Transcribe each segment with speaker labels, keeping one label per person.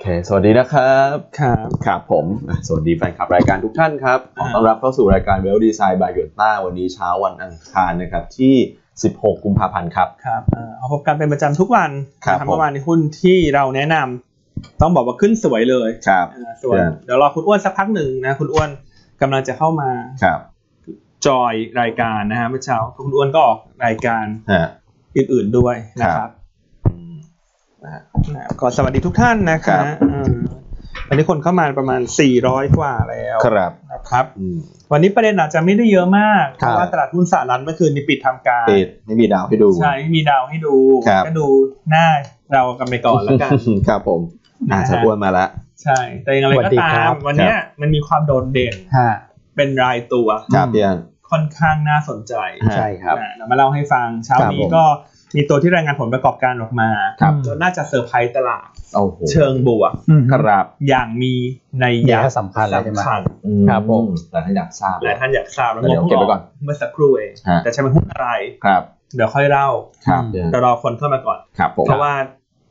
Speaker 1: เค สวัสดีนะครับ
Speaker 2: ครับ
Speaker 1: ครับผมอ่ะสวัสดีแฟนคลับรายการทุกท่านครับ ขอต้อนรับเข้าสู่รายการ Well Design by Toyota วันนี้เช้าวันอังคารนะครับที่ 16 กุมภาพันธ์ครับ
Speaker 2: ครับเอ่อเอาพบกันเป็นประจำทุกวัน
Speaker 1: ครับ
Speaker 2: นะ
Speaker 1: ผม
Speaker 2: เมื่อวานในหุ้นที่เราแนะนำต้องบอกว่าขึ้นสวยเลย
Speaker 1: ครับ
Speaker 2: เอ่อสวย
Speaker 1: ครับ
Speaker 2: เดี๋ยวรอคุณอ้วนสักพักหนึ่งนะคุณอ้วนกำลังจะเข้ามา
Speaker 1: ครับ
Speaker 2: จอยรายการนะฮะเมื่อเช้าคุณอ้วนก็ออกรายการ
Speaker 1: ฮะ
Speaker 2: อื่นๆด้วยนะค
Speaker 1: ครั
Speaker 2: รับบ นะก็สวัสดีทุกท่านนะค
Speaker 1: ครั
Speaker 2: รับบ วันนี้คนเข้ามาประมาณ 400 กว่าแล้ว
Speaker 1: ครับ
Speaker 2: นะครับ วันนี้ประเด็นอาจจะไม่ได้เยอะมากเพ
Speaker 1: ครับ
Speaker 2: ราะว่าตลาดหุ้นสหรัฐเมื่อคืนนี้ปิดทำการ
Speaker 1: ติดไม่มีดาวให้ดู
Speaker 2: ใช่มีดาวให้ดู
Speaker 1: ครับ
Speaker 2: ก็ดูหน้าเรากันไปก่อนแล้วกัน
Speaker 1: ครับผมอ่า
Speaker 2: นะฮะ
Speaker 1: ชาอ้วนมาแล้ว
Speaker 2: ใช่ แต่อยังไร
Speaker 3: สวั
Speaker 2: ก็
Speaker 3: สดี
Speaker 2: ตา
Speaker 3: ครั
Speaker 2: ม
Speaker 3: บ
Speaker 2: วันเนี้ยมันมีความโดดเด่น
Speaker 3: ฮะ
Speaker 2: เป็นรายตัว
Speaker 1: ครับ
Speaker 3: อืม
Speaker 1: เพียน
Speaker 2: ค่อนข้างน่าสนใจ
Speaker 1: ฮะ
Speaker 3: ใช่ครับ
Speaker 2: นะเรามาเล่าให้ฟังเช้า
Speaker 1: ครับ
Speaker 2: นี้
Speaker 1: ผม
Speaker 2: ก็มีตัวที่รายงานผลประกอบการออกมา
Speaker 3: ครับ
Speaker 2: แล้วน่าจะเซอร์ไพรส์ตลาด
Speaker 1: โอ้โห
Speaker 2: เชิงบวก
Speaker 3: อืม
Speaker 1: ครับ
Speaker 2: อย่างมีในยยะ
Speaker 3: นัยสำคัญเลยใช่ไหม
Speaker 2: สำคัญ
Speaker 3: ครับผม
Speaker 1: แต่ถ้าอยากทราบ
Speaker 2: หลายท่านอยากทราบแล้ว
Speaker 1: เดี๋ยวเก็บไว้ก่อน
Speaker 2: เมื่อสักครู่เอง
Speaker 1: ฮะ
Speaker 2: แต่ใช่เป็นหุ้นอะไร
Speaker 1: ครับ
Speaker 2: เดี๋ยวค่อยเล่า
Speaker 1: ครับเพียน
Speaker 2: แต่รอคนเข้ามาก่อน
Speaker 1: ครับผม
Speaker 2: เพราะว่า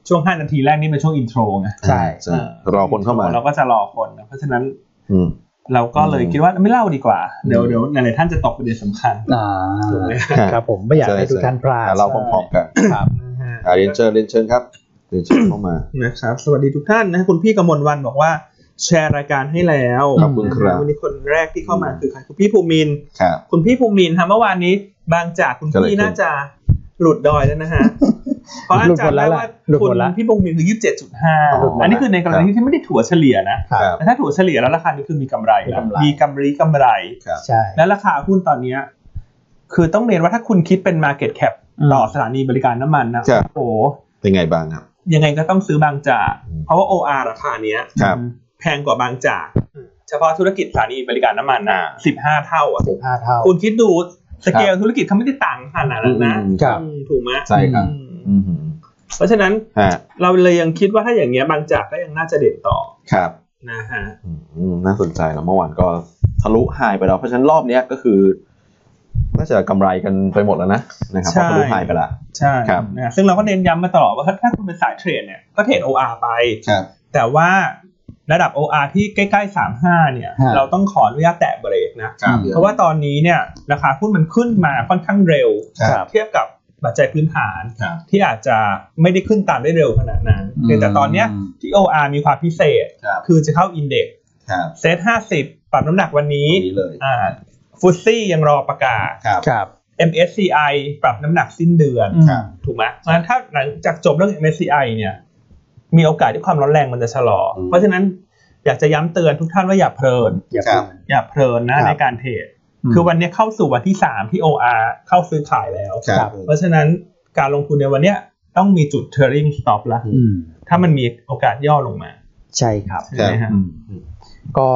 Speaker 2: ช่วง 5 นาทีแรกนี่เป็นช่วงอินโทรไง
Speaker 3: ใช่
Speaker 1: ใช่รอคนเข้ามา
Speaker 2: เราก็จะรอคนนะเพราะฉะนั้น
Speaker 1: อืม
Speaker 2: เราก็เลย
Speaker 1: อืม
Speaker 2: คิดว่าไม่เล่าดีกว่า เดี๋ยว
Speaker 1: อืม
Speaker 2: เดี๋ยวหลายๆท่านจะตกประเด็นสำคัญ
Speaker 3: อ่า
Speaker 2: ถูกไหม
Speaker 3: ครับผมไม่อยากให้ทุกท่านพลาด
Speaker 1: อ่ะเราพร้อมๆกัน
Speaker 3: ครับ
Speaker 1: อ่าเรียนเชิญเรียนเชิญครับเรียนเชิญเข้ามา
Speaker 2: นะครับสวัสดีทุกท่านนะคุณพี่กมลวันบอกว่าแชร์รายการให้แล้ว
Speaker 1: ขอบคุณครับ
Speaker 2: วันนี้คนแรกที่เข้ามาคือใครคุณพี่ภูมินทร์
Speaker 1: ครับ
Speaker 2: คุณพี่ภูมินทร์ฮะเมื่อวานนี้ บางจากคุณ
Speaker 1: ก็เลย
Speaker 2: พี่น่าจะหลุดดอยแล้วนะฮะเพราะอาจารย์ได้ว่า
Speaker 3: หลุด
Speaker 2: คุ
Speaker 3: หม
Speaker 2: ณ
Speaker 3: ดละ
Speaker 2: พี่ภูมินทร์คือยี่สิบเจ็ดจุดห้า
Speaker 1: หลุดหมดละ
Speaker 2: อันนี้คือในกรณีที่ไม่ได้ถั่วเฉลี่ยนะครับ แต่ถ้าถั่วเฉลี่ยแล้วราคานี้คือมีกำไรแล้ว
Speaker 3: มีกำไร
Speaker 2: มีกำไรกำไร
Speaker 3: ใช่
Speaker 2: และราคาหุ้นตอนเนี้ยคือต้องเรียนว่าถ้าคุณคิดเป็น Market Cap ต่อสถานีบริการน้ำมันนะครับ โอ้โห
Speaker 1: เป็นไงบ้างครับ
Speaker 2: ยังไงก็ต้องซื้อบางจาก
Speaker 1: อืม
Speaker 2: เพราะว่า OR ราคาเนี้ย
Speaker 1: ครับ
Speaker 2: แพงกว่าบางจาก เฉพาะธุรกิจสถานีบริการน้ำมันนะ15 เท่าอ่ะ
Speaker 3: สิบห้าเท่า
Speaker 2: คุณคิดดูสเกลธุรกิจเขาไม่ได้ต่างขนาดนั้นนะ
Speaker 1: อืมครับ
Speaker 2: อืมถูกไหม
Speaker 1: ใช่ครับ
Speaker 2: อืม
Speaker 1: อืม
Speaker 2: เพราะฉะนั้น
Speaker 1: ฮะ
Speaker 2: เราเลยยังคิดว่าถ้าอย่างเงี้ยบางจากก็ยังน่าจะเด่นต่อ
Speaker 1: ครับ
Speaker 2: นะฮะ
Speaker 1: อืมน่าสนใจแล้วเมื่อวานก็ทะลุไฮไปแล้ว เพราะฉะนั้นรอบเนี้ยก็คือน่าจะกำไรกันไปหมดแล้วนะนะครับเพราะทะลุไฮไปละ
Speaker 2: ใช่
Speaker 1: ครับ
Speaker 2: นะซึ่งเราก็เน้นย้ำมาตลอดว่าถ้าคุณเป็นสายเทรดเนี่ยก็เทรด OR ไป
Speaker 1: ครับ
Speaker 2: แต่ว่าระดับ OR ที่ใกล้ๆ 35 เนี่ย
Speaker 3: ฮะ
Speaker 2: เราต้องขออนุญาตแตะเบรกนะ
Speaker 1: ครับ
Speaker 2: เพราะว่าตอนนี้เนี่ยราคาหุ้นมันขึ้นมาค่อนข้างเร็ว
Speaker 3: ครับ
Speaker 2: เทียบกับปัจจัยพื้นฐาน
Speaker 1: ครับ
Speaker 2: ที่อาจจะไม่ได้ขึ้นตามได้เร็วขนาดนั้น
Speaker 3: อืม
Speaker 2: เพียงแต่ตอนเนี้ยที่ OR มีความพิเศษ
Speaker 1: ครับ
Speaker 2: คือจะเข้าอินเด็กซ์
Speaker 1: ครับ
Speaker 2: เซต50 ปรับน้ำหนักวันนี้
Speaker 1: นี้เลย
Speaker 2: อ่าฟุตซี่ยังรอประกาศ
Speaker 1: ครับ
Speaker 3: ครับ
Speaker 2: MSCI ปรับน้ำหนักสิ้นเดือน
Speaker 3: อืม
Speaker 1: ครับ
Speaker 2: ถูกไหมเพราะฉะนั้นถ้าหลังจากจบเรื่อง MSCI เนี่ย มีโอกาสที่ความร้อนแรงมันจะชะลออ
Speaker 1: ม
Speaker 2: เพราะฉะนั้นอยากจะย้ำเตือนทุกท่านว่าอย่าเพลิน
Speaker 3: อย่า
Speaker 1: ค
Speaker 3: เพิ่
Speaker 1: รับ
Speaker 3: ง
Speaker 2: อย่าเพลินนะครับ ในการเทรดคือวันนี้เข้าสู่วันที่ 3 ที่ OR เข้าซื้อขายแล้ว
Speaker 3: ครับ
Speaker 2: เพราะฉะนั้นการลงทุนในวันเนี้ยต้องมีจุด Turing Stop ละ
Speaker 3: อืม
Speaker 2: ถ้ามันมีโอกาสย่อลงมา
Speaker 3: ใช่ครับ
Speaker 2: ใช่ไหม
Speaker 1: ครับ
Speaker 2: ฮะ
Speaker 3: อืมก็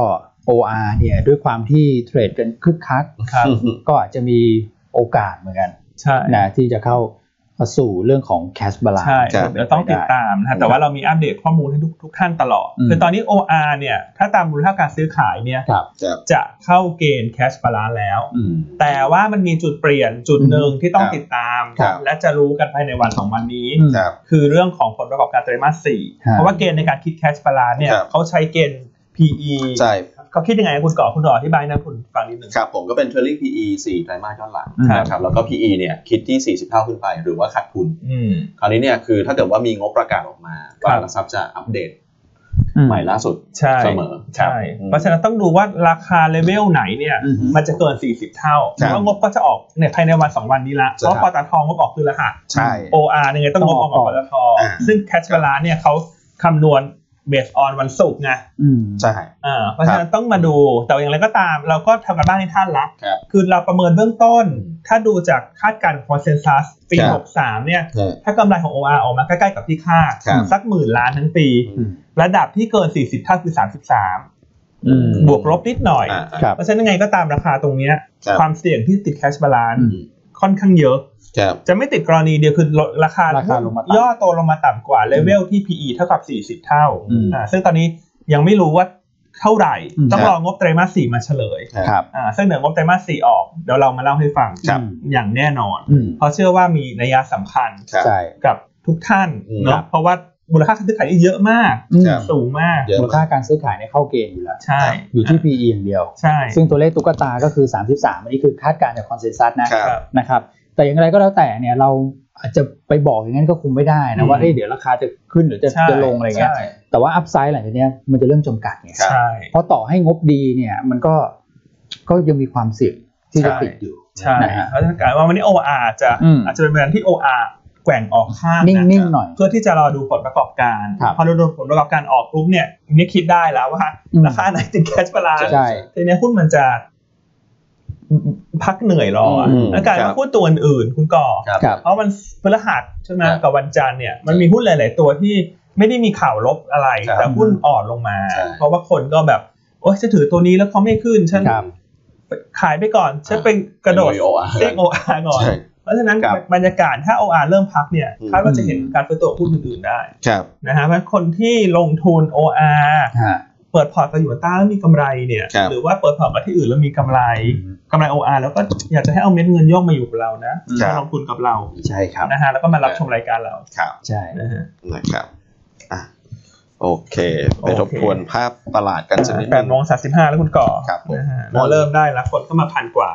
Speaker 3: OR เนี่ยด้วยความที่เทรดกันคึกคัก
Speaker 2: ครับ
Speaker 3: ก็อาจจะมีโอกาสเหมือนกัน
Speaker 2: ใช่
Speaker 3: นะที่จะเข้าสู่เรื่องของ cash balance
Speaker 2: ใช่
Speaker 1: ครับ
Speaker 2: เดี๋ยวต้องติดตามนะฮะแต่ว่าเรามีอัปเดตข้อมูลให้ทุกทุกท่านตลอด
Speaker 3: อืม
Speaker 2: คือตอนนี้ OR เนี่ยถ้าตามมูลค่าการซื้อขายเนี่ย
Speaker 3: ครับ
Speaker 1: ครับ
Speaker 2: จะเข้าเกณฑ์ Cash Balance แล้ว
Speaker 3: อืม
Speaker 2: แต่ว่ามันมีจุดเปลี่ยนจุดหนึ่งที่ต้อง
Speaker 1: ครับ
Speaker 2: ติดตาม
Speaker 1: ครับ
Speaker 2: และจะรู้กันภายในวันสองวันนี้
Speaker 3: อืม
Speaker 1: ครับ
Speaker 2: คือเรื่องของผลประกอบการไตรมาสสี่
Speaker 3: ครับ
Speaker 2: เพราะว่าเกณฑ์ในการคิดแคชบาลานเนี่ย
Speaker 1: ครับ
Speaker 2: เขาใช้เกณฑ์ PE
Speaker 1: ใช่
Speaker 2: เขาคิดยังไงคุณก่อคุณดออธิบายนะคุณฟังนิดหนึ่ง
Speaker 1: ครับผมก็เป็น trailing PE 4ไตรมาสย้อนหลัง
Speaker 2: ครับ
Speaker 1: นะครับแล้วก็ PE เนี่ยคิดที่ 40 เท่าขึ้นไปหรือว่าขาดทุน
Speaker 2: อืม
Speaker 1: คราวนี้เนี่ยคือถ้าเกิดว่ามีงบประกาศออกมา
Speaker 2: ครับ
Speaker 1: ตลาดหลักทรัพย์จะอัปเดตใหม่ล่าสุด
Speaker 2: ใช่
Speaker 1: เสมอ
Speaker 2: ใช่
Speaker 1: อืม
Speaker 2: เพราะฉะนั้นต้องดูว่าราคาเลเวลไหนเนี่ย
Speaker 3: อืม
Speaker 2: มันจะเกิน 40 เท่า
Speaker 1: ครั
Speaker 2: แล้
Speaker 1: บ
Speaker 2: วางบก็จะออกเนี่ยภายในวัน 2 วันนี้ละ
Speaker 1: ใช่
Speaker 2: เพราะ
Speaker 1: ครับ
Speaker 2: ปตทงบออกคือรหัส
Speaker 1: ใช่
Speaker 2: OR ยังไงต้องงบออกกับปตท
Speaker 1: อ่า
Speaker 2: ซึ่งแคชบาลานเนี่ยเขาคำนวณเบสออนวันศุกร์ไง
Speaker 3: อืม
Speaker 1: ใช่
Speaker 2: อ่าเพราะฉะนั้นต้องมาดูแต่อย่างไรก็ตาม เราก็ทำกันบ้านให้ท่านละ
Speaker 1: ครับ
Speaker 2: คือเราประเมินเบื้องต้น
Speaker 1: อืม
Speaker 2: ถ้าดูจากคาดการณ์คอนเซนแซสปี
Speaker 1: ครับ
Speaker 2: 63 เนี่ย
Speaker 1: ใช่
Speaker 2: ถ้ากำไรของ OR ออกมาใกล้ๆกับที่คาด
Speaker 1: ครับ
Speaker 2: สักหมื่นล้านทั้งปี
Speaker 1: อืม
Speaker 2: ระดับที่เกิน 40เท่าคือ
Speaker 3: อืม
Speaker 2: 33 บวกลบนิดหน่อย
Speaker 1: อ่า
Speaker 3: ครับ
Speaker 2: เพราะฉะนั้นยังไงก็ตามราคาตรงเนี้ย
Speaker 1: ครับ
Speaker 2: ความเสี่ยงที่ติดแคชบาลาน
Speaker 3: อืม
Speaker 2: ค่อนข้างเยอะ
Speaker 1: ครับ
Speaker 2: จะไม่ติดกรณีเดียวคือราคา
Speaker 3: ราคาลงมาต่ำ
Speaker 2: ย่อตัวลงมาต่ำกว่าเลเวลที่ PE เท่ากับ 40 เท่า
Speaker 3: อืม
Speaker 2: อ่าซึ่งตอนนี้ยังไม่รู้ว่าเท่าไหร่
Speaker 3: อืม
Speaker 2: ต้องรองบไตรมาสสี่มาเฉลย
Speaker 3: ครับ
Speaker 2: อ่าซึ่งเดี๋ยวงบไตรมาสสี่ออก เดี๋ยวเรามาเล่าให้ฟัง
Speaker 3: ครับ
Speaker 2: อย่างแน่นอน
Speaker 3: อืม
Speaker 2: เพราะเชื่อว่ามีนัยสำคัญ
Speaker 1: ครับ
Speaker 3: ใช่
Speaker 2: กับทุกท่าน
Speaker 1: อืม
Speaker 2: เนาะเพราะว่า มูลค่าการซื้อขายนี่เยอะมาก
Speaker 3: อืม
Speaker 1: ครับ
Speaker 2: สูงมาก
Speaker 1: เยอะ
Speaker 3: มูลค่าการซื้อขายเนี่ยเข้าเกณฑ์อยู่แล้ว
Speaker 2: ใช่
Speaker 3: อยู่ที่ PE อย่างเดียว
Speaker 2: ใช่
Speaker 3: ซึ่งตัวเลขตุ๊กตาก็คือ 33 อันนี้คือคาดการณ์จากคอนเซนแซสนะครับ นะครับ แต่อย่างไรก็แล้วแต่เนี่ยเราอาจจะไปบอกอย่างนั้นก็คงไม่ได้นะว่าเอ้ยเดี๋ยวราคาจะขึ้นหรือจะ
Speaker 2: ใช่
Speaker 3: จะลงอะไรเงี้ย
Speaker 2: ใช่
Speaker 3: แต่ว่าอัพไซด์หลังจากเนี้ยมันจะเริ่มจำกัดไง
Speaker 1: ครับ
Speaker 2: ใช่
Speaker 3: เพราะต่อให้งบดีเนี่ยมันก็ก็ยังมีความเสี่ยงที่จะติดอยู่
Speaker 2: ใช่
Speaker 3: นะฮะ
Speaker 2: แล้วถ้าเกิดว่าวันนี้ OR จะ
Speaker 3: อืม
Speaker 2: อาจจะเป็นแบรนด์ที่ OR แกว่งออกข้าง
Speaker 3: นิ่
Speaker 2: นะ
Speaker 3: งๆหน่อย
Speaker 2: เพื่อที่จะรอดูผลประกอบการ
Speaker 3: ครับ
Speaker 2: พอเราดูผลประกอบการออกปุ๊บเนี่ยนี่คิดได้แล้วว่า
Speaker 3: อืม
Speaker 2: ราคาไหนติดแคชบาลาน
Speaker 3: ใช่
Speaker 2: ทีเนี้ยหุ้นมันจะพักเหนื่อยรออะ
Speaker 1: อืม
Speaker 2: แล้วกลาร
Speaker 1: ครับ
Speaker 2: ว่าหุ้นตัวอื่นๆคุณก่อ
Speaker 1: ครับ
Speaker 3: ครับ
Speaker 2: เพราะมันพฤหัสใช่ไหม
Speaker 1: ครับ
Speaker 2: กับวันจันทร์เนี่ยมันมีหุ้นหลาย ๆ ตัวที่ไม่ได้มีข่าวลบอะไร
Speaker 1: ครับ
Speaker 2: แต่หุ้นอ่อนลงมา
Speaker 1: ใช่
Speaker 2: เพราะว่าคนก็แบบ โอ๊ยจะถือตัวนี้แล้วเขาไม่ขึ้นฉัน
Speaker 3: ครับ
Speaker 2: ขายไปก่อนฉันเป็นกระโดด
Speaker 1: เป็น VOR
Speaker 2: เรียกโออาร์ก่อน
Speaker 1: ใช่
Speaker 2: เพราะฉะนั้น
Speaker 1: ครับ
Speaker 2: บรรยากาศถ้า OR เริ่มพักเนี่ย
Speaker 1: อืม
Speaker 2: คาดว่าจะเห็นการฟื้นตัวของหุ้นอื่นๆได้
Speaker 1: ครับ
Speaker 2: นะฮะเพราะฉะนั้นคนที่ลงทุน OR
Speaker 3: ฮะ
Speaker 2: เปิดพอร์ตไปอยู่ต้าแล้วมีกำไรเนี่ย
Speaker 1: ครับ
Speaker 2: หรือว่าเปิดพอร์ตไปที่อื่นแล้วมีกำไร
Speaker 3: อืม
Speaker 2: กำไร OR แล้วก็อยากจะให้เอาเม็ดเงินโยกมาอยู่กับเรานะครับ มาลงทุนกับเรา
Speaker 1: ใช่ครับ
Speaker 2: นะฮะแล้วก็มารับชมรายการเรา
Speaker 1: ครับ
Speaker 3: ใช่
Speaker 2: นะฮะ
Speaker 1: นะครับอ่ะโอเคไป
Speaker 2: โอเค
Speaker 1: ทบทวนภาพตลาดกันสักนิด
Speaker 2: แป
Speaker 1: นึ
Speaker 2: ด
Speaker 1: ง
Speaker 2: โมงสามสิบห้าแล้วคุณก่อ
Speaker 1: ครับผม
Speaker 2: นะฮะเราเริ่มได้แล้วคนเข้ามาพันกว่า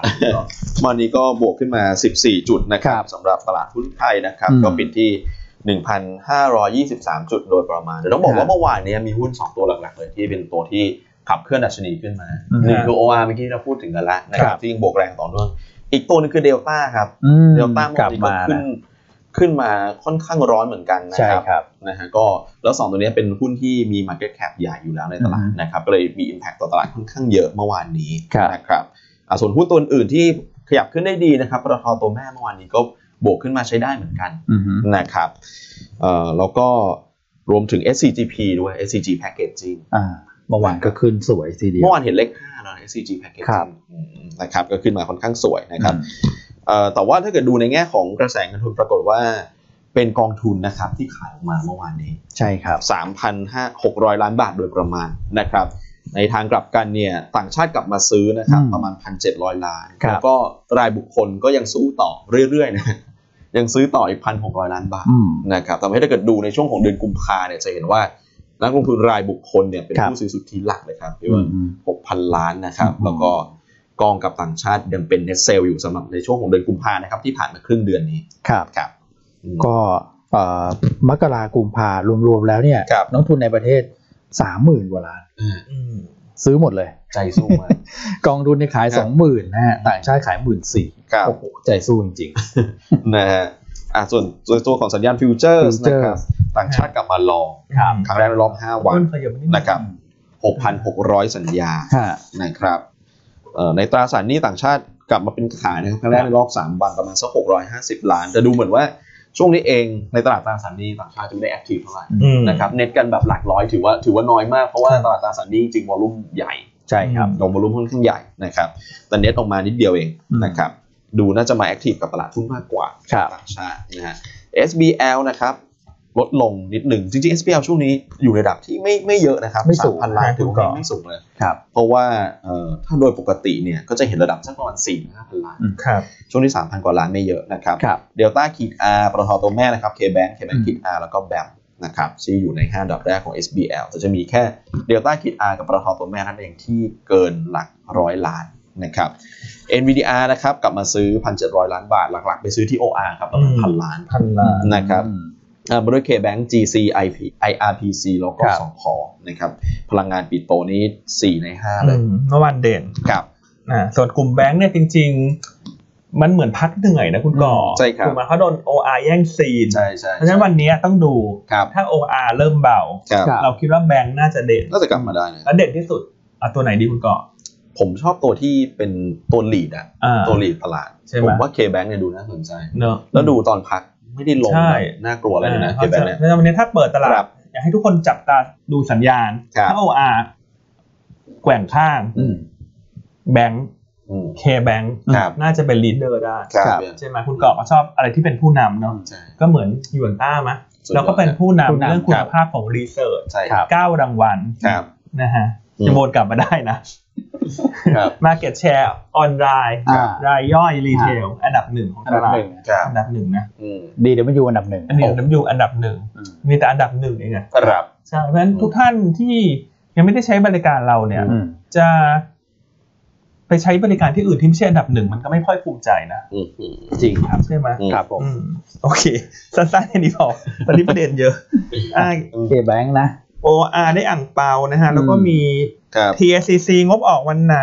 Speaker 1: วันนี้ก็บวกขึ้นมา 14 จุดนะครั
Speaker 3: ครับ บ
Speaker 1: สำหรับตลาดหุ้นไทยนะครับ
Speaker 3: อืม
Speaker 1: ก็ปิดที่ 1,523 จุดโดยประมาณเดี๋ยวต้องบอก
Speaker 3: ครั
Speaker 1: ว่า
Speaker 3: บ
Speaker 1: เมื่อวานเนี้มีหุ้น 2 ตัวหลักๆเลยที่เป็นตัวที่ขับเคลื่อนดัชนีขึ้นมา
Speaker 2: อืม
Speaker 1: หนึ่ง
Speaker 2: ครับ
Speaker 1: คือ OR เมื่อกี้เราพูดถึงกันแล้วนะครับที่ยังบวกแรงต่อเนื่องอีกตัวหนึงคือเดลต้าครับ
Speaker 3: อืม
Speaker 1: เดลต้าก เมื่
Speaker 3: ลั
Speaker 1: อบวานนี้ก็
Speaker 3: มา
Speaker 1: ขึ้น
Speaker 3: นะ
Speaker 1: ขึ้นมาค่อนข้างร้อนเหมือนกันนะ
Speaker 3: ใช่
Speaker 1: ครับ
Speaker 3: ครับ
Speaker 1: นะฮะก็แล้ว 2 ตัวเนี้ยเป็นหุ้นที่มี Market Cap ใหญ่อยู่แล้วในตลาด
Speaker 3: อือฮึ
Speaker 1: นะครับก็เลยมี Impact ต่อตลาดค่อนข้างเยอะเมื่อวานนี้
Speaker 3: ครับ
Speaker 1: นะครับอ่าส่วนหุ้นตัวอื่นๆที่ขยับขึ้นได้ดีนะครับปตทตัวแม่เมื่อวานนี้ก็บวกขึ้นมาใช้ได้เหมือนกันนะครับเอ่อแล้วก็รวมถึง SCGP ด้วย SCG Packaging
Speaker 3: ่าเมื่อวานก็ขึ้นสวยทีเดียว
Speaker 1: เมื่อวานเห็นเลข5แล้วนะ SCG
Speaker 3: ครับ
Speaker 1: Packaging อืมนะครับก็ขึ้นมาค่อนข้างสวยนะครับ
Speaker 3: อืม
Speaker 1: เอ่อแต่ว่าถ้าเกิดดูในแง่ของกระแสเงินทุนปรากฏว่าเป็นกองทุนนะครับที่ขายออกมาเมื่อวานนี้
Speaker 3: ใช่ครับ
Speaker 1: 3,600 ล้านบาทโดยประมาณนะครับ ในทางกลับกันเนี่ยต่างชาติกลับมาซื้อนะครับ
Speaker 3: อืม
Speaker 1: ประมาณ 1,700 ล้าน
Speaker 3: ครับ
Speaker 1: แล้วก็รายบุคคลก็ยังสู้ต่อเรื่อยๆนะ ยังซื้อต่ออีก 1,600 ล้านบาท
Speaker 3: อืม
Speaker 1: นะครับทำให้ถ้าเกิดดูในช่วงของเดือนกุมภาเนี่ยจะเห็นว่า นักลงทุนรายบุคคลเนี่ยเป็น
Speaker 3: ครับ
Speaker 1: ผู้ซื้อสุทธิหลักเลยครับพี่ว่า
Speaker 3: อืม
Speaker 1: 6,000 ล้านนะครับ
Speaker 3: อืม
Speaker 1: แล้วก็กองกับต่างชาติยังเป็นเน t เซลอยู่สำหรับในช่วงของเดือนกุมภานะครับที่ผ่านมาครึ่งเดือนนี้
Speaker 3: ครับ
Speaker 1: ครับ
Speaker 3: ก็เอ่อมกรากุมภารวมๆแล้วเนี่ย
Speaker 1: ครับ
Speaker 3: นักทุนในประเทศสามหมื่นกว่าล้าน
Speaker 2: อืม
Speaker 3: ซื้อหมดเลย
Speaker 1: ใจสู้มาก
Speaker 3: กองทุนเนี่ยขาย
Speaker 1: ครับ
Speaker 3: สองหมื่นนะฮะต่างชาติขายหมื่นสี่
Speaker 1: ครับ
Speaker 3: โอ้โหใจสู้จริง
Speaker 1: นะฮะอ่ะส่วนส่วนตัวของสัญญาณฟิวเจอร์
Speaker 3: Futures
Speaker 1: นะครับต่างชาติกลับมาลอง
Speaker 3: ครับ
Speaker 1: ครั้งแรกในรอบ 5 วัน
Speaker 2: หุ้นขยับนิดง
Speaker 1: นะครับ 6,600 สัญญา
Speaker 3: ๆฮะ
Speaker 1: นะครับเอ่อในตราสารหนี้ต่างชาติกลับมาเป็นขายนะครับครั้งแรกในรอบ 3 วันประมาณสัก 650 ล้าน จะดูเหมือนว่าช่วงนี้เองในตลาดตราสารหนี้ต่างชาติจะไม่ได้แอคทีฟเท่าไหร่
Speaker 2: อืม
Speaker 1: นะครับเน็ตกันแบบหลักร้อยถือว่าถือว่าน้อยมากเพราะว่าตลาดตราสารหนี้จริงวอลุ่มใหญ่
Speaker 3: ใช่ครับ
Speaker 1: ลงวอลุ่มค่อนข้างใหญ่นะครับแต่เน็ตออกมานิดเดียวเอง
Speaker 3: อืม
Speaker 1: นะครับ ดูน่าจะมาแอคทีฟกับตลาดหุ้นมากกว่า
Speaker 3: ครับ
Speaker 1: ต่างชาตินะฮะ SBL นะครับ ลดลงนิดหนึ่ง จริงๆ SBL ช่วงนี้อยู่ในระดับที่ไม่ไม่เยอะนะครับ
Speaker 3: ไม่สูง
Speaker 1: พันล้าน
Speaker 2: นะ
Speaker 1: ถือ
Speaker 2: คุณก่
Speaker 1: ว่า
Speaker 2: อ
Speaker 1: ไม่สูงเลย
Speaker 3: ครับ
Speaker 1: เพราะว่าเอ่อถ้าโดยปกติเนี่ยก็จะเห็นระดับสักประมาณ4ี่ห้าพันล้าน
Speaker 3: อืม
Speaker 2: ครับ
Speaker 1: ช่วงที่ 3,000 กว่าล้านไม่เยอะนะครับ
Speaker 3: ครับ
Speaker 1: เดลต้าขีด R ปตทตัวแม่นะครับ K-Bank K-Bank
Speaker 3: อืม
Speaker 1: ขีด R แล้วก็แบมนะครับที่อยู่ใน 5 อันดับแรกของ SBL แต่จะมีแค่เดลต้าขีด R กับปตทตัวแม่นั่นเองที่เกินหลักร้อยล้านนะครับ NVDR นะครับกลับมาซื้อ 1,700 ล้านบาท หลักๆ ไปซื้อที่ OR ครับประมาณ
Speaker 2: อืม
Speaker 1: พันล้าน
Speaker 2: พันล้าน
Speaker 1: นะครับ
Speaker 3: อืม
Speaker 1: อ่ามาด้วย K-Bank GC IP IRPC แล้วก็
Speaker 3: ครับ
Speaker 1: สพนะครับพลังงานปิดโตนี้ 4 ใน 5 เลย
Speaker 2: อืมเมื่อวานเด่น
Speaker 1: ครับ
Speaker 2: นะส่วนกลุ่มแบงค์เนี่ยจริง ๆ มันเหมือนพักเหนื่อยนะคุณก่อ
Speaker 1: ใช่ครับ
Speaker 2: ถูกไหมเขาโดน OR แย่งซีน
Speaker 1: ใช่ใช่
Speaker 2: เพราะฉะนั้นวันนี้ต้องดู
Speaker 1: ครับ
Speaker 2: ถ้า OR เริ่มเบา
Speaker 1: ครับ
Speaker 3: ครับ
Speaker 2: เราคิดว่าแบงค์น่าจะเด่น
Speaker 1: น่าจะกลับมาได้นะ
Speaker 2: แล้วเด่นที่สุดเอาตัวไหนดีคุณก่อ
Speaker 1: ผมชอบตัวที่เป็นตัวลีดอะ
Speaker 2: อ่า
Speaker 1: ตัวลีดตลาด
Speaker 2: ใช่ไหม
Speaker 1: ผมว่า K-Bank เนี่ยดูน่าสนใจ
Speaker 2: เนอะ
Speaker 1: แล้วดูตอนพักไม่ได้ลง
Speaker 2: ใช่
Speaker 1: แบบน่ากลัวอะไรเลยนะ
Speaker 2: เพราะฉะ
Speaker 1: K-Bank เนี่ย
Speaker 2: นั้นวันนี้ถ้าเปิดตลาด
Speaker 1: ครับ
Speaker 2: อยากให้ทุกคนจับตาดูสัญญาณ
Speaker 1: ครับ
Speaker 2: ถ้า OR แกว่งข้าง
Speaker 1: อืม
Speaker 2: แบงค์
Speaker 1: อืม
Speaker 2: K-Bank
Speaker 1: ครับ
Speaker 2: น่าจะเป็นลีดเดอร์ได้
Speaker 1: ครับ
Speaker 2: ใช่ไหมคุณก่อก็ชอบอะไรที่เป็นผู้นำเนาะ
Speaker 1: ใช่
Speaker 2: ก็เหมือนหยวนต้ามะ
Speaker 1: สุดยอด
Speaker 2: แล้วก็เป็นผู้
Speaker 3: ผู้
Speaker 2: นำ
Speaker 3: นำ
Speaker 2: เรื่องคุ
Speaker 1: ค
Speaker 2: ณ
Speaker 1: รับ
Speaker 2: ภาพของรีเสิร์ช
Speaker 1: ใช่ครับ
Speaker 2: เก้ารางวัล
Speaker 1: ครับ
Speaker 2: นะฮะ
Speaker 1: อืม
Speaker 2: จะโหวนกลับมาได้นะ
Speaker 1: ครับ
Speaker 2: Market Share ออนไลน์
Speaker 3: อ่าร
Speaker 2: ายย่อยรีเทลอันดับหนึ่งของ
Speaker 3: อัน
Speaker 2: ต
Speaker 3: ดับ
Speaker 2: ลาด
Speaker 3: หนึ่ง
Speaker 1: ครับ
Speaker 2: อันดับหนึ่งนะ
Speaker 1: อืม
Speaker 3: ดีเดี๋ยวมันอยู่อันดับหนึ่ง
Speaker 2: อันนี้น้ำยูอันดับหนึ่ง
Speaker 3: อืม
Speaker 2: มีแต่อันดับหนึ่งเองอะ
Speaker 1: ครับ
Speaker 2: ใช่เพราะฉะนั้นทุกท่านที่ยังไม่ได้ใช้บริการเราเนี่ย
Speaker 3: อืม
Speaker 2: จะไปใช้บริการที่อื่นที่ไม่ใช่อันดับหนึ่งมันก็ไม่ค่อยภูมิใจนะ
Speaker 1: อืมอืม
Speaker 3: จริงครับ
Speaker 2: ใช่ไหม
Speaker 1: อืม
Speaker 3: ครับผม
Speaker 2: อืมโอเค สั้นๆแค่นี้พอวันนี้ประเด็นเยอะอ่า
Speaker 3: เคแบงค์นะ
Speaker 2: OR ได้อ่างเปานะฮะ แล้วก็
Speaker 3: อืม
Speaker 2: มี
Speaker 1: ครับ
Speaker 2: TACC งบออกวันไหน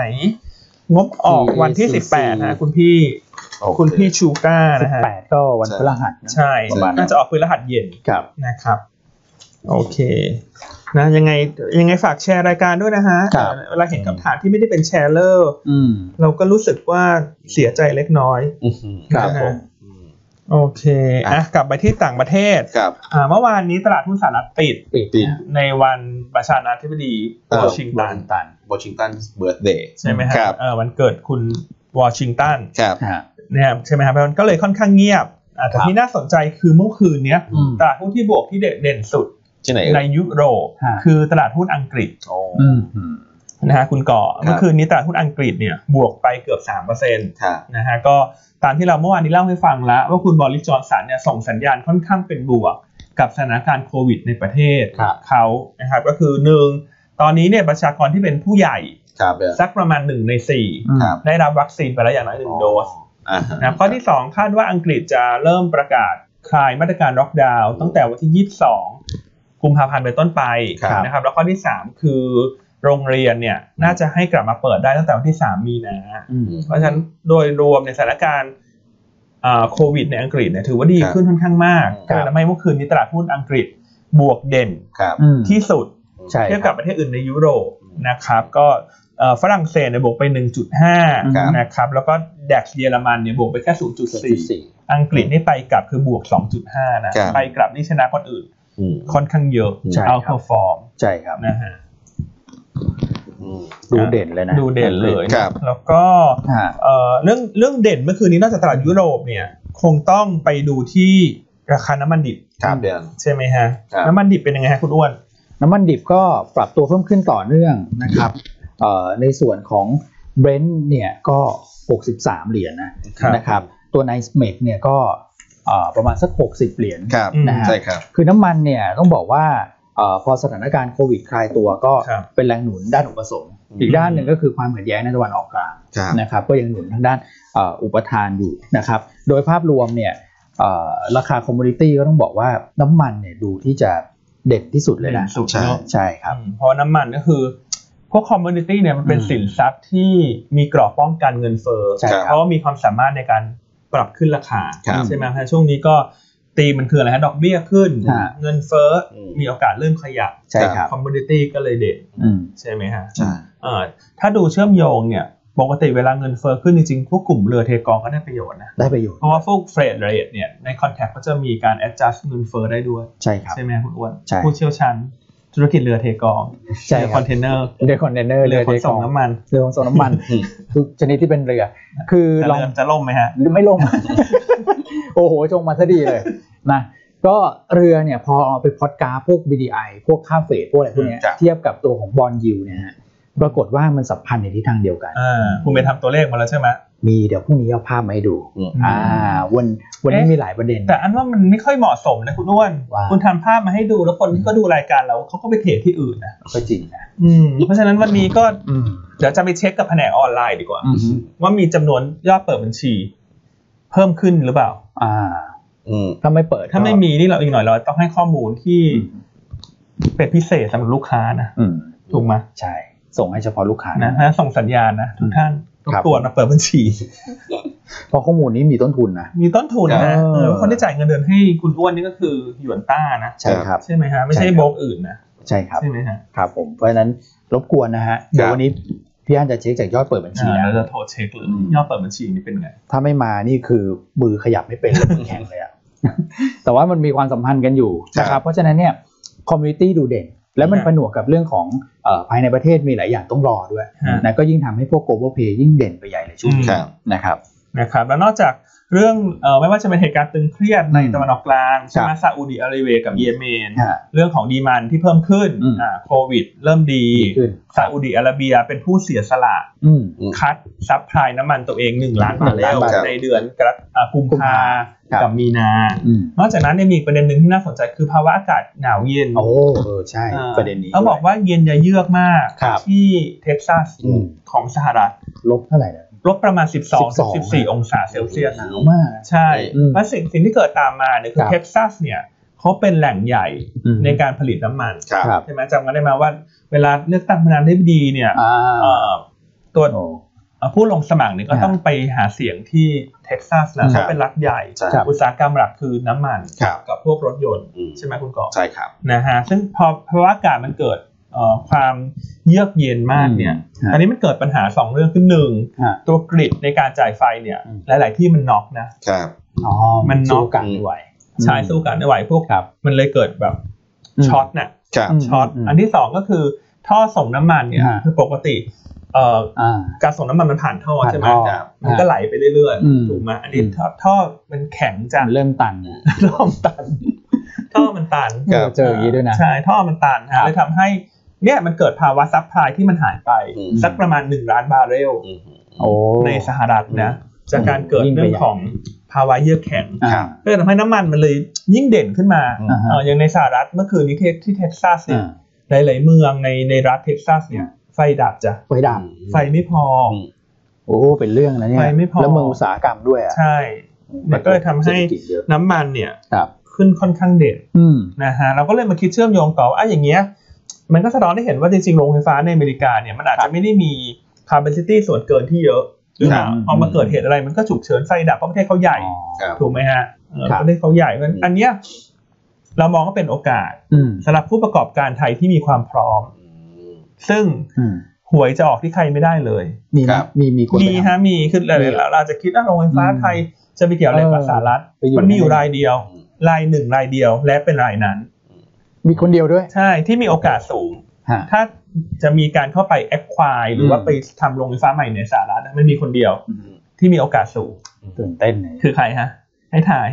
Speaker 2: งบออกวันที่
Speaker 3: TACC
Speaker 2: 18ฮะคุณพี่
Speaker 1: โอเ
Speaker 2: คุณพี่ชูก้า
Speaker 3: สิ
Speaker 2: นะ
Speaker 3: บ
Speaker 2: ฮะ
Speaker 3: แปดก็วันพฤหัสนะ
Speaker 2: ใช่
Speaker 3: ประมาณนั้น
Speaker 2: น่าจะออกพฤหัสเย็น
Speaker 3: ครับ
Speaker 2: นะครับ โอเคนะยังไงยังไงฝากแชร์รายการด้วยนะฮะ
Speaker 3: ครับ
Speaker 2: เวลาเห็นคำถามที่ไม่ได้เป็นแชร์เลอร์
Speaker 3: อืม
Speaker 2: เราก็รู้สึกว่าเสียใจเล็กน้อย
Speaker 1: อืมอืม
Speaker 3: ครับ
Speaker 2: นะฮะ
Speaker 3: ผม
Speaker 1: อืม
Speaker 2: โอเค
Speaker 1: อ่ะ
Speaker 2: อ่ะกลับไปที่ต่างประเทศ
Speaker 1: ครับ
Speaker 2: อ่าเมื่อวานนี้ตลาดหุ้นสหรัฐปิด
Speaker 3: ปิด
Speaker 1: ปิด
Speaker 3: นะ
Speaker 2: ในวันประธานาธิบดี
Speaker 1: เออ
Speaker 2: วอชิงตัน
Speaker 3: ตัน
Speaker 1: วอชิงตันเบิร์ดเดย์
Speaker 2: ใช่ไหมฮะ
Speaker 1: ครับ
Speaker 2: เออวันเกิดคุณวอชิงตัน
Speaker 1: ครับ
Speaker 3: ฮะ
Speaker 2: นะครับใช่ไหมครับมันก็เลยค่อนข้างเงียบอ่ะแต่
Speaker 3: ครับ
Speaker 2: ที่น่าสนใจคือเมื่อคืนเนี้ย
Speaker 3: อืม
Speaker 2: ตลาดหุ้นที่บวกที่เด่นสุด
Speaker 1: ที่ไหน
Speaker 2: ในยุโรป
Speaker 3: ฮะ
Speaker 2: คือตลาดหุ้นอังกฤษ
Speaker 1: โอ้
Speaker 3: อืม
Speaker 2: นะฮะคุณก่อ
Speaker 1: ครับ
Speaker 2: เมื่อคืนนี้ตลาดหุ้นอังกฤษเนี่ยบวกไปเกือบ3%เปอร์เซ็นต
Speaker 1: ครับ
Speaker 2: นะฮะก็ตามที่เราเมื่อวานนี้เล่าให้ฟังแล้ว ว่าคุณบอริสจอนสันเนี่ยส่งสัญญาณค่อนข้างเป็นบวก กับสถานการณ์โควิดในประเทศ
Speaker 3: ครับ
Speaker 2: เขานะครับก็คือหนึ่งตอนนี้เนี่ยประชากรที่เป็นผู้ใหญ่
Speaker 1: ครับเนี่ย
Speaker 2: สักประมาณ 1 ใน
Speaker 3: อืม
Speaker 1: ครับ
Speaker 2: 4 ได้รับวัคซีนไปแล้วอย่างน้อยหนึ่งโดส
Speaker 1: อ่าฮ
Speaker 2: นะครับข้อที่ 2 คาดว่าอังกฤษจะเริ่มประกาศคลายมาตรการล็อกดาวน์ตั้งแต่วันที่ 22 กุมภาพันธ์เป็นต้นไป
Speaker 3: ครับ
Speaker 2: นะครับแล้วข้อที่ 3 คือโรงเรียนเนี่ยน่าจะให้กลับมาเปิดได้ตั้งแต่วันที่ 3 มีนา
Speaker 3: อืม
Speaker 2: เพราะฉะนั้นโดยรวมในสถานการณ์อ่าโควิดในอังกฤษเนี่ยถือว่าดีขึ้นค่อนข้างมาก
Speaker 3: ครับ
Speaker 2: ทำให้เมื่อคืนนี้ตลาดหุ้นอังกฤษบวกเด่น
Speaker 1: ครับ
Speaker 3: อืม
Speaker 2: ที่สุด
Speaker 3: ใช่
Speaker 2: เทียบ
Speaker 3: ค
Speaker 2: กั
Speaker 3: รั
Speaker 2: บบ ประเทศอื่นในยุโรปนะครับก็เอ่อฝรั่งเศสเนี่ยบวกไป
Speaker 3: ครับ
Speaker 2: 1.5นะครับแล้วก็แดกเยอรมันเนี่ยบวกไปแค่
Speaker 3: สี่
Speaker 2: 0.4 อังกฤษนี่ไปกลับคือบวก 2.5 นะ ไปกลับนี่ชนะคนอื่น
Speaker 1: อืม
Speaker 2: ค่อนข้างเยอะ
Speaker 3: ใช่ครับ
Speaker 2: เอาเพอฟอร์ม
Speaker 3: ใช่ครับ
Speaker 2: นะฮะ
Speaker 1: อืม
Speaker 3: ดูเด่นเลยนะ
Speaker 2: ดูเด่นเลย
Speaker 1: ครับ
Speaker 2: แล้วก็
Speaker 3: ฮะ
Speaker 2: เอ่อเรื่องเรื่องเด่นเมื่อคืนนี้นอกจากตลาดยุโรปเนี่ยคงต้องไปดูที่ราคาน้ำมันดิบ
Speaker 1: ครับเดือน
Speaker 2: ใช่ไหมฮะ
Speaker 1: ครับ
Speaker 2: น้ำมันดิบเป็นยังไงฮะคุณอ้วน
Speaker 3: น้ำมันดิบก็ปรับตัวเพิ่มขึ้นต่อเนื่องนะครับเอ่อในส่วนของเบรนท์เนี่ยก็ 63 เหรียญนะครับ นะครับ ตัวไนสเมกเนี่ยก็เอ่อประมาณสัก 60 เหรียญ
Speaker 1: ครับ
Speaker 2: อืม
Speaker 3: นะฮะ
Speaker 1: ใช่ครับ
Speaker 3: คือน้ำมันเนี่ยต้องบอกว่าเออพอสถานการณ์โควิดคลายตัวก็
Speaker 2: ครับ
Speaker 3: เป็นแรงหนุนด้านอุปสงค์อีกด้านหนึ่งก็คือความขัดแย้งในตะวันออกกลาง
Speaker 1: ครับ
Speaker 3: นะครับก็ยังหนุนทางด้านเอ่ออุปทานอยู่นะครับโดยภาพรวมเนี่ยเอ่อราคาคอมมูนิตี้ก็ต้องบอกว่าน้ำมันเนี่ยดูที่จะเด่นที่สุดเลยนะ
Speaker 2: สุดเนอะ
Speaker 3: ใช่ครับ
Speaker 2: อืมเพราะน้ำมันก็คือ พวกคอมมูนิตี้เนี่ยมันเป็น
Speaker 3: อืม
Speaker 2: สินทรัพย์ที่มีกรอบป้องกันเงินเฟ้อ
Speaker 3: ใช่ครับ
Speaker 2: เพราะว่ามีความสามารถในการปรับขึ้นราคา
Speaker 1: ครับ
Speaker 2: ใช่ไหมฮะช่วงนี้ก็ตีมันคืออะไรฮะดอกเบี้ยขึ้น
Speaker 3: ฮะ
Speaker 2: เงินเฟ้ออ
Speaker 1: ม
Speaker 2: มีโอกาสเริ่มขยับ
Speaker 3: ใช่ครับ
Speaker 2: คอมมูนิตี้ก็เลยเด่น
Speaker 3: อืม
Speaker 2: ใช่ไหมฮะ
Speaker 1: ใช่
Speaker 2: เอ่อถ้าดูเชื่อมโยงเนี่ย ปกติเวลาเงินเฟ้อขึ้นจริงๆ พวกกลุ่มเรือเทกองก็ได้ประโยชน์นะ
Speaker 3: ได้ประโยชน์
Speaker 2: เพราะว่าพวกเฟรดเรทเนี่ยในคอนแทคก็จะมีการ adjust เงินเฟ้อได้ด้วย
Speaker 3: ใช่ครับ
Speaker 2: ใช่ไหมคุณอ้วน
Speaker 3: ใช่
Speaker 2: ผู้เชี่ยวชาญธุรกิจเรือเทกอง
Speaker 3: ใช่
Speaker 2: เรือ
Speaker 3: ค
Speaker 2: ค
Speaker 3: รั
Speaker 2: อบ นเทนเนอร์
Speaker 3: เรือคอนเทนเนอร์
Speaker 2: เรือข
Speaker 3: เท
Speaker 2: นส่ง
Speaker 3: ก
Speaker 2: น้ำมัน
Speaker 3: เรือขนส่งน้ำมัน
Speaker 1: อืม
Speaker 3: ทุกชนิดที่เป็นเรือ คือ
Speaker 2: แต่
Speaker 3: ลอง
Speaker 2: เรือจะล่มไหมฮะ
Speaker 3: หรือไม่ลง โอ้โห จงมาซะดีเลยนะก็เรือเนี่ยพอเอาไปพอดกราฟพวก BDI พวกค่าเฟดพวกอะไรพวกเนี้ย
Speaker 1: อืมครับ
Speaker 3: เทียบกับตัวของบอลยูเนี่ยฮะปรากฏว่ามันสัมพันธ์ในทิศทางเดียวกัน
Speaker 2: อ่า คุณไปทำตัวเลขมาแล้วใช่ไหม
Speaker 3: มีเดี๋ยวพรุ่งนี้เอาภาพมาให้ดู
Speaker 1: อืม
Speaker 3: อ่า วันวันนี้
Speaker 2: เอ๊ะ
Speaker 3: มีหลายประเด็น
Speaker 2: แต่อันว่ามันไม่ค่อยเหมาะสมนะคุณอ้วน
Speaker 3: ว่า
Speaker 2: คุณทำภาพมาให้ดูแล้วคนที่ก็ดูรายการเราเขาก็ไปเทรดที่อื่นนะ
Speaker 3: ก็จริงนะ
Speaker 2: อืมเพราะฉะนั้นวันนี้ก็
Speaker 3: อืม
Speaker 2: เดี๋ยวจะไปเช็คกับแผนกออนไลน์ดีกว่า
Speaker 3: อืม
Speaker 2: ว่ามีจำนวนยอดเปิดบัญชี เพิ่มขึ้นหรือเปล่า
Speaker 3: อ่า
Speaker 1: อืม
Speaker 3: ถ้าไม่เปิดก็
Speaker 2: ถ้าไม่มีนี่เราอีกหน่อยเราต้องให้ข้อมูลที่
Speaker 3: อืม
Speaker 2: เป็นพิเศษสำหรับลูกค้านะ
Speaker 3: อืม
Speaker 2: ถูกไหม
Speaker 3: ใช่ ส่งให้เฉพาะลูกค้า
Speaker 2: นะ
Speaker 3: นะ
Speaker 2: ฮะส่งสัญญาณนะทุกท่านทุก
Speaker 3: ครับ
Speaker 2: ตัวจมาเปิดบัญชี
Speaker 3: เพราะข้อมูลนี้มีต้นทุนนะ
Speaker 2: มีต้นทุนนะ
Speaker 3: เออ
Speaker 2: เออคนที่จ่ายเงินเดือนให้คุณอ้วนนี่ก็คือหยวนต้านะ
Speaker 3: ใช่ครับ
Speaker 2: ใช่ไหมฮะไม่ใช่
Speaker 3: ใช่ครับ
Speaker 2: โบล็อกอื่นนะ
Speaker 3: ใช่ครับ
Speaker 2: ใช่ไหมฮะ
Speaker 3: ครับผม เพราะฉะนั้นรบกวนนะฮะ เดี๋ย
Speaker 1: ค
Speaker 3: ว
Speaker 1: รับ
Speaker 3: วันนี้พี่อันจะเช็คจากยอดเปิดบัญชี
Speaker 2: อ่า
Speaker 3: นะ
Speaker 2: เราจะโทรเช็คเลย
Speaker 3: อืม
Speaker 2: ยอดเปิดบัญชีนี่เป็นไง
Speaker 3: ถ้าไม่มานี่คือมือขยับไม่เป็นเลยมือแข็งเลยอะ แต่ว่ามันมีความสัมพันธ์กันอยู่นะค
Speaker 1: ครั
Speaker 3: รับ
Speaker 1: บ
Speaker 3: เพราะฉะนั้นเนี่ยคอมมูนิตี้ดูเด่น แล้วมัน
Speaker 2: ฮะ
Speaker 3: ผนวกกับเรื่องของเอ่อภายในประเทศมีหลายอย่างต้องรอด้วย
Speaker 2: ฮะ
Speaker 3: นะก็ยิ่งทำให้พวก global play ยิ่งเด่นไปใหญ่เลยช่วงนี้
Speaker 1: ครับ
Speaker 3: นะครับ
Speaker 2: นะครับแล้วนอกจาก เรื่องเอ่อไม่ว่าจะเป็นเหตุการณ์ตึงเครียดใน
Speaker 3: อืม
Speaker 2: ตะวันออกกลางใช่ไหม
Speaker 3: ครับ
Speaker 2: ซาอุดิอาระเบียกับเยเมน
Speaker 3: ฮะ
Speaker 2: เรื่องของดีมันที่เพิ่มขึ้น
Speaker 3: อืม
Speaker 2: อ่าโควิด เริ่มดี
Speaker 3: ดีขึ้น
Speaker 2: ซาอุดิอาระเบียเป็นผู้เสียสละ
Speaker 3: อืม
Speaker 2: คัดซัพพลายน้ำมันตัวเอง 1 ล้านบาร์เรล
Speaker 3: ล้านบาร์เรล
Speaker 2: ในเดือนกรกอ่ากุมภา
Speaker 3: ครับ
Speaker 2: กับมีนา
Speaker 3: อืม
Speaker 2: นอกจากนั้นเนี่ยมีอีกประเด็นหนึ่งที่น่าสนใจคือภาวะอากาศหนาวเย็น
Speaker 3: โอ้เออใช่
Speaker 2: อ่า
Speaker 3: ประเด็นนี้
Speaker 2: เขาบอก
Speaker 3: ด้วย
Speaker 2: ว่าเย็นจะเยือกมาก
Speaker 3: ครับ
Speaker 2: ที่เท็กซัส
Speaker 3: อืม
Speaker 2: ของสหรัฐ
Speaker 3: ลบเท่าไหร่นะ
Speaker 2: ลบประมาณ 12ถึง
Speaker 3: 12
Speaker 2: 14 องศาเซลเซียส
Speaker 3: ห
Speaker 2: นะ
Speaker 3: นาวมาก
Speaker 2: ใช่
Speaker 3: อืม
Speaker 2: เพราะสิ่งสิ่งที่เกิดตามมาเนี่ยคื
Speaker 3: ครั
Speaker 2: อบ เท็กซัสเนี่ยเขาเป็นแหล่งใหญ่
Speaker 3: อืม
Speaker 2: ในการผลิตน้ำมัน
Speaker 1: ครับ
Speaker 3: ครับ
Speaker 2: ใช่ไหมจำกันได้ไหมาว่าเวลาเลือกตั้งประธานาธิบดีเนี่ย
Speaker 3: อ่า
Speaker 2: เอ่อตัว
Speaker 3: โอ้
Speaker 2: เอ่อผู้ลงสมัครเนี่ยก็
Speaker 3: อ่า
Speaker 2: ต้องไปหาเสียงที่เท็กซัส
Speaker 3: ครั
Speaker 2: นะ
Speaker 3: บ
Speaker 2: เขาเป็นรัฐใหญ่
Speaker 1: ใช่
Speaker 3: ครับ
Speaker 2: อุตสาหกรรมหลักคือน้ำมัน
Speaker 1: ครับ
Speaker 2: กับพวกรถยนต์
Speaker 1: อืม
Speaker 2: ใช่ไหมคุณกอ
Speaker 1: ใช่ครับ
Speaker 2: นะฮะซึ่งพอภาวะอากาศมันเกิดเอ่อความเยือกเย็นมากเนี่ย
Speaker 3: อืม
Speaker 2: ตอนนี้มันเกิดปัญหาสองเรื่องขึ้นหนึ่ง
Speaker 3: ฮะ
Speaker 2: ตัวกริดในการจ่ายไฟเนี่ย
Speaker 3: อืม
Speaker 2: หลาย ๆ ที่มันน็อกนะ
Speaker 1: ครับ
Speaker 3: อ๋อ
Speaker 2: มันน็อก
Speaker 3: สู้กันไม่ไหว
Speaker 2: ใช้สู้กันไม่ไหวพวก
Speaker 3: ครับ
Speaker 2: มันเลยเกิดแบบ
Speaker 3: อืม
Speaker 2: ช็อตน่ะ
Speaker 1: ครับ
Speaker 3: ม
Speaker 2: ช็อต
Speaker 3: ม
Speaker 2: อันที่สองก็คือท่อส่งน้ำมันเนี่ย
Speaker 3: ฮะ
Speaker 2: คือปกติเอ่อ
Speaker 3: อ่า
Speaker 2: การส่งน้ำมันมันผ่านท่อ
Speaker 3: ผ่าน
Speaker 2: ใช่ไหม
Speaker 3: ท่อ
Speaker 2: ครับมันก็ไหลไปเรื่อย
Speaker 3: อืม
Speaker 2: ๆ ถูกไหมอันนี้
Speaker 3: อืม
Speaker 2: ท่อท่อมันแข็งจัง
Speaker 3: เริ่มตันนะ
Speaker 2: ท่อมันตัน ท่อมันตัน
Speaker 1: ครับ
Speaker 3: เจออย่างนี้ด้วยนะ
Speaker 2: ใช่ท่อมันตัน
Speaker 3: ครั
Speaker 2: ฮะ
Speaker 3: บ
Speaker 2: เลยทำให้เนี่ยมันเกิดภาวะซัพพลายที่มันหายไป
Speaker 1: อืม
Speaker 2: สักประมาณหนึ่งล้านบาร์เรล
Speaker 1: อืม
Speaker 3: โอ้
Speaker 2: ในสหรัฐนะจากการเกิด
Speaker 3: ยิ่งไป
Speaker 2: เรื่อง
Speaker 3: ใหญ่
Speaker 2: ของภาวะเยือกแข็ง
Speaker 3: อ่า
Speaker 1: ครับ
Speaker 2: ก็เลยทำให้น้ำมันมันเลยยิ่งเด่นขึ้นมา
Speaker 3: อ่าฮะ
Speaker 2: เอ่ออย่างในสหรัฐเมื่อคืนนี้ที่ที่เท็กซัสเนี่ย
Speaker 3: อ่า
Speaker 2: หลายๆเมืองในในรัฐเท็กซัสเนี่ย
Speaker 3: อ่
Speaker 2: ไฟดับจ้ะ
Speaker 3: ไฟดับ
Speaker 2: ไฟไม่พออ
Speaker 1: ม
Speaker 3: โอ้เป็นเรื่องนะเนี่ย
Speaker 2: ไฟไม่พอ
Speaker 3: แล้วเมืองอุตสาหกรรมด้วยอ่ะ
Speaker 2: ใช่ มันก็เลยทำให้
Speaker 3: ศรษฐกิจเยอะ
Speaker 2: น้ำมันเนี่ย
Speaker 3: ครับ
Speaker 2: ขึ้นค่อนข้างเด่น
Speaker 3: อืม
Speaker 2: นะฮะเราก็เลยมาคิดเชื่อมโยงต่อว่าอ่ะอย่างเงี้ยมันก็สะท้อนให้เห็นว่าจริงๆโรงไฟฟ้าในอเมริกาเนี่ยมันอาจจะไม่ได้มี capacity ส่วนเกินที่เยอะหรือเปล่า
Speaker 3: ครับ
Speaker 2: พอมาเกิดเหตุอะไรมันก็ฉุกเฉินไฟดับเพราะประเทศเขาใหญ่
Speaker 3: อ๋อ
Speaker 1: ครับ
Speaker 2: ถูกไหมฮะเอ่อ
Speaker 3: ครับ
Speaker 2: ประเทศเขาใหญ่เพราะฉะนั้นอันเนี้ยเรามองว่าเป็นโอกาส
Speaker 3: อืม
Speaker 2: สำหรับผู้ประกอบการไทยที่มีความพร้อม ซึ่ง
Speaker 3: อืม
Speaker 2: หวยจะออกที่ใครไม่ได้เลย
Speaker 3: มีไหม
Speaker 1: ครับ
Speaker 3: มีมีคนไป
Speaker 2: มีฮะ
Speaker 3: ทำ
Speaker 2: มีคือหลายๆเราอาจจะคิดว่าโรงไฟฟ้าไทยจะไปเกี่ยวอะไรกับสหรัฐ
Speaker 3: ไปอยู่
Speaker 2: มันมีอยู่
Speaker 3: ในนั้น
Speaker 2: รายเดียวรายหนึ่งรายเดียวและเป็นรายนั้น
Speaker 3: มีคนเดียวด้วย
Speaker 2: ใช่ที่มีโอกาสสูง
Speaker 3: ฮะ
Speaker 2: ถ้าจะมีการเข้าไปแอคควายหรือว่า
Speaker 3: อืม
Speaker 2: ไปทำโรงไฟฟ้าใหม่ในสหรัฐมันมีคนเดียวที่มีโอกาสสูง
Speaker 3: ตื่นเต้นเลย
Speaker 2: คือใครฮะให้ถ่าย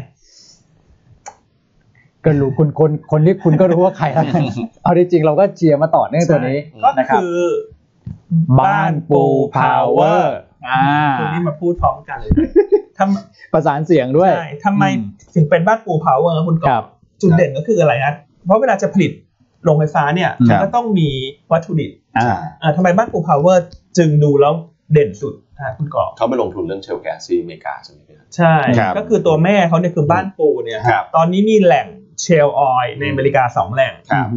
Speaker 3: ก็รู้คุณคนคนเรียกคุณก็รู้ว่าใคร แล้วกันเอาจริงๆเราก็เชียร์มาต่อเนื่องตัวนี้
Speaker 2: ก็
Speaker 3: นะครับ
Speaker 2: คือ
Speaker 3: บ้านปูพาวเวอร์อ่า
Speaker 2: คือนี่มาพูดพร้อมกันเลย ทำ
Speaker 3: ประสานเสียงด้วย
Speaker 2: ใช่ทำไมถึงเป็นบ้านปูพาวเวอร์คุณก
Speaker 3: ค
Speaker 2: อ
Speaker 3: รั
Speaker 2: ฟ
Speaker 3: บ
Speaker 2: จุดเด่นก็คืออะไรฮะเพราะเวลาจะผลิตโรงไฟฟ้าเนี่ย
Speaker 3: ครั
Speaker 2: มั
Speaker 3: บ
Speaker 2: นก็ต้องมีวัตถุดิบ
Speaker 3: อ่า
Speaker 2: อ่าทำไมบ้านปูพาวเวอร์จึงดูแล้วเด่นสุดฮะคุณกอฟ
Speaker 1: เขาไปลงทุนเรื่องเชลแกสที่อเมริกาใช่ไหมครับ
Speaker 2: ใช่
Speaker 1: ครับ
Speaker 2: ก็คือตัวแม่เขาเนี่ยคือบ้านปูเนี่ย
Speaker 1: ครับ
Speaker 2: ตอนนี้มีแหล่งเชลออยในอเมริกาสองแหล่ง
Speaker 1: ครับ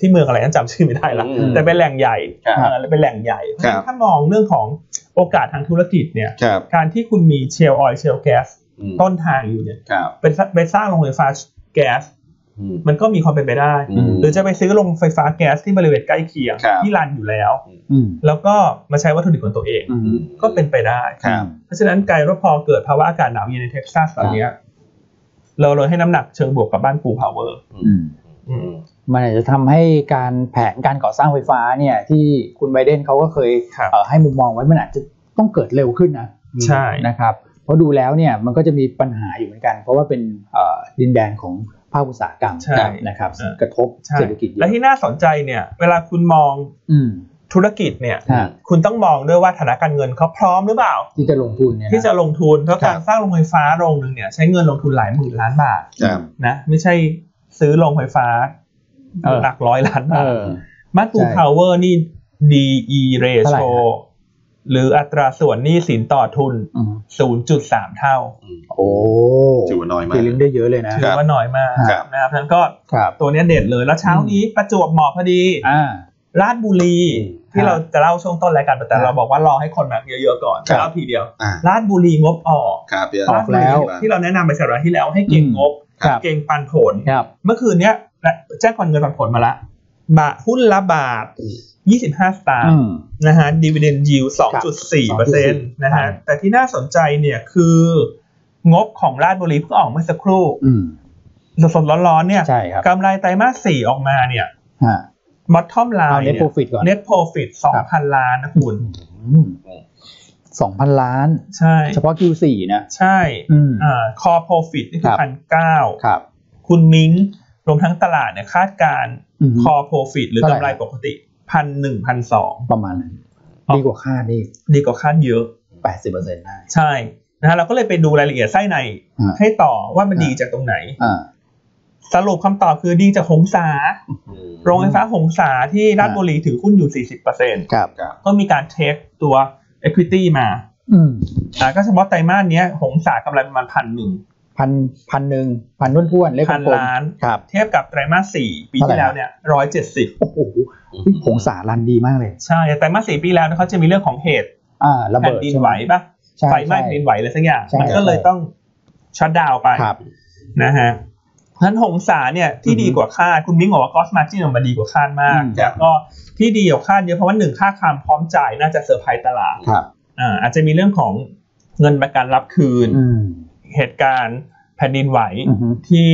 Speaker 2: ที่เมืองอะไรนั้นจำชื่อไม่ได้ละ
Speaker 1: อืม
Speaker 2: แต่เป็นแหล่งใหญ่
Speaker 1: ครับ
Speaker 2: เออเป็นแหล่งใหญ่เพราะฉะ
Speaker 1: ครั
Speaker 2: นั้
Speaker 1: บ
Speaker 2: นถ้ามองเรื่องของโอกาสทางธุรกิจเนี่ย
Speaker 1: ครับ
Speaker 2: การที่คุณมีเชลออยล์เชลแก๊ส
Speaker 1: อืม
Speaker 2: ต้นทางอยู่เนี่ย
Speaker 1: ครับ
Speaker 2: ไปสร้างไปสร้างโรงไฟฟ้าแก๊ส
Speaker 1: อืม
Speaker 2: มันก็มีความเป็นไปได้
Speaker 1: อืม
Speaker 2: หรือจะไปซื้อโรงไฟฟ้าแก๊สที่บริเวณใกล้เคียง
Speaker 1: ครับ
Speaker 2: ที่รันอยู่แล้ว
Speaker 3: อืม
Speaker 2: แล้วก็มาใช้วัตถุดิบของตัวเอง
Speaker 3: อืม
Speaker 2: ก็เป็นไปได้
Speaker 1: ครับ
Speaker 2: เพราะฉะนั้นกลายว่าพอเกิดภาวะอากาศหนาวเย็นในเท็กซัสตอนเนี้ยเราเลยให้น้ำหนักเชิงบวกกับบ้านปูพาวเวอร์
Speaker 1: อืม
Speaker 2: อืม
Speaker 3: มันอาจจะทำให้การแผนการก่อสร้างไฟฟ้าเนี่ย ที่คุณไบเดนเขาก็เคย
Speaker 2: ครับ
Speaker 3: เอ่อให้มุมมองไว้มันอาจจะต้องเกิดเร็วขึ้นนะ
Speaker 2: ใช่
Speaker 3: นะครับเพราะดูแล้วเนี่ยมันก็จะมีปัญหาอยู่เหมือนกัน เพราะว่าเป็นเอ่อดินแดนของภาคอุตสาหกรรม
Speaker 2: ใช่
Speaker 3: นะครับ
Speaker 2: เออ
Speaker 3: กระทบ
Speaker 2: ใช่
Speaker 3: เศรษฐกิจเยอะ
Speaker 2: และที่น่าสนใจเนี่ย เวลาคุณมอง
Speaker 3: อืม
Speaker 2: ธุรกิจเนี่ย
Speaker 3: ฮะ
Speaker 2: คุณต้องมองด้วยว่าฐานะการเงินเขาพร้อมหรือเปล่า
Speaker 3: ที่จะลงทุนเนี่ยน
Speaker 2: ที่จะลงทุนเพราะ
Speaker 1: ครับ
Speaker 2: การสร้างโรงไฟฟ้าโรงหนึ่งเนี่ยใช้เงินลงทุนหลายหมื่นล้านบาท
Speaker 1: ครับ
Speaker 2: นะไม่ใช่ซื้อโรงไฟฟ้า
Speaker 3: เออ
Speaker 2: หลักร้อยล้า
Speaker 3: เอบ
Speaker 2: นาท
Speaker 3: อ
Speaker 2: มัดปู
Speaker 3: ใช่
Speaker 2: พาวเวอร์นี่ DE
Speaker 3: เท่าไหร่
Speaker 2: ratio
Speaker 3: ฮะ
Speaker 2: หรืออัตราส่วนหนี้สินต่อทุน
Speaker 3: อืม
Speaker 2: 0.3 เท่า
Speaker 1: อืม
Speaker 3: โอ้
Speaker 1: ถือว่าน้อยมาก
Speaker 3: ฟีลิ่งได้เยอะเลยนะ
Speaker 2: ถื
Speaker 1: ครั
Speaker 2: อบ ว่าน้อยมาก
Speaker 1: ครับ
Speaker 2: นะครับเพราะฉะนั้นก็
Speaker 3: ครับ
Speaker 2: ตัวเนี้ยเด่นเลยแล้วเช้านี้ประจวบเหมาะพอดี
Speaker 3: อ่า
Speaker 2: ราชบุรี
Speaker 1: อืม
Speaker 2: ที่เราจะเล่าช่วงต้นรายการแต่
Speaker 3: ครับ
Speaker 2: เราบอกว่ารอให้คนมาเยอะๆก่อน
Speaker 1: ครับ
Speaker 2: เล่าทีเดียว
Speaker 1: อ่า
Speaker 2: ราชบุรีงบออก
Speaker 1: ครับพี่
Speaker 3: ออกแล้ว
Speaker 2: ราชบุรีที่เราแนะนำไปสัปดาห์ที่แล้วให้เก่งงบ
Speaker 3: ครับ
Speaker 2: เก่งปันผล
Speaker 3: ครับ
Speaker 2: เมื่อคืนเนี้ยแจ้งความเงินปันผลมาละ บาทหุ้นละบาท 25 สตางค์
Speaker 3: อืม
Speaker 2: นะฮะดีเวเดนยิว
Speaker 3: ครับ
Speaker 2: 2.4เปอร์เซ็นต์นะ
Speaker 3: ครั
Speaker 2: ฮะ
Speaker 3: บ
Speaker 2: แต่ที่น่าสนใจเนี่ยคืองบของราชบุรีเพิ่งออกเมื่อสักครู่
Speaker 3: อืม
Speaker 2: สดๆร้อนๆเนี่ย
Speaker 3: ใช่ครับ
Speaker 2: กำไรไตรมาสสี่ออกมาเนี่ย
Speaker 3: ฮะ
Speaker 2: บอททอมไล
Speaker 3: เอา
Speaker 2: น์
Speaker 3: เน็ต
Speaker 2: เนี่ย
Speaker 3: โปรฟิตก่อน
Speaker 2: net profit 2,000 ล้านนะคุณ
Speaker 3: อืม 2,000 ล้าน
Speaker 2: ใช่
Speaker 3: เฉพาะ Q4 นะ
Speaker 2: ใช่
Speaker 3: อืม
Speaker 2: อ่า core profit นี่คื
Speaker 3: ครั
Speaker 2: อบ พันเก้า
Speaker 3: ครับ
Speaker 2: คุณมิ้งรวมทั้งตลาดเนี่ยคาดการ
Speaker 3: อือฮึ
Speaker 2: core profit หรือกำ
Speaker 3: เท่าไห
Speaker 2: ไร
Speaker 3: ร่
Speaker 2: ปกติพันหนึ่งพันสอง
Speaker 3: ประมาณนั้นดีกว่าคาดนี่
Speaker 2: ดีกว่าคาดเยอะ
Speaker 3: 80%ได้
Speaker 2: ใช่นะฮะเราก็เลยไปดูรายละเอียดไส้ใน
Speaker 3: อ่า
Speaker 2: ให้ต่อว่ามันดีจากตรงไหน
Speaker 3: อ่า
Speaker 2: สรุปคำตอบคือดีจากหงสา
Speaker 1: อืม
Speaker 2: โรงไฟฟ้าหงสาที่ราชบุรีถือหุ้นอยู่ 40%
Speaker 3: ครับ
Speaker 2: ก็มีการเทคตัว Equity มา
Speaker 3: อืม
Speaker 2: อ่าก็เฉพาะไตรมาสเนี้ยหงสากำไรประมาณพันหนึ่ง
Speaker 3: พันพันหนึ่งพันท้วนๆเลขก
Speaker 2: พัน
Speaker 3: ลม
Speaker 2: ล้าน
Speaker 3: ๆครับ
Speaker 2: เทียบกับไตรมาสสี่ปีที่แล้วเนี่ยร้อยเจ็ดสิบ
Speaker 3: โอ้โหผงสารันดีมากเลย
Speaker 2: ใช่แต่ไตรมาสสี่ปีแล้วเนี่ยเขาจะมีเรื่องของเหตุ
Speaker 3: อ่า ระ
Speaker 2: แผ่
Speaker 3: เบิ
Speaker 2: น
Speaker 3: ด
Speaker 2: ดิน
Speaker 3: ใช่
Speaker 2: ไหวปะ
Speaker 3: ใช่
Speaker 2: ไฟไหม้
Speaker 3: ใช่
Speaker 2: แผ่นดินไหวอะไรสักอย่าง
Speaker 3: ใช่
Speaker 2: มันก็เลย
Speaker 3: ใช่
Speaker 2: ต้องช็อตดาวน์ไป
Speaker 3: ครับ
Speaker 2: นะฮะเพราะฉะนั้นหงสาเนี่ยที่
Speaker 3: อือฮึ
Speaker 2: ดีกว่าคาดคุณมิ้งบอกว่ากอสมาจินออกมาดีกว่าคาดมาก
Speaker 3: อืม
Speaker 2: แล้วก็ที่ดีกว่าคาดเยอะเพราะว่าหนึ่งค่าคามพร้อมจ่ายน่าจะเซอร์ไพรส์ตลาด
Speaker 3: ครับ
Speaker 2: อ่าอาจจะมีเรื่องของเงินประกันรับคืน
Speaker 3: อืม
Speaker 2: เหตุการณ์แผ่นดินไหว
Speaker 3: อือฮึ
Speaker 2: ที่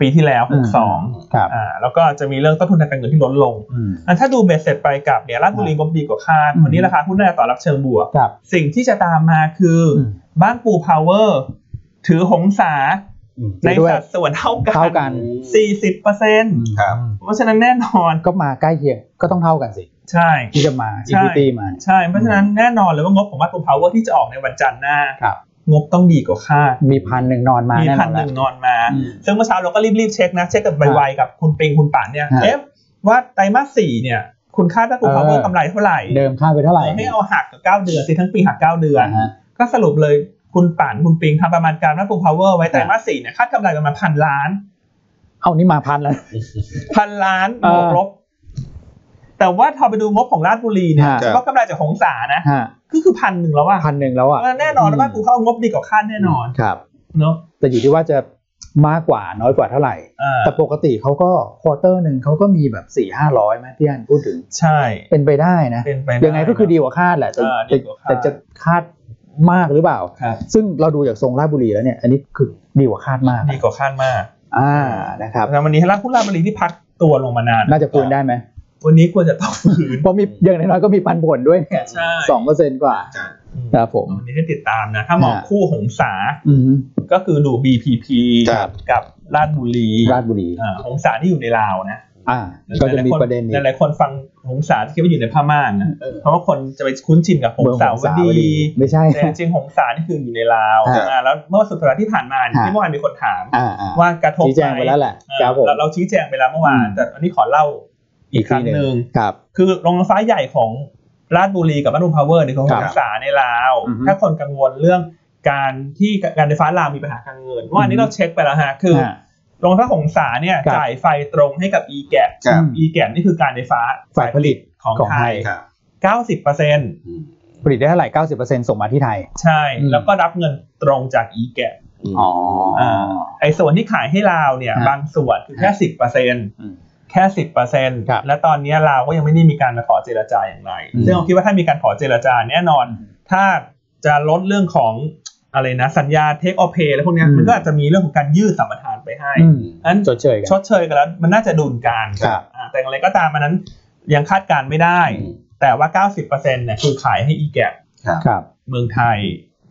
Speaker 2: ปีที่แล้ว 62
Speaker 3: ครับ
Speaker 2: อ่าแล้วก็จะมีเรื่องต้นทุนทางการเงินที่ลดลง
Speaker 3: อืม
Speaker 2: อันถ้าดูเบสเสร็จไปกลับเนี่ยราชบุรีงบดีกว่าคาด
Speaker 3: อืม
Speaker 2: วันนี้ราคาหุ้นน่าจะต่อรับเชิงบวก
Speaker 3: ครับ
Speaker 2: สิ่งที่จะตามมาคืออ
Speaker 3: ม
Speaker 2: บ้านปูพาวเวอร์ถือหงสา
Speaker 3: อืม
Speaker 2: ใน
Speaker 3: ด้วย
Speaker 2: สัดส่วนเท่ากั
Speaker 3: เท่ากัน น
Speaker 2: 40เปอร์เซ็นต์
Speaker 1: ครับ
Speaker 2: เพราะฉะนั้นแน่นอน
Speaker 3: ก็มาใกล้เคียงก็ต้องเท่ากันสิ
Speaker 2: ใช่
Speaker 3: ที่จะมา
Speaker 2: ใช่
Speaker 3: อี u ิตี้มาเนี่ย
Speaker 2: ใช่เพราะฉะนั้นแน่นอนเลยว่างบของบ้านปูพาวเวอร์ที่จะออกในวันจันทร์หน้า
Speaker 3: ครับ
Speaker 2: งบต้องดีกว่าคาด
Speaker 3: มีพันหนึ่งนอนมา
Speaker 2: มี
Speaker 3: แน่น
Speaker 2: พั
Speaker 3: อนน
Speaker 2: ห
Speaker 3: แล้ว
Speaker 2: นึ่งนอนมา
Speaker 3: อืม
Speaker 2: ซึ่งเมื่อเช้าเราก็รีบๆเช็คนะ เช็คกับไวๆกับคุณปิงคุณป่านเนี่ย
Speaker 3: ฮะ
Speaker 2: เอ๊ะว่าไตรมาสสี่เนี่ย คุณคาดว่าคุณ
Speaker 3: เออ
Speaker 2: พาวเวอร์กำไรเท่าไหร่
Speaker 3: เดิมค่าดไปเท่าไหร่
Speaker 2: ให้เอาหักกับ 9 เดือนสิทั้งปีหัก 9 เดือน
Speaker 3: นะฮะ
Speaker 2: ก็สรุปเลยคุณป่านคุณปิงทำประมาณการว่าคุณพาวเวอร์ไว้ไตรมาสสี่เนี่ยคาดกำไรประมาณพันล้าน
Speaker 3: เอานี่มาพันแล้ว
Speaker 2: พันล้าน
Speaker 3: เออบ
Speaker 2: วกลบ แต่ว่าพอไปดูงบของราชบุรีเนี่ย
Speaker 3: ฮะ
Speaker 2: ก็กำไรจากหงสานะ
Speaker 3: ฮะ
Speaker 2: ก็คือพันหนึ่งแล้วอะ
Speaker 3: พันหนึ่งแล้วอ่ะ
Speaker 2: แน่นอนว่ากูเข้างบดีกว่าคาดแน่นอน
Speaker 3: ครับ
Speaker 2: เนาะ
Speaker 3: แต่อยู่ที่ว่าจะมากกว่าน้อยกว่าเท่าไหร่
Speaker 2: อ่า
Speaker 3: แต่ปกติเขาก็ควอเตอร์หนึ่งเขาก็มีแบบสี่ห้าร้อยไหมพี่อันพูดถึง
Speaker 2: ใช่
Speaker 3: เป็นไปได้นะ
Speaker 2: เป็นไป
Speaker 3: ยังไงก็คือ
Speaker 2: นะ
Speaker 3: ดีกว่าคาดแหละแต่
Speaker 2: อ่า
Speaker 3: แต่
Speaker 2: ดีกว่าคาด
Speaker 3: แต่จะคาดมากหรือเปล่า
Speaker 2: ครับ
Speaker 3: ซึ่งเราดูจากทรงราชบุรีแล้วเนี่ย อันนี้คือดีกว่าคาดมาก
Speaker 2: ดีกว่าคาดมาก
Speaker 3: อ่านะครับ
Speaker 2: แต่วันนี้ราคุณราชบุรีที่พักตัวลงมานาน
Speaker 3: น่าจะฟื้นได้ไหม
Speaker 2: วันนี้ควรจะต้องฟื้น
Speaker 3: เพราะมีอย่างน้อยๆก็มีปันผลด้วยเนี่ย
Speaker 2: ใช่
Speaker 3: สองเปอร์เซ็นต์กว่า
Speaker 1: จ้ะ
Speaker 3: ครับผม
Speaker 2: วันนี้ให้ติดตามนะ ถ้ามอง
Speaker 3: ฮะ
Speaker 2: คู่หงสา
Speaker 3: อืม
Speaker 2: ก็คือดู BPP
Speaker 3: ครับ
Speaker 2: กับราชบุรี
Speaker 3: ราชบุรี
Speaker 2: อ่าหงสาที่อยู่ในลาวนะ
Speaker 3: อ่า ก็จะมีประเด็นนี้
Speaker 2: หลายๆคหลายๆคนฟังหงสาที่คิดว่าอยู่ในพม่านะ
Speaker 3: เออ
Speaker 2: เพราะว่าคนจะไปคุ้นชินกับหง
Speaker 3: เมือง
Speaker 2: สา
Speaker 3: สาว ว
Speaker 2: ดี
Speaker 3: ดี ไม่ใช่
Speaker 2: แต่จริงๆหงสานี่คืออยู่ในลาว
Speaker 3: ฮะ
Speaker 2: อ่าแล้วเมื่อสุดสัปดาห์ที่ผ่านมาเนี่ย
Speaker 3: ฮะ
Speaker 2: ที่เมื่อวานมีคนถาม
Speaker 3: อ่าอ่า
Speaker 2: ว่ากระทบ
Speaker 3: ชี้แจงไปแล้วแหละ
Speaker 2: อ่า
Speaker 3: ครับผม
Speaker 2: เราเราชี้แจงไปแล้วเมื่อวาน
Speaker 3: อืม
Speaker 2: แต่อันนี้ขอเล่าอีกครั้งหนึ่ง
Speaker 3: ครับ
Speaker 2: คือโรงไฟฟ้าใหญ่ของราชบุรีกับบ้านดุงพาวเวอร์เนี่ยเขา
Speaker 3: ครับ
Speaker 2: ศึกษาในลาว
Speaker 3: อือฮึ
Speaker 2: ถ้าคนกังวลเรื่องการที่การไฟฟ้าลาวมีปัญหาการเงินว่าอันนี้
Speaker 3: อือฮึ
Speaker 2: เราเช็คไปแล้วฮะ คือ
Speaker 3: ฮะ
Speaker 2: โรงไฟฟ้าหงสาเนี่ย
Speaker 3: ครับ
Speaker 2: จ่ายไฟตรงให้กับ e g a p
Speaker 1: ครับ
Speaker 3: อืม
Speaker 2: e g a p นี่คือการไฟฟ้า
Speaker 3: ฝ่ายผลิต
Speaker 2: ของ
Speaker 3: ของ
Speaker 2: ไท
Speaker 3: ไท
Speaker 2: ย
Speaker 3: ย
Speaker 1: ครับ
Speaker 2: 90%
Speaker 1: อืม
Speaker 3: ผลิตได้เท่าไหร่เก้าสิบเปอร์เซ็นต์ส่งมาที่ไทย
Speaker 2: ใช่
Speaker 3: อืม
Speaker 2: แล้วก็รับเงินตรงจาก e g a p
Speaker 1: ม
Speaker 3: อ๋ออ่า
Speaker 2: ไอ้ส่วนที่ขายให้ลาวเนี่ย
Speaker 3: ฮะ
Speaker 2: บางส่วนคือแค่ 10% แค่สิบเปอร์เซ็นต์
Speaker 3: ครับ
Speaker 2: และตอนนี้ลาวก็ยังไม่ได้มีการมาขอเจรจาอย่างไร
Speaker 1: อืม
Speaker 2: ซึ่งผมคิดว่าถ้ามีการขอเจรจาแน่นอน ถ้าจะลดเรื่องของอะไรนะ สัญญาเทคออฟเพย์อะไรพวกเนี้ยมันก็อาจจะมีเรื่องของการยืดสัมปทานไปให้
Speaker 3: อืม
Speaker 2: นั้น
Speaker 3: จดเชยกัน
Speaker 2: ชดเชยกันแล้วมันน่าจะดุลกัน
Speaker 3: ครับ
Speaker 2: อ่าแต่อย่างไรก็ตามมันนั้นยังคาดการณ์ไม่ได้ แต่ว่า 90%เนี่ยคือขายให้อีแกะ
Speaker 1: ครับ
Speaker 3: ครับ
Speaker 2: เมืองไทย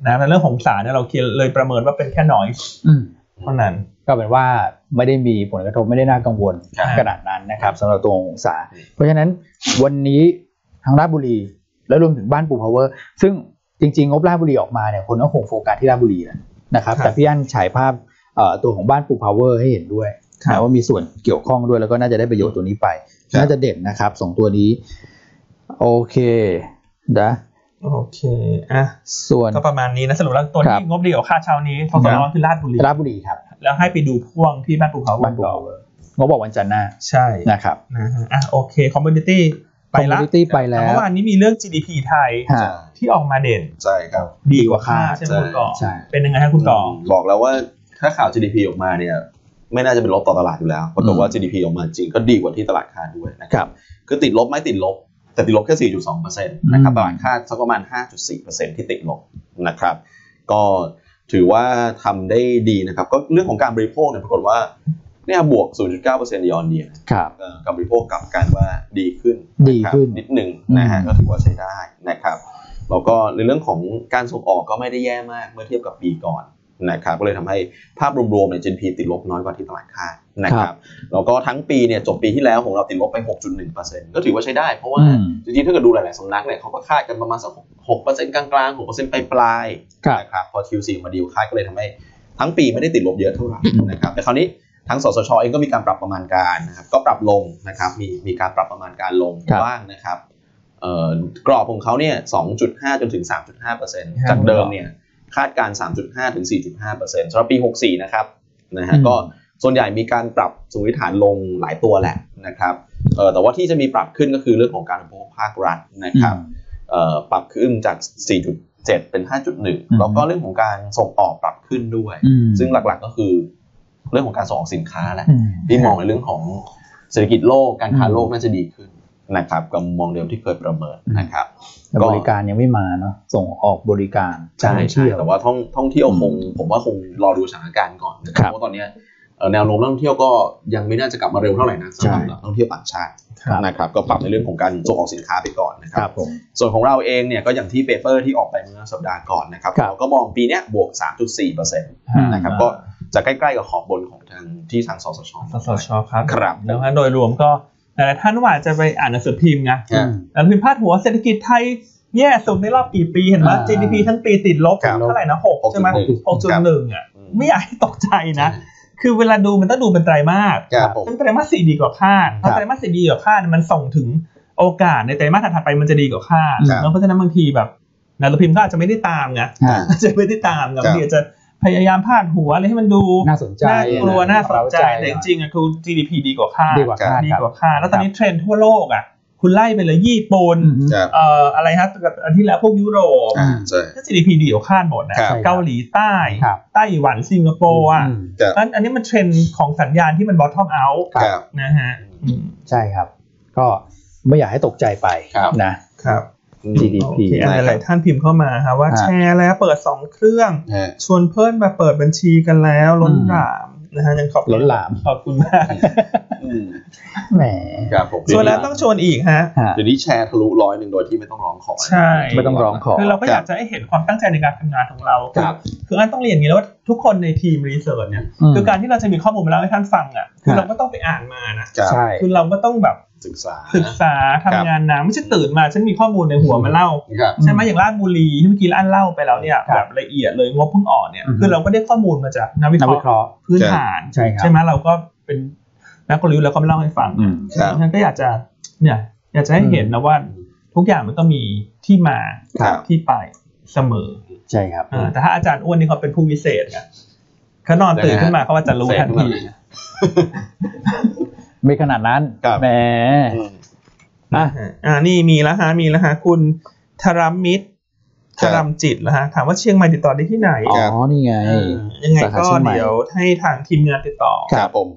Speaker 2: นะในเรื่องของสารเนี่ยเราเลยประเมินว่าเป็นแค่น้อย
Speaker 3: อืม
Speaker 2: เท่านั้น
Speaker 3: ก็เป็นว่าไม่ได้มีผลกระทบไม่ได้น่ากังวล
Speaker 1: ครับ
Speaker 3: ขนาดนั้นนะครับสำหรับตัวองศา เพราะฉะนั้นวันนี้ทางราชบุรีและรวมถึงบ้านปูพาวเวอร์ ซึ่งจริงๆ งบราชบุรีออกมาเนี่ยคนก็คงโฟกัสที่ราชบุรีแหละนะครับ
Speaker 2: ครับ
Speaker 3: แต่พี่อั้นฉายภาพเอ่อตัวของบ้านปูพาวเวอร์ให้เห็นด้วย
Speaker 2: ครับ
Speaker 3: นะว่ามีส่วนเกี่ยวข้องด้วยแล้วก็น่าจะได้ประโยชน์ตัวนี้ไป
Speaker 1: ครับ
Speaker 3: น่าจะเด่นนะครับสองตัวนี้ โอเคนะ
Speaker 2: โอเคอ่ะ
Speaker 3: ส่วน
Speaker 2: ก็ประมาณนี้นะสรุปแล้วตัว
Speaker 3: ครั
Speaker 2: ที่
Speaker 3: บ
Speaker 2: งบเดียวค่าเช้านี้ฟอส
Speaker 3: ค
Speaker 2: ร้
Speaker 3: รั
Speaker 2: อบ นคือราชบุรี
Speaker 3: ราชบุรีครับ
Speaker 2: แล้วให้ไปดูพ่วงที่บ้านภูเขา
Speaker 3: บ้านปู
Speaker 2: ต่อ
Speaker 3: พาวเวอร์งบบอกวันจันทร์หน้า
Speaker 2: ใช่
Speaker 3: นะครับ
Speaker 2: นะฮะอ่ะโอเคคอมมูนิตี้ไปละ
Speaker 3: Commodity ไปแล้ว
Speaker 2: ต่เมื่อวานนี้มีเรื่อง GDP ไทย
Speaker 3: ฮะ
Speaker 2: ที่ออกมาเด่น
Speaker 1: ใช่ครับ
Speaker 2: ดีกว่าคาดใช่ไหม
Speaker 1: ใช่
Speaker 2: คุณก่อ
Speaker 3: ใช่
Speaker 2: เป็นยังไงฮะคุณก่อ
Speaker 1: บอกแล้วว่าถ้าข่าว GDP ออกมาเนี่ย ไม่น่าจะเป็นลบต่อตลาดอยู่แล้วปรากฏว่า GDP ออกมาจริงก็ดีกว่าที่ตลาดคาดด้วยนะค
Speaker 3: ครับ รับ
Speaker 1: คือติดลบไหมติดลบ แต่ติดลบแค่ 4.2%นะครับตลาดคาดสักประมาณ 5.4%ที่ติดลบนะครับ ก็ถือว่าทำได้ดีนะครับ ก็เรื่องของการบริโภคเนี่ยปรากฏว่าเนี่ยบวก 0.9%ยอนเดีย
Speaker 3: ครับ
Speaker 1: การบริโภคกลับกันว่าดีขึ้น
Speaker 3: ดีขึ้น
Speaker 1: นะครับนิดหนึ่งนะฮะก็ถือว่าใช้ได้นะครับ แล้วก็ในเรื่องของการส่งออกก็ไม่ได้แย่มากเมื่อเทียบกับปีก่อนนะครับก็เลยทำให้ภาพรวมๆเนี่ย GDP ติดลบน้อยกว่าที่ตลาดคาดนะครับแล้วก็ทั้งปีเนี่ยจบปีที่แล้วของเราติดลบไป 6.1%ก็ถือว่าใช้ได้ เพราะว่า
Speaker 3: อืม
Speaker 1: จริงๆถ้าเกิดดูหลายๆสำนักเนี่ยเขาก็คาดกันประมาณสัก6%กลางๆ6%ปลายๆ
Speaker 3: ครับ
Speaker 1: นะครับพอ Q4 มาดีลคาดก็เลยทำให้ทั้งปีไม่ได้ติดลบเยอะเท่าไหร่นะครับแต่คราวนี้ทั้งสสชเองก็มีการปรับประมาณการนะครับก็ปรับลงนะครับมีมีการปรับประมาณการลง
Speaker 3: ครับ
Speaker 1: บ้างนะครับเอ่อกรอบของเขาเนี่ย 2.5 จนถึง 3.5เปอร์เซ็นต์จากเดิมเนี่ยคาดการณ์3.5 ถึง 4.5เปอร์เซ็นต์สำหรับปี 64 นะครับนะฮะ
Speaker 3: อืม
Speaker 1: ก็ส่วนใหญ่มีการปรับสมมติฐานลงหลายตัวแหละนะครับเอ่อแต่ว่าที่จะมีปรับขึ้นก็คือเรื่องของการบริโภคภาครัฐนะครับ เอ่อปรับขึ้นจาก 4.7 เป็น
Speaker 3: ม
Speaker 1: 5.1 แล้วก็เรื่องของการส่งออกปรับขึ้นด้วย
Speaker 3: อืม
Speaker 1: ซึ่งหลักๆก็คือเรื่องของการส่งออกสินค้าแหละ
Speaker 3: อืม
Speaker 1: ที่มองในเรื่องของเศรษฐกิจโลกการค้า
Speaker 3: อืม
Speaker 1: โลกน่าจะดีขึ้นนะครับกับมุมมองเดิมที่เคยประเมินนะครับ
Speaker 3: แต่บริการยังไม่มาเนาะส่งออกบริการ
Speaker 1: ใช่
Speaker 3: ท่อง
Speaker 1: ใช่
Speaker 3: เที่ยว
Speaker 1: แต่ว่าท่องท่องเที่ยวคง
Speaker 3: อืม
Speaker 1: ผมว่าคงรอดูสถานการณ์ก่อนนะค
Speaker 3: ครั
Speaker 1: รับบ เพราะตอนเนี้ยเอ่อแนวโน้มนักท่องเที่ยวก็ยังไม่น่าจะกลับมาเร็วเท่าไหร่นะสำหรับ
Speaker 3: ใช่
Speaker 1: นักท่องเที่ยวต่างชาติ
Speaker 3: ครับ
Speaker 1: นะครับก็ปรับในเรื่องของการส่งออกสินค้าไปก่อนนะค
Speaker 3: ครับ รับผม
Speaker 1: ส่วนของเราเองเนี่ยก็อย่างที่เปเปอร์ที่ออกไปเมื่อสัปดาห์ก่อนนะครับ
Speaker 3: ครับ
Speaker 1: เราก็มองปีเนี้ยบวก 3.4%นะครับก็จะใกล้ๆกับขอบบนของทางที่ทางสสช
Speaker 2: สสชครับ
Speaker 1: ครับ
Speaker 2: แล้วฮะโดยรวมก็หลายๆท่านว่าอาจจะไปอ่านหนังสือพิมพ์นะ
Speaker 1: อืม
Speaker 2: หนังสือพิมพ์พาดหัวเศรษฐกิจไทยแย่สุดในรอบกี่ปีเห็นไหม
Speaker 3: อ่า
Speaker 2: GDP ทั้งปีติดลบ
Speaker 1: ครับ
Speaker 2: เท่าไหร่นะหกใช่ไหม
Speaker 1: 6.1
Speaker 2: หกจุดหนึ่งอ่ะไม่อยากให้ตกใจนะ คือเวลาดูมันต้องดูเป็นไตรมาส
Speaker 1: ครับผม
Speaker 2: ซึ่งไตรมาสสี่ดีกว่าคาด
Speaker 3: ครับ
Speaker 2: ถ้าไตรมาสสี่ดีกว่าคาดมันส่งถึงโอกาสในไตรมาสถัดๆไปมันจะดีกว่าคาด
Speaker 3: ครับ
Speaker 2: เนอะเพราะฉะนั้นบางทีแบบหนังสือพิมพ์ก็อาจจะไม่ได้ตามไง
Speaker 3: อ่า
Speaker 2: อาจจะไม่ได้ตาม
Speaker 1: ค
Speaker 2: ไง
Speaker 1: รับ
Speaker 2: บางทีอาจจะพยายามพาดหัวอะไรให้มันดู
Speaker 3: น่าสนใจ
Speaker 2: น่ากลัวน่าสนใจ
Speaker 3: เร้
Speaker 2: แต่จริงๆอะคือ GDP ดีกว่าคาด
Speaker 3: ดีกว่าคาด
Speaker 2: ดี
Speaker 3: ครับ
Speaker 2: กว่าคาดแล้วตอนนี้เทรนด์ทั่วโลกอ่ะ คุณไล่ไปเลยญี่ปุ่น
Speaker 3: อืม
Speaker 1: ครับ
Speaker 2: เอ่ออะไรฮะกับอันที่แล้วพวกยุโรป
Speaker 1: อ่าใช่
Speaker 2: ก็ GDP ดีกว่าคาดหมดนะครับ เกาหลีใต้
Speaker 3: ครับ
Speaker 2: ไต้หวันสิงคโปร์อ่ะ
Speaker 3: อืม
Speaker 1: ครับ
Speaker 2: อันอันนี้มันเทรนด์ของสัญญาณที่มัน bottom out
Speaker 1: ครับ
Speaker 2: นะฮะอืม
Speaker 3: ใช่ครับ ก็ไม่อยากให้ตกใจไป
Speaker 1: ครับ
Speaker 3: นะ
Speaker 2: ครับ
Speaker 3: GDP
Speaker 2: โอเค
Speaker 1: ได้ครับ
Speaker 2: หลายๆท่านพิมพ์เข้ามาฮะว่า
Speaker 3: ฮะ
Speaker 2: แชร์แล้วเปิด 2 เครื่อง
Speaker 1: ฮะ
Speaker 2: ชวนเพื่อนมาเปิดบัญชีกันแล้วล้นหลามนะฮะยังขอบคุณ
Speaker 3: ล้นหลาม
Speaker 2: ขอบคุณมาก
Speaker 1: อืม
Speaker 3: แหม
Speaker 1: ครับผม
Speaker 2: ชวนแล้วต้องชวนอีกฮะ
Speaker 3: ฮะ
Speaker 1: เดี๋ยวนี้แชร์ทะลุร้อยหนึ่งโดยที่ไม่ต้องร้องขอ
Speaker 2: ใช่
Speaker 3: ไม่ต้องร้องขอ
Speaker 2: คือเราก็อยากจะให้เห็นความตั้งใจในการทำงานของเรา
Speaker 1: ครับ
Speaker 2: คืออันต้องเรียนอย่างนี้แล้วว่าทุกคนในทีมรีเสิร์ชเนี่ย
Speaker 3: ม
Speaker 2: คือการที่เราจะมีข้อมูลมาเล่าให้ท่านฟังอ่ะคือ
Speaker 3: ฮะ
Speaker 2: เราก็ต้องไปอ่านมานะครับ
Speaker 3: ใช่
Speaker 2: คือเราก็ต้องแบบ
Speaker 1: ศึกษา
Speaker 2: ศึกษา
Speaker 1: ค
Speaker 2: ทำ
Speaker 1: รับ
Speaker 2: งานนะไม่ใช่ตื่นมาฉันมีข้อมูลในหัวมาเล่า
Speaker 1: ครับ
Speaker 2: ใช่ไหมอย่างราชบุรีที่เมื่อกี้อันเล่าไปแล้วเนี่ย
Speaker 3: ครับ
Speaker 2: แบบละเอียดเลยงบเพิ่งออกเนี่ย
Speaker 3: อือฮึ
Speaker 2: คือเราก็ได้ข้อมูลมาจากนักวิเค
Speaker 3: นัก
Speaker 2: ราะ
Speaker 3: วิ
Speaker 2: ห์
Speaker 3: เคราะห์
Speaker 2: พื้นฐาน
Speaker 3: ใช่ครับ
Speaker 2: ไหมเราก็เป็นนักกลยุทธ์แล้วก็มาเล่าให้ฟัง
Speaker 3: อืม
Speaker 1: ครับ
Speaker 2: ฉะนั้นก็อยากจะเนี่ยอยากจะให้เห็นนะว่าทุกอย่างมันก็มีที่มา
Speaker 3: ครับ
Speaker 2: ที่ไปเสมอ
Speaker 3: ใช่ครับ
Speaker 2: อ่าแต่ถ้าอาจารย์อ้วนนี่เขาเป็นผู้วิเศษไงเขานอนตื่นขึ้นมาเขาว่าจะรู้ทันที
Speaker 3: ไม่ขนาดนั้น
Speaker 1: ครับ
Speaker 3: แหม
Speaker 1: อืม
Speaker 3: อ่ะ
Speaker 2: อ่านี่มีแล้วฮะมีแล้วฮะคุณธารมิตร
Speaker 1: ครั
Speaker 2: ธา
Speaker 1: บ
Speaker 2: รมจิตแล้วฮะถามว่าเชียงใหม่ติดต่อได้ที่ไหน
Speaker 3: อ๋อ นี่ไง
Speaker 2: เออยังไง
Speaker 3: สาขา
Speaker 2: ก็
Speaker 3: เชียงใหม่
Speaker 2: เดี๋ยวให้ทางทีมงานติดต่อ
Speaker 1: ครับผม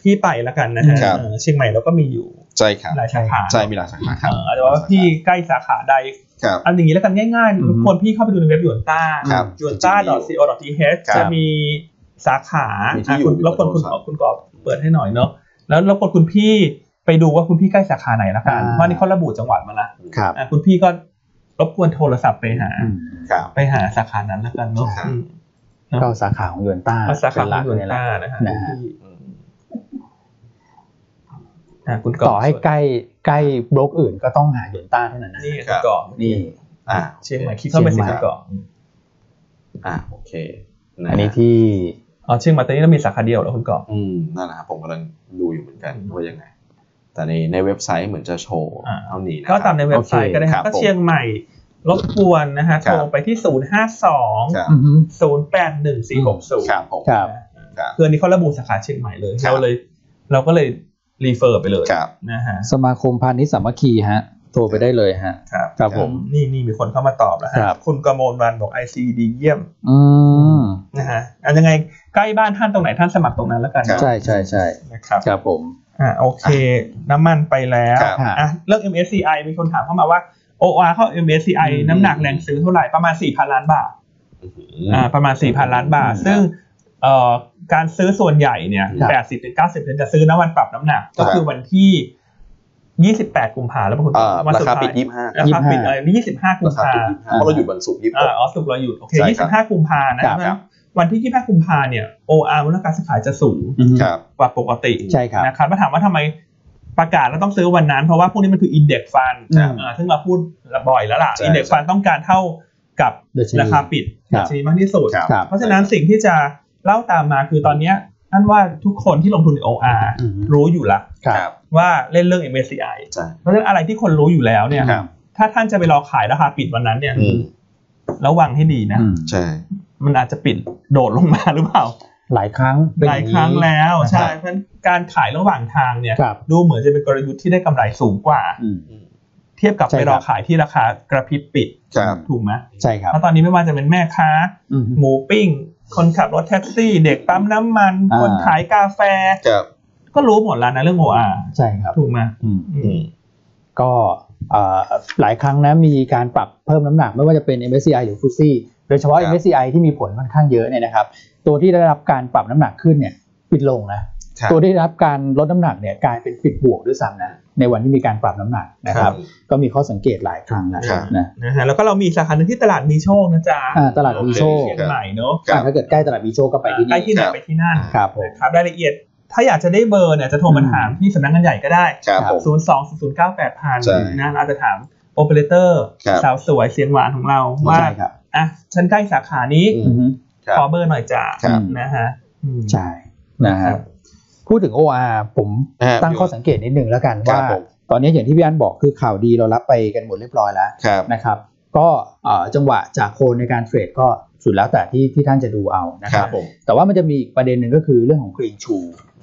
Speaker 2: พี่ไปแล้วกันนะฮะ
Speaker 1: ครับ
Speaker 2: เออเชียงใหม่เราก็มีอยู่
Speaker 1: ใช่ครับ
Speaker 2: หลายสาขา
Speaker 1: ใช่มีหลายสาขาครับ
Speaker 2: เอออาจจะว่าพี่ใกล้สาขาใด
Speaker 1: ครับ
Speaker 2: เอาอย่างนี้แล้วกันง่าย
Speaker 3: อื
Speaker 2: ๆ
Speaker 3: ม
Speaker 2: ทุกคนพี่เข้าไปดูในเว็บยวนต้า
Speaker 1: ครับ
Speaker 2: ยวนต้า co th
Speaker 1: ครับ
Speaker 2: จะมีสาขา
Speaker 1: มีที่
Speaker 2: อ่ะ
Speaker 1: อยู่
Speaker 2: คุณ
Speaker 1: อยู่
Speaker 2: แล้วคนคุณ
Speaker 1: บนโทรศัพท์
Speaker 2: คุณกอบเปิดให้หน่อยเนาะแล้วแล้วคนคุณพี่ไปดูว่าคุณพี่ใกล้สาขาไหนละกัน
Speaker 3: อ่า
Speaker 2: เพราะนี่เขาระบุจังหวัดมาละ
Speaker 3: ครับ
Speaker 2: อ่ะคุณพี่ก็รบกวนโทรศัพท์ไปหา
Speaker 3: อืม
Speaker 1: ครับ
Speaker 2: ไปหาสาขานั้นละกันเนาะ
Speaker 1: ครับ
Speaker 2: อืมเนอะ
Speaker 3: ก็สาขาของยวนต้า
Speaker 2: ภาษา
Speaker 3: เป็น
Speaker 2: คำ
Speaker 3: หลัก
Speaker 2: คุณ
Speaker 3: เลย
Speaker 2: ต้า
Speaker 3: ละ
Speaker 2: นะฮะ
Speaker 3: นะฮะ
Speaker 2: ที่อ่ะคุณกรบ
Speaker 3: ต่อให้ใกล้ใกล้บล็อกอื่นก็ต้องหายวนต้าเท่านั้นนะ
Speaker 2: นี่คุณกรอบ
Speaker 3: นี่
Speaker 1: อ่า
Speaker 2: เชียงใหม่คิดเข้าไปสิคุณ
Speaker 3: เชียงใหม่
Speaker 2: กรอบ
Speaker 1: อ่าโอเคะฮะ
Speaker 3: อันนี้ที่
Speaker 2: อ๋อเชียงใหม่ตอนนี้เรามีสาขาเดียวเหรอคุณกรอบ
Speaker 1: อืมนั่นแหละครับผมกำลังดูอยู่เหมือนกัน
Speaker 2: อืม
Speaker 1: ว่ายังไง แต่ในในเว็บไซต์เหมือนจะโชว์
Speaker 2: อ่า
Speaker 1: เท่านี้นะค
Speaker 2: ก็
Speaker 1: รับ
Speaker 2: ตามในเว็บไซต์ก็ได้
Speaker 1: ครั
Speaker 2: ฮะ
Speaker 1: บ
Speaker 2: ก็เชียงใหม่รบกวนนะฮะ
Speaker 1: ครั
Speaker 2: โท
Speaker 1: บ
Speaker 2: รไปที่ 0 5 2 0
Speaker 1: ครับ
Speaker 3: อือฮึ
Speaker 2: 8 1 4 6 0
Speaker 1: ครับผม
Speaker 3: ค
Speaker 1: ค
Speaker 3: รั
Speaker 1: รั
Speaker 3: บบ
Speaker 2: คืออันนี้เขาระบุสาขาเชียงใหม่เลย
Speaker 1: ครับ
Speaker 2: เราเลย เราก็เลยรีเฟอร์ไปเลย
Speaker 1: ครับ
Speaker 2: นะฮะ
Speaker 3: สมาคมพาณิชย์สามัคคีฮะ โทรไปได้เลยฮะ
Speaker 2: ครับ
Speaker 3: ครับผม
Speaker 2: นี่นี่มีคนเข้ามาตอบแล้วฮะ
Speaker 3: ครับ
Speaker 2: คุณกมลวันบอก ICD เยี่ยม
Speaker 3: อืม
Speaker 2: นะฮะอันยังไงใกล้บ้านท่านตรงไหนท่านสมัครตรงนั้นแล้วกัน
Speaker 1: ครับ
Speaker 3: ใช่ใช่ใช่
Speaker 2: นะครับ
Speaker 3: ครับผม
Speaker 2: อ่าโอเค น้ำมันไปแล้ว
Speaker 1: ครับ
Speaker 2: อ่ะเรื่อง MSCI มีคนถามเข้ามาว่า OR เข้า MSCI
Speaker 3: อืม
Speaker 2: น้ำหนักแรงซื้อเท่าไหร่ประมาณ 4,000 ล้านบาทอ่าประมาณ 4,000 ล้านบาท ซึ่งเอ่อการซื้อส่วนใหญ่เนี่ย
Speaker 1: ครับ
Speaker 2: 80-90%จะซื้อน้ำวันปรับน้ำหนัก
Speaker 1: ครั
Speaker 2: ก็
Speaker 1: บ
Speaker 2: คือวันที่ 28 กุมภาแล้วปรากฏ
Speaker 1: อ่า
Speaker 2: วัน
Speaker 1: รา
Speaker 2: สุด
Speaker 1: คา
Speaker 2: ท้าย
Speaker 1: ปิดยี่สิบห้า
Speaker 2: ราคาปิดเออ
Speaker 1: ราม คา
Speaker 2: 25 กุภา
Speaker 1: ปิดยี่สิบห้าเพราะเราหยุดวันศุกร์ยี่สิบห
Speaker 2: อ่าก ออสสุกเราหยุดโอเค
Speaker 1: ใช่ครับ
Speaker 2: 25 กุมภานะ
Speaker 3: ครั
Speaker 2: เพ
Speaker 3: บ
Speaker 2: ราะฉะนั้นวันที่ 25 กุมภาเนี่ย OR มูลค่าการซื้อขายจะสูง
Speaker 1: ครับ
Speaker 2: กว่าปกติ
Speaker 3: ใช่ครับ
Speaker 2: นะครับมาถามว่าทำไมประกาศแล้วต้องซื้อวันนั้น เพราะว่าพวกนี้มันคืออินเด็กซ์ฟัน
Speaker 3: อืม
Speaker 2: ซึ่งเราพูดบ่อยแล้วล่ะ
Speaker 1: ใช่
Speaker 2: อินเด็กซ์
Speaker 1: ใช่
Speaker 2: ฟันต้องการเท่ากับ
Speaker 3: ดัชนี
Speaker 2: ราคาปิด
Speaker 3: ครับ
Speaker 2: ดัชนีมากที่สุด
Speaker 1: ครับ
Speaker 3: ครับ
Speaker 2: เพราะฉะนั้นสิ่งที่จะเล่าตามมาคือตอนเนี้ยนั่นว่าทุกคนที่ลงทุนใน OR
Speaker 3: อืม
Speaker 2: รู้อยู่ละ
Speaker 3: ครับ
Speaker 2: ว่าเล่นเรื่อง MSCI
Speaker 1: ใช่
Speaker 2: เพราะฉะนั้นอะไรที่คนรู้อยู่แล้วเนี่ย
Speaker 3: ครับ
Speaker 2: ถ้าท่านจะไปรอขายราคาปิดวันนั้นเนี่ย
Speaker 1: อืม
Speaker 2: ระวังให้ดีนะ
Speaker 3: อืม
Speaker 1: ใช่
Speaker 2: มันอาจจะปิดโดดลงมาหรือเปล่า
Speaker 3: หลายครั้งเป็น
Speaker 2: ห
Speaker 3: อ
Speaker 2: ลาย
Speaker 3: ง
Speaker 2: ค
Speaker 3: นี้
Speaker 2: รั้งแล้ว
Speaker 3: นะ
Speaker 2: ใช่
Speaker 3: ครับ
Speaker 2: เพราะฉะนั้นการขายระหว่างทางเนี่ย
Speaker 3: ครับ
Speaker 2: ดูเหมือนจะเป็นกลยุทธ์ที่ได้กำไรสูงกว่า
Speaker 3: อืม
Speaker 2: เทียบกับ
Speaker 3: ใช่
Speaker 2: ไป
Speaker 3: ครั
Speaker 2: ร
Speaker 3: บ
Speaker 2: อขายที่ราคากระพริบปิด
Speaker 1: ครับ
Speaker 2: ถูกไหม
Speaker 3: ใช่ครับ
Speaker 2: เพราะตอนนี้ไม่ว่าจะเป็นแม่ค้า
Speaker 3: อืม
Speaker 2: หมูปิ้ง คนขับรถแท็กซี่ เด็กปั๊มน้ำมัน
Speaker 3: อ่า
Speaker 2: คนขายกาแฟ
Speaker 1: ครับ
Speaker 2: ก็รู้หมดแล้วนะเรื่องโออา
Speaker 3: ใช่ครับ
Speaker 2: ถูกไหม
Speaker 3: อืม
Speaker 2: อื
Speaker 1: อื
Speaker 2: ม
Speaker 1: ม
Speaker 3: ก็เอ่อหลายครั้งนะมีการปรับเพิ่มน้ำหนักไม่ว่าจะเป็น MSCI หรือ FTSE โดยเฉพาะ
Speaker 1: ครับ
Speaker 3: MSCI ที่มีผลค่อนข้างเยอะเนี่ยนะครับ ตัวที่ได้รับการปรับน้ำหนักขึ้นเนี่ยปิดลงนะ
Speaker 1: ครับ
Speaker 3: ตัวที่ได้รับการลดน้ำหนักเนี่ยกลายเป็นปิดบวกด้วยซ้ำนะในวันที่มีการปรับน้ำหนักนะครับ ก็มีข้อสังเกตหลายครั้งแล้ว
Speaker 1: ครับ
Speaker 3: นะ
Speaker 2: นะฮะแล้วก็เรามีสาขาหนึ่งที่ตลาดมีโชคนะจ๊ะ
Speaker 3: อ่าตลาด
Speaker 1: โอเค
Speaker 3: วีโชค
Speaker 2: เชียงใหม่เนอะ
Speaker 1: ครับ
Speaker 3: อ่าถ้าเกิดใกล้ตลาดวีโชคก็ไปที่
Speaker 2: ใกล้
Speaker 3: นี่
Speaker 2: ที่ไหน
Speaker 1: ครับ
Speaker 2: ไปที่นั่น
Speaker 3: ครับผม
Speaker 2: ครับรายละเอียด ถ้าอยากจะได้เบอร์เนี่ยจะโทรมาถามที่สำนักงานใหญ่ก็ได้
Speaker 1: ครับผม
Speaker 2: 0 2 0 0 9 8 0
Speaker 1: ใช่
Speaker 2: 0นะเราอาจจะถามโอเปอเรเตอร์
Speaker 1: ครับ
Speaker 2: สาวสวยเสียงหวานของเราว่า
Speaker 3: ใช่ครับ
Speaker 2: อ่ะฉันใกล้สาขานี้
Speaker 1: อื
Speaker 3: อื
Speaker 1: ม
Speaker 3: อฮึ
Speaker 1: ครับ
Speaker 2: ขอเบอร์หน่อยจ้ะ
Speaker 1: ครับ
Speaker 2: นะฮะอืม
Speaker 3: ใช่นะ
Speaker 2: ครั
Speaker 3: ฮะ
Speaker 2: บ
Speaker 3: พูดถึง OR ผม
Speaker 1: ฮะ
Speaker 3: ตั้งข้อสังเกตนิดนึงแล้วกัน
Speaker 1: ครั
Speaker 3: ว่า
Speaker 1: บผม
Speaker 3: ตอนนี้อย่างที่พี่อันบอกคือข่าวดีเรารับไปกันหมดเรียบร้อยแล้ว
Speaker 1: ครับ
Speaker 3: นะครับ ก็เอ่อจังหวะจากโคนในการเทรดก็สุดแล้วแต่ที่ที่ท่านจะดูเอานะ
Speaker 1: ค
Speaker 3: ค
Speaker 1: รั
Speaker 3: รั
Speaker 1: บบ ผม
Speaker 3: แต่ว่ามันจะมีอีกประเด็นหนึ่งก็คือเรื่องของกรีนชู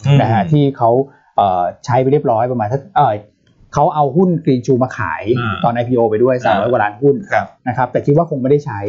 Speaker 2: อืม
Speaker 3: นะฮะที่เขาเอ่อใช้ไปเรียบร้อยประมาณสักเอ่อเขาเอาหุ้นกรีนชูมาขาย
Speaker 2: อ่า
Speaker 3: ตอน IPO ไปด้วย300กว่าล้านหุ้น
Speaker 1: ครับ
Speaker 3: นะครับแต่คิดว่าคงไม่ได้ใช้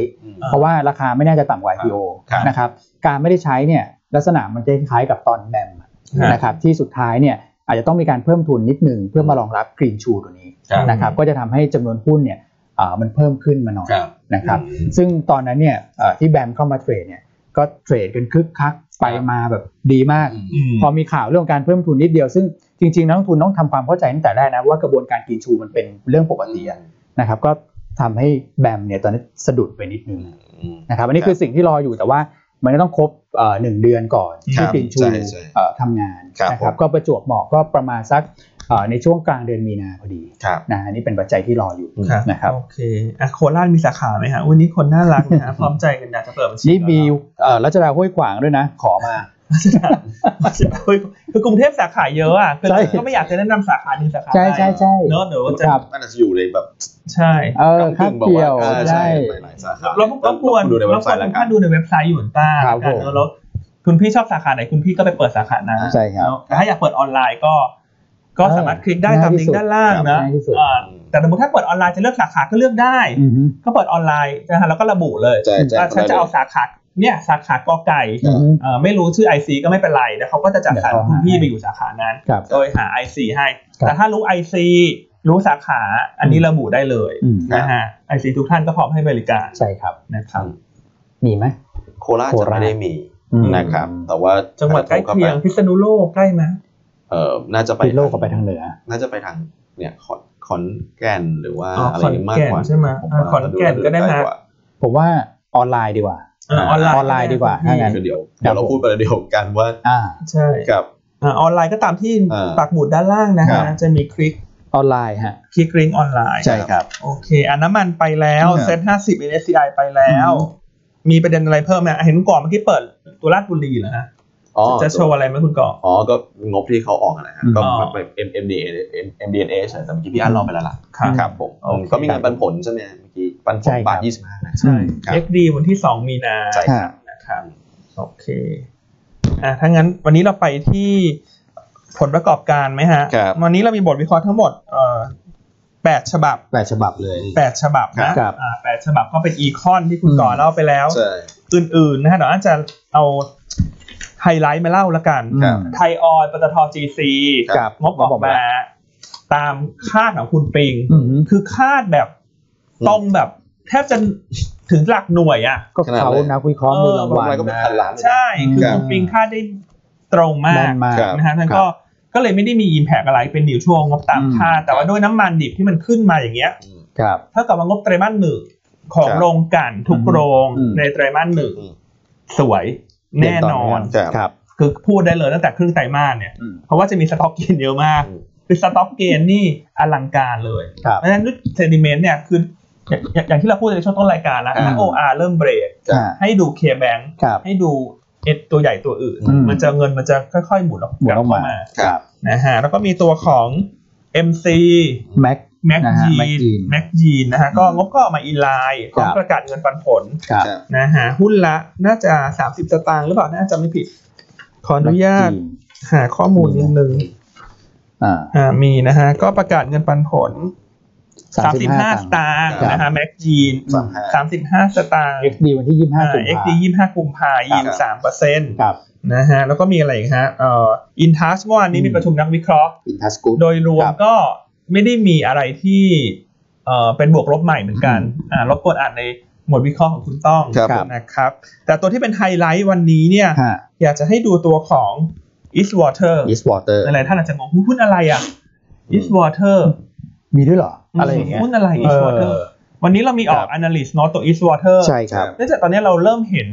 Speaker 2: า
Speaker 3: เพราะว่าราคาไม่น่าจะต่ำกว่า IPO
Speaker 1: ครับ
Speaker 3: นะครับ การไม่ได้ใช้เนี่ยลักษณะมันจะคล้ายกับตอนแมม
Speaker 2: ครับ
Speaker 3: นะครับที่สุดท้ายเนี่ยอาจจะต้องมีการเพิ่มทุนนิดหนึงเพื่อมารองรับกรีนชูตัวนี้
Speaker 1: ครับ
Speaker 3: นะครับก็จะทำให้จำนวนหุ้นเนี่ยเอ่อมันเพิ่มขึ้นมาหน่อย
Speaker 1: ครับ
Speaker 3: นะครับซึ่งตอนนั้นเนี่ยเอ่อที่แบมเข้ามาเทรดเนี่ยก็เทรดกันคึกคักไปมาแบบดีมาก
Speaker 1: อืม
Speaker 3: พอมีข่าวเรื่องการเพิ่มทุนนิดเดียวซึ่งจริงๆนักลงทุนต้องทำความเข้าใจตั้งแต่แรกนะว่ากระบวนการกรีนชูมันเป็นเรื่องปกติอะนะครับก็ทำให้แบมเนี่ยตอนนี้สะดุดไปนิดนึง นะครับอันนี้
Speaker 1: ครับ
Speaker 3: คือสิ่งที่รออยู่แต่ว่ามันก็ต้องครบเอ่อหนึ่งเดือนก่อน
Speaker 2: ครั
Speaker 3: ที่
Speaker 2: บ
Speaker 3: ปินชู
Speaker 1: ใช่ใช่
Speaker 3: เอ่อทำงาน
Speaker 1: ครับ
Speaker 3: นะครับ
Speaker 1: ผม
Speaker 3: ก็ประจวบเหมาะก็ประมาณสักเอ่อในช่วงกลางเดือนมีนาพอดี
Speaker 1: ครับ
Speaker 3: นะอันนี้เป็นปัจจัยที่รออยู่
Speaker 2: ครับ
Speaker 3: นะครับ
Speaker 2: โอเคอ่ะโคราชมีสาขาไหมฮะวันนี้คนน่ารักนะ ฮะ พร้อมใจกันอยากจะเปิดบัญชี
Speaker 3: นี่มีเอ่อรัชดาห้วยขวางด้วยนะ ขอมา
Speaker 2: คือกรุงเทพสาขาเยอะอ่ะคือ
Speaker 3: ใช่
Speaker 2: ก็ไม่อยากจะแนะนำสาขาหนึ่งสาขา
Speaker 3: ใช่ใช่ใช่
Speaker 2: เนอะเดี๋ยวจะ
Speaker 3: ครับ
Speaker 1: มันอาจจะอยู่ในแบบ
Speaker 2: ใช่
Speaker 3: เออครับ
Speaker 1: บอก
Speaker 3: เกี่ยว
Speaker 1: อ่า
Speaker 3: ใช่
Speaker 1: หลายๆสาขา
Speaker 2: เราก็ควร
Speaker 1: ดูในเว็บไซต์
Speaker 2: ร
Speaker 1: แล้ว
Speaker 2: บกวน
Speaker 1: กั
Speaker 2: ท่าน นดูในเว็บไซต์อยู่เหมือนป้า
Speaker 3: ครับ
Speaker 2: กัน
Speaker 3: ผม
Speaker 2: เนอะแล้วคุณพี่ชอบสาขาไหนคุณพี่ก็ไปเปิดสาขานั้น
Speaker 1: อ่า
Speaker 3: ใช่ครับ
Speaker 2: เนอะแต่ถ้าอยากเปิดออนไลน์ก็ ก็สามารถคลิกได้
Speaker 3: ง่าย
Speaker 2: ตามลิ
Speaker 3: ที่
Speaker 2: ง
Speaker 3: สุ
Speaker 2: ก์
Speaker 3: ด
Speaker 2: ด้านล่าง
Speaker 3: ครับ
Speaker 2: นะ
Speaker 3: ง่ายที่สุด
Speaker 2: อ่าแต่สมมติถ้าเปิดออนไลน์จะเลือกสาขาก็เลือกได้
Speaker 3: อือฮึ
Speaker 2: ก็เปิดออนไลน์นะฮะแล้วก็ระบุเลย
Speaker 1: ใช่ใช่
Speaker 2: อ่ะฉันจะเอาสาขาเนี่ยสาขากอไก่
Speaker 3: อือฮึ
Speaker 2: เอ่อไม่รู้ชื่อ IC ก็ไม่เป็นไรแต่เขาก็จะจัดสรร
Speaker 3: เดี๋ยวเขา
Speaker 2: คุณพี่
Speaker 3: ให้
Speaker 2: ไปอยู่สาขานั้น
Speaker 3: ครับ
Speaker 2: โดยหา IC ให้
Speaker 3: ครับ
Speaker 2: แต่ถ้ารู้ IC รู้สาขาอันนี้ระบุได้เลย
Speaker 3: อืม
Speaker 2: นะฮะ IC ทุกท่านก็พร้อมให้บริการ
Speaker 3: ใช่ครับ
Speaker 2: นะครับ
Speaker 3: มีไหม
Speaker 1: โคราช
Speaker 3: โค
Speaker 1: จะ
Speaker 3: ราช
Speaker 1: ไม่ได้มี
Speaker 3: อืม
Speaker 1: นะครับ แต่ว่า
Speaker 2: จังหวัดใกล้เคียงพิษณุโลกใกล้ไหม
Speaker 1: เอ่อน่าจะไป
Speaker 3: ปิดโลกก็ไปทางเหนือ
Speaker 1: น่าจะไปทางเนี่ยขอนขอนแก่นหรือว่า
Speaker 2: อ๋อ
Speaker 1: อะไร
Speaker 2: ขอน
Speaker 1: มาก
Speaker 2: แก่น
Speaker 1: กว่า
Speaker 2: ใช่ไหม
Speaker 1: ผม
Speaker 2: อ่า
Speaker 1: ว่า
Speaker 2: ขอนแก่นก็ได้
Speaker 1: า
Speaker 2: นะ
Speaker 1: จะกว่า
Speaker 3: ผมว่าออนไลน์ดีกว่า
Speaker 2: เออออนไลน์
Speaker 3: ออนไลน์ดีกว่าถ้างั้น
Speaker 1: เดี๋ยวเดี๋ยวเราพูดประเดี๋ยวกันว่า
Speaker 3: อ่า
Speaker 2: ใช่
Speaker 1: กับ
Speaker 2: อ่าออนไลน์ก็ตามที่
Speaker 1: เออ
Speaker 2: ปักหมุดด้านล่างนะ
Speaker 1: ครั
Speaker 2: ฮะ
Speaker 1: บ
Speaker 2: จะมีคลิก
Speaker 3: ออนไลน์ฮะ
Speaker 2: คลิกลิงก์ออนไลน์
Speaker 3: ใช่ครับ
Speaker 2: โอเคอันน้ำมันไปแล้ว
Speaker 1: ครับ
Speaker 2: เซ็ตห้าสิบ MSCI ไปแล้ว
Speaker 3: อื
Speaker 2: มีประเด็นอะไรเพิ่มไหมอ่ะเห็นคุณก่อนเมื่อกี้เปิดตัวราชบุรีเหรอฮะ
Speaker 1: อ๋อ
Speaker 2: จะโชว์อะไรไหมคุณก่อน
Speaker 1: อ๋อก็งบที่เขาออกนะฮะ
Speaker 3: อืม
Speaker 1: ก็
Speaker 2: อ๋อ
Speaker 1: ไป M M D A M D N H แต่เมื่อกี้พี่อันรอไปแล้วล่ะ
Speaker 2: ครับ
Speaker 1: ครับผม
Speaker 2: โอเค
Speaker 1: ก็มีเงินปันผลใช่ไหมเมื่อกี้ปันผ
Speaker 3: ใช่
Speaker 1: ล
Speaker 3: ครับ
Speaker 1: บาทยี่สิบห้านะ
Speaker 3: ใช่
Speaker 1: ครับ
Speaker 2: XD วันที่ 2 มีนา
Speaker 1: ใช่ครับ
Speaker 2: นะครับโอเคอ่ะถ้างั้นวันนี้เราไปที่ผลประกอบการไหมฮะ
Speaker 1: ครับ
Speaker 2: วันนี้เรามีบทวิเคราะห์ทั้งหมดเอ่อแปดฉบับ
Speaker 3: แปดฉบับเลย
Speaker 2: แปดฉบับนะครับ อ่าแปดฉบับก็เป็นอีคอนที่คุณ
Speaker 3: อืม
Speaker 2: ก่อเล่าไปแล้ว
Speaker 1: ใช่
Speaker 2: อื่นๆนะฮะเดี๋ยวอาจจะเอาไฮไลท์มาเล่าละกัน
Speaker 1: ครับ
Speaker 2: ไทยออยล์ปตท GC
Speaker 1: ครับ
Speaker 2: งบออกมา ตามคาดของคุณปิง
Speaker 3: อืม
Speaker 2: คือคาดแบบ
Speaker 1: อืม
Speaker 2: ตรงแบบแทบจะถึงหลักหน่วยอ่ะ
Speaker 3: ก็
Speaker 1: ขนาด
Speaker 3: เขา
Speaker 1: เลย
Speaker 3: นักวิเคราะห์
Speaker 2: เออ
Speaker 3: มูลราง
Speaker 1: กำไร
Speaker 3: วัล
Speaker 1: ก็เป็น
Speaker 3: นะ
Speaker 1: พันล้านเลย
Speaker 2: ใช่ คือ
Speaker 3: ครับ
Speaker 2: คุณปิงคาดได้ตรงมา
Speaker 3: แม่
Speaker 2: ก
Speaker 3: นมาก
Speaker 1: ครับ
Speaker 2: นะฮะท่านก็ ก็เลยไม่ได้มี impact อะไรเป็นดิวช่วงงบตามคาด
Speaker 3: อืม
Speaker 2: แต่ว่าด้วยน้ำมันดิบที่มันขึ้นมาอย่างเงี้ย
Speaker 1: อืม
Speaker 3: ครับ
Speaker 2: เท่ากับว่างบไตรมาสหนึ่งของ
Speaker 1: ครับ
Speaker 2: โรงกลันทุก
Speaker 3: อืม
Speaker 2: โรง
Speaker 3: อืม
Speaker 2: ในไตรมาสหนึ่ง
Speaker 1: อืม
Speaker 2: สวยแน่นอน
Speaker 1: ครับ
Speaker 3: ครับ
Speaker 2: คือพูดได้เลยตั้งแต่ครึ่งไตรมาสเนี่ย
Speaker 3: อืม
Speaker 2: เพราะว่าจะมีสต็อกเกนเยอะมาก
Speaker 1: อืม
Speaker 2: คือสต็อกเกนนี่อลังการเลย
Speaker 3: ครับ
Speaker 2: เพราะฉะนั้นด้วยเซนิเมนต์เนี่ยคืออย่างอย่างอย่างที่เราพูดในช่วงต้นรายการแล้ว
Speaker 1: อ่า
Speaker 2: ถ้า OR เริ่มเบรก
Speaker 1: ครับ
Speaker 2: ให้ดูเคแบง
Speaker 3: ครับ
Speaker 2: ให้ดูเอ็ดตัวใหญ่ตัวอื่น
Speaker 3: อืม
Speaker 2: มันจะเงินมันจะค่อยๆหมุนออก
Speaker 3: หมุนออกมา
Speaker 2: เข้
Speaker 3: ครับ
Speaker 2: นะฮะแล้วก็มีตัวของ MC
Speaker 3: แม็ก
Speaker 2: Mac
Speaker 3: นะฮะ
Speaker 2: Jean
Speaker 3: Mac Jean
Speaker 2: Mac Jean นะฮะก็งบก็ออกมาอีไลน์
Speaker 3: ครับ
Speaker 2: ประกาศเงินปันผล
Speaker 3: ครับ
Speaker 1: ครับ
Speaker 2: นะฮะหุ้นละน่าจะ 30 สตางค์หรือเปล่าน่าจะไม่ผิด ขออนุญาต
Speaker 3: Mac Jean
Speaker 2: หาข้อมูลนิดนึง
Speaker 3: อ่า
Speaker 2: อ่ามีนะฮะ ก็ประกาศเงินปันผล 35 ส
Speaker 3: ตา
Speaker 2: ตาง
Speaker 3: งค์
Speaker 2: ค์
Speaker 1: ครับ
Speaker 2: นะฮะแม็กจีน
Speaker 1: สามห้า
Speaker 2: 35 สตางค์
Speaker 3: XD วันที่ 25กุมภา
Speaker 2: อ่า
Speaker 3: พันธ์
Speaker 2: XD 25กุมภา
Speaker 1: ครั
Speaker 2: ยี
Speaker 1: บ
Speaker 2: น3เปอร์เซ็นต์
Speaker 3: ครับ
Speaker 2: นะฮะ แล้วก็มีอะไรอีกฮะเอ่ออินทัสเมื่อวานนี้
Speaker 3: อืม
Speaker 2: มีประชุมนักวิเคราะห์
Speaker 1: อินทัสกู
Speaker 2: โดยรวม
Speaker 1: ครับ
Speaker 2: ก็ไม่ได้มีอะไรที่เอ่อเป็นบวกลบใหม่เหมือนกันอ่ารบกวนอ่านในหมวดวิเคราะห์ของคุณต้อง
Speaker 1: ครับ
Speaker 2: นะครับ แต่ตัวที่เป็นไฮไลท์วันนี้เนี่ย
Speaker 3: ฮะ
Speaker 2: อยากจะให้ดูตัวของ East Water
Speaker 3: East Water
Speaker 2: หลายๆท่านอาจจะงงหุ้นอะไรอ่ะ East Water
Speaker 3: มีด้วยเหรอ อะไรอย่างเงี้ย
Speaker 2: หุ้นอะไร
Speaker 3: เอ
Speaker 2: East
Speaker 3: อ
Speaker 2: Water วันนี้เรามีออก
Speaker 3: ครับ
Speaker 2: analyst เนาะตัว East Water
Speaker 3: ใช่ครับ
Speaker 2: เนื่องจากตอนนี้เราเริ่มเห็น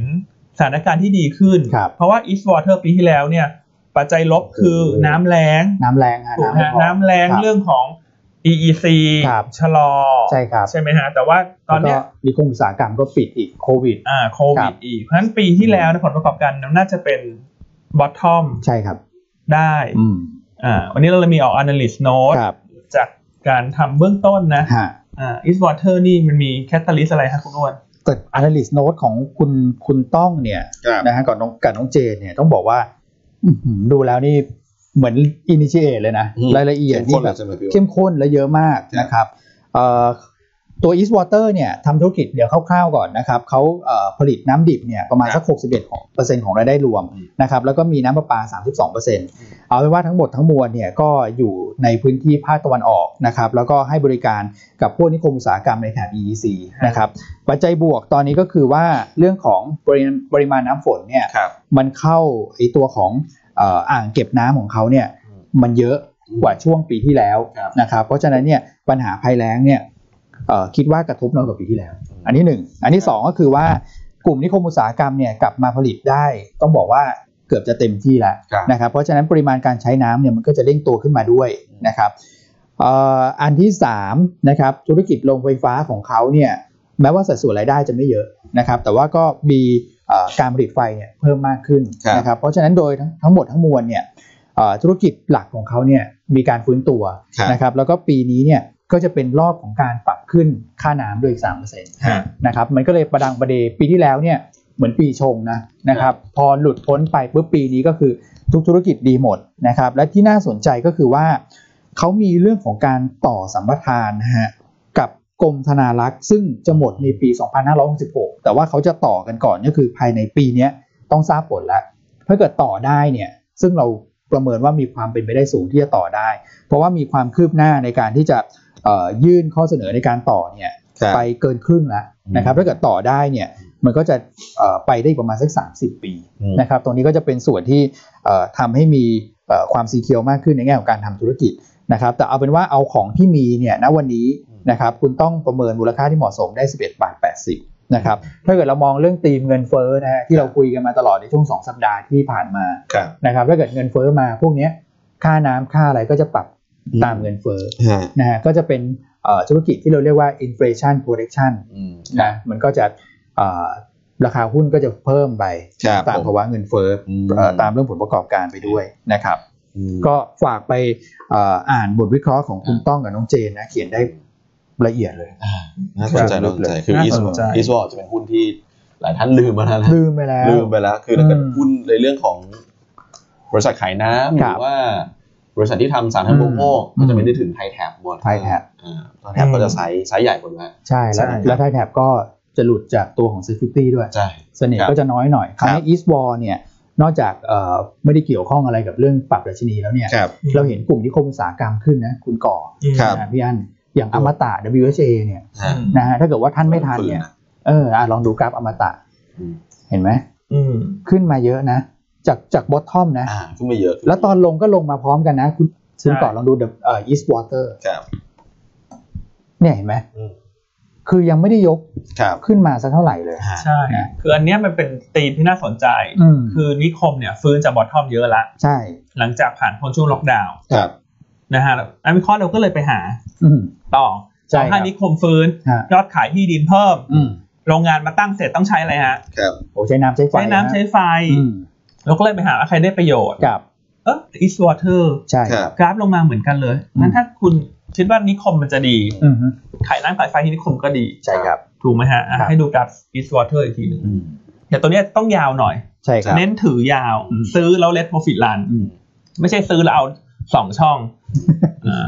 Speaker 2: สถานการณ์ที่ดีขึ้น
Speaker 3: ครับ
Speaker 2: เพราะว่า East Water ปีที่แล้วเนี่ย ปัจจัยลบคือน้ำแล้ง
Speaker 3: น้ำแรงฮะ
Speaker 2: ถูก
Speaker 3: น้ำไม่
Speaker 2: ฮะ
Speaker 3: พอ
Speaker 2: น้ำแล้ง
Speaker 3: ครับ
Speaker 2: เรื่องของ EEC
Speaker 3: ครับ
Speaker 2: ชะลอ
Speaker 3: ใช่ครับ
Speaker 2: ใช่ไหมฮะ แต่ว่าตอนเนี้ย
Speaker 3: แล้วก็นิคมอุตสาหกรรมก็ปิดอีกโควิด
Speaker 2: อ่าโค
Speaker 3: ค
Speaker 2: วิ
Speaker 3: รั
Speaker 2: ด
Speaker 3: บ
Speaker 2: อีก เพราะฉะนั้นปีที่แล้วนะผลประกอบการน่าจะเป็น bottom
Speaker 3: ใช่ครับ
Speaker 2: ได้
Speaker 3: อืม
Speaker 2: อ่าวันนี้เราเลยมีออก analyst note
Speaker 3: ครับ
Speaker 2: จากการทำเบื้องต้นนะ
Speaker 3: ฮะ
Speaker 2: อ่า East Water นี่มันมีแคตตาลิสอะไรฮะคุณอ้วน
Speaker 3: แต่ analyst note ของคุณคุณต้องเนี่ย
Speaker 1: ครับ
Speaker 3: นะฮะก่อนน้องกับน้องเจนเนี่ยต้องบอกว่าอื้อหือดูแล้วนี่เหมือน initiate เลยนะ รายละเอียดนี่แบบ
Speaker 1: เข้มข้นเลยใช่ไหมพี่
Speaker 3: เข้มข้นและเยอะมาก
Speaker 1: ครับ
Speaker 3: นะครับเอ่อตัว East Water เนี่ยทำธุรกิจเดี๋ยวคร่าวๆก่อนนะครับเขาเอ่อผลิตน้ำดิบเนี่ยประมาณสัก 61%ของเปอร์เซ็นต์ของรายได้รวมนะครับแล้วก็มีน้ำประปา 32%เอาเป็นว่าทั้งหมดทั้งมวลเนี่ยก็อยู่ในพื้นที่ภาคตะวันออกนะครับแล้วก็ให้บริการกับพวกนิคมอุตสาหกรรมในแถบ EEC นะครับปัจจัยบวกตอนนี้ก็คือว่าเรื่องของปริปริมาณน้ำฝนเนี่ย
Speaker 1: ครับ
Speaker 3: มันเข้าไอตัวของเอ่ออ่างเก็บน้ำของเขาเนี่ย
Speaker 1: อืม
Speaker 3: มันเยอะกว่าช่วงปีที่แล้ว
Speaker 1: ครับ
Speaker 3: นะครับเพราะฉะนั้นเนี่ยปัญหาภัยแล้งเนี่ยเอ่อคิดว่ากระทบน้อยกว่าปีที่แล้ว
Speaker 1: อืม
Speaker 3: อันที่หนึ่งอันที่สองก็คือว่ากลุ่มนิคมอุตสาหกรรมเนี่ยกลับมาผลิตได้ ต้องบอกว่าเกือบจะเต็มที่แล้ว
Speaker 1: ครับ
Speaker 3: นะครับเพราะฉะนั้นปริมาณการใช้น้ำเนี่ยมันก็จะเร่งตัวขึ้นมาด้วยนะครับเอ่ออันที่สามนะครับธุรกิจโรงไฟฟ้าของเขาเนี่ย แม้ว่าสัดส่วนรายได้จะไม่เยอะนะครับ แต่ว่าก็มีเอ่อการผลิตไฟเนี่ยเพิ่มมากขึ้น
Speaker 1: ครับ
Speaker 3: นะครับ เพราะฉะนั้นโดยทั้งทั้งหมดทั้งมวลเนี่ยเอ่อธุรกิจหลักของเขาเนี่ยมีการฟื้นตัว
Speaker 1: ครับ
Speaker 3: นะครับ แล้วก็ปีนี้เนี่ยก็จะเป็นรอบของการปรับขึ้นค่าน้ำด้วยอีกสามเปอร์เซ็นต์
Speaker 1: ฮะ
Speaker 3: นะครับ มันก็เลยประดังประเดปีที่แล้วเนี่ยเหมือนปีชงนะนะครับ พอหลุดพ้นไปปุ๊บปีนี้ก็คือทุกธุรกิจดีหมดนะครับ และที่น่าสนใจก็คือว่าเขามีเรื่องของการต่อสัมปทานนะฮะ กับกรมธนารักษ์ซึ่งจะหมดในปี 2566 แต่ว่าเขาจะต่อกันก่อนก็คือภายในปีเนี้ยต้องทราบผลแล้ว ถ้าเกิดต่อได้เนี่ยซึ่งเราประเมินว่ามีความเป็นไปได้สูงที่จะต่อได้ เพราะว่ามีความคืบหน้าในการที่จะเอ่อยื่นข้อเสนอในการต่อเนี่ย
Speaker 1: ครับ
Speaker 3: ไปเกินครึ่งแล้วนะครับถ้าเกิดต่อได้เนี่ยมันก็จะเอ่อไปได้อีกประมาณสัก 30 ปี
Speaker 1: อืม
Speaker 3: นะครับตรงนี้ก็จะเป็นส่วนที่เอ่อทำให้มีเอ่อความสีเขียวมากขึ้นในแง่ของการทำธุรกิจ นะครับแต่เอาเป็นว่าเอาของที่มีเนี่ยณวันนี้นะครับคุณต้องประเมินมูลค่าที่เหมาะสมได้ 11บาท80นะครับถ้าเกิดเรามองเรื่องธีมเงินเฟ้อนะฮะที่เราคุยกันมาตลอดในช่วง 2 สัปดาห์ที่ผ่านมา
Speaker 1: ครับ
Speaker 3: นะครับถ้าเกิดเงินเฟ้อมาพวกเนี้ยค่าน้ำค่าอะไรก็จะปรับตามเงินเฟ้อ
Speaker 1: ฮะ
Speaker 3: นะฮะก็จะเป็นเอ่อธุรกิจที่เราเรียกว่า inflation protection
Speaker 1: อืม
Speaker 3: นะมันก็จะเอ่อราคาหุ้นก็จะเพิ่มไป
Speaker 1: ครับ
Speaker 3: ตาม
Speaker 1: ผม
Speaker 3: ภาวะเงินเฟ้ออ
Speaker 1: ม
Speaker 3: เอ่อตามเรื่องผลประกอบการไปด้วยนะครับ
Speaker 1: อืม
Speaker 3: ก็ฝากไปเอ่ออ่านบทวิเคราะห์ของคุณต้องกับน้องเจนนะเขียนได้ละเอียดเลย
Speaker 1: อ่าน่าสนใจ
Speaker 3: ครับ
Speaker 1: น่าสนใจ คือ
Speaker 2: น่า
Speaker 1: อีส
Speaker 2: สน
Speaker 1: วอร์
Speaker 2: ใจ
Speaker 1: อีสวอร์จะเป็นหุ้นที่หลายท่านลืมมานานแล้ว
Speaker 3: ลืมไปแล้ว
Speaker 1: ลืมไปแล้ว คือถ้าเกิด
Speaker 3: อืม
Speaker 1: หุ้นในเรื่องของบริษัทขายน้ำห
Speaker 3: ครั
Speaker 1: รื
Speaker 3: บ
Speaker 1: อว่า บริษัทที่ทำสารทางโลกโมก
Speaker 3: อืม
Speaker 1: ก็จะไม่ได้ถึงไทยแท็บหมด
Speaker 3: ไทยแท็บ
Speaker 1: อ่าไทยแท็บก็จะไซส์ไซส์ใหญ่กว่าด้วย
Speaker 3: ใช่แล้ว
Speaker 1: ใช่
Speaker 3: แล้วไทยแท็บก็จะหลุดจากตัวของซีฟิตี้ด้วย
Speaker 1: ใช่
Speaker 3: เสน่ห์
Speaker 1: ครับ
Speaker 3: ก็จะน้อยหน่อยค
Speaker 1: ค
Speaker 3: รา
Speaker 1: รับ
Speaker 3: วนี้อีสบอลเนี่ยนอกจากเอ่อไม่ได้เกี่ยวข้องอะไรกับเรื่องปรับดัชนีแล้วเนี่ย
Speaker 1: ครับ
Speaker 3: เราเห็นกลุ่มที่คมอุตสาหกรรมขึ้นนะคุณก่อ
Speaker 1: ครับ
Speaker 3: นะพี่อันอย่างอมตะ WHA เนี่ย
Speaker 1: ฮะ
Speaker 3: นะฮะถ้าเกิดว่าท่านไม่ทันเนี่ยเอออ่ะลองดูกราฟอมตะ
Speaker 1: อืม
Speaker 3: เห็นไหม
Speaker 2: อืม
Speaker 3: ขึ้นมาเยอะนะ จากจากบอททอมนะ
Speaker 1: อ่าขึ้นมาเยอะ
Speaker 3: แล้วตอนลงก็ลงมาพร้อมกันนะ คุณคุณต่อลองดู The เอ่อ East Water
Speaker 1: ครับ
Speaker 3: เนี่ยเห็นไหม
Speaker 1: อืม
Speaker 3: คือยังไม่ได้ยก
Speaker 1: ครับ
Speaker 3: ขึ้นมาสักเท่าไหร่เลย
Speaker 1: อ่า
Speaker 2: ใช่ คืออันเนี้ยมันเป็นธีมที่น่าสนใจ
Speaker 3: อืม
Speaker 2: คือนิคมเนี่ยฟื้นจากบอททอมเยอะละ
Speaker 3: ใช่
Speaker 2: หลังจากผ่านพ้นช่วงล็อกดาวน์
Speaker 1: ครับ
Speaker 2: นะฮะแล้วนักวิเคราะห์เราก็เลยไปหา
Speaker 3: อืม
Speaker 2: ต่อ
Speaker 3: ใช่ค
Speaker 2: ถ้า
Speaker 3: รับ
Speaker 2: นิคมฟื้น
Speaker 3: ฮะ
Speaker 2: ยอดขายที่ดินเพิ่ม
Speaker 3: อืม
Speaker 2: โรงงานมาตั้งเสร็จต้องใช้อะไรฮะ
Speaker 1: ครับ
Speaker 3: โอ้ใช้น้ำใช้ไฟ
Speaker 2: ใช้น้ำใช้ไฟ
Speaker 3: อืม
Speaker 2: เราก็เลยไปหาว่าใครได้ประโยชน์
Speaker 3: กับ
Speaker 2: เออ East Water
Speaker 3: ใช่
Speaker 1: ครับ
Speaker 2: กราฟลงมาเหมือนกันเลย
Speaker 3: อืม
Speaker 2: งั้นถ้าคุณคิดว่านิคมมันจะดี
Speaker 3: อืมฮึ
Speaker 2: ขายน้ำขายไฟที่นิคมก็ดี
Speaker 3: ใช่ครับ
Speaker 2: ถูกไหมฮะอ่ะ
Speaker 3: ครับ
Speaker 2: ให้ดูกราฟ East Water อีกทีหนึ่ง
Speaker 3: อืม
Speaker 2: แต่ตัวเนี้ยต้องยาวหน่อย
Speaker 3: ใช่ครับ
Speaker 2: เน้นถือยาว
Speaker 3: อืม
Speaker 2: ซื้อแล้วเลทโปรฟิตลัน
Speaker 3: อืม
Speaker 2: ไม่ใช่ซื้อแล้วเอาสอง ช่องอ่า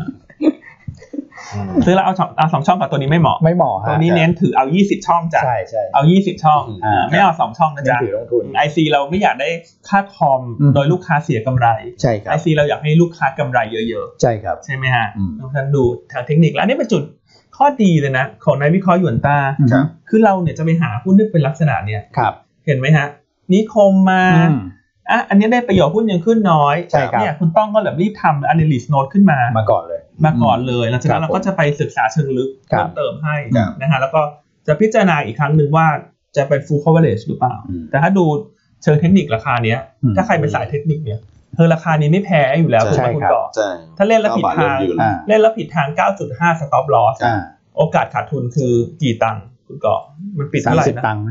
Speaker 1: อืม
Speaker 2: ซื้อแล้วเอาช่องเอาสองช่องกับตัวนี้ไม่เหมาะ
Speaker 3: ไม่เหมาะฮะ
Speaker 2: ตัวนี้เน้นถือเอายี่สิบช่องจ้ะ
Speaker 3: ใช่ใช่
Speaker 2: เอายี่สิบช่อง
Speaker 3: อ่า
Speaker 2: ไม่เอาสองช่องนะ
Speaker 3: เน้น
Speaker 2: จ๊ะ
Speaker 3: ถือลงทุน
Speaker 2: ไอซีเราไม่อยากได้ค่าคอม
Speaker 3: อืม
Speaker 2: โดยลูกค้าเสียกำไร
Speaker 3: ใช่ครั
Speaker 2: ไอบ ซีเราอยากให้ลูกค้ากำไรเยอะ
Speaker 3: ใช่ครับ
Speaker 2: ๆ ใช่ไหมฮะ
Speaker 3: อืม
Speaker 2: ต้องท่านดูทางเทคนิคแล้วอันนี่เป็นจุดข้อดีเลยนะ ของนักวิเคราะห์หยวนตา
Speaker 1: ครับ
Speaker 2: คือเราเนี่ยจะไปหาหุ้นที่เป็นลักษณะเนี่ย
Speaker 3: ครับ
Speaker 2: เห็นไหมฮะ นิคมมา
Speaker 3: อืม
Speaker 2: อ่ะ อันนี้ได้ประโยชน์หุ้นยังขึ้นน้อย
Speaker 3: ใช่ครับ
Speaker 2: เนี่ยคุณต้องก็แบบรีบทำ analyst note ขึ้นมา
Speaker 3: มาก่อนเลย
Speaker 2: มาก่อนเลยหลังจากนั้น
Speaker 3: ครับ
Speaker 2: เราก็จะไปศึกษาเชิงลึก
Speaker 3: ครั
Speaker 2: เพิ่
Speaker 3: บ
Speaker 2: มเติมให้
Speaker 1: ครับ
Speaker 2: นะฮะ แล้วก็จะพิจารณาอีกครั้งหนึ่งว่าจะเป็น full coverage หรือเปล่า
Speaker 3: อืม
Speaker 2: แต่ถ้าดูเชิงเทคนิคราคาเนี้ย
Speaker 3: อืม
Speaker 2: ถ้าใครเป็นสายเทคนิคเนี่ยเธอราคานี้ไม่แพ้อยู่แล้ว
Speaker 1: ใช่
Speaker 2: ถูกไหมคุณ
Speaker 3: ครับ
Speaker 2: ต่อ
Speaker 1: ใช่
Speaker 2: ถ้าเล่นแล้วผิด
Speaker 1: ก้บท
Speaker 2: ทาง
Speaker 1: เริ่มอยู่
Speaker 3: อ่า
Speaker 1: แล้ว
Speaker 2: เล่นแล้วผิดทาง 9.5 stop loss
Speaker 1: ครับ
Speaker 3: อ่า
Speaker 2: โอกาสขาดทุนคือกี่ตังค์คุณก่อมันปิด
Speaker 3: สา
Speaker 2: เท่าม ไหร่
Speaker 3: สิบ
Speaker 2: นะ
Speaker 3: ตังค์ไหม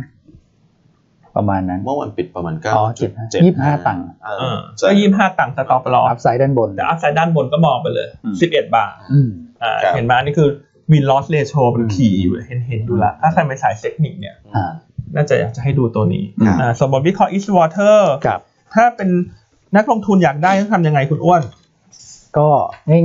Speaker 3: ประมาณนั้น
Speaker 1: เมื่อวันปิดประมาณ9.75
Speaker 3: อ๋อเจ็ดยี่สิบห้าตังค์
Speaker 1: เอ
Speaker 2: เอ
Speaker 1: อ
Speaker 2: อ
Speaker 1: ใช่
Speaker 2: ก็ยี่ห้าตังค์สต็อปลอ
Speaker 3: อั
Speaker 2: ส
Speaker 3: พไซด์ด้านบน
Speaker 2: แต่อัพไซด์ด้านบนก็มองไปเลย
Speaker 3: อืม
Speaker 2: 11 บาท
Speaker 3: อืม
Speaker 2: อ่า
Speaker 1: ครับ
Speaker 2: เห็นไหมอันนี่คือ win loss ratio มัน
Speaker 3: อืม
Speaker 2: ขี่อยู่เห็นเห็นดูละ ถ้าใครเป็นสายเทคนิคเนี่ย
Speaker 3: อ่า
Speaker 2: น่าจะอยากจะให้ดูตัวนี้
Speaker 3: ครับ
Speaker 2: อ่าสมบทวิเคราะห์ East Water
Speaker 3: ครับ
Speaker 2: ถ้าเป็นนักลงทุนอยากได้ต้องทำยังไงคุณอ้วน
Speaker 3: ก็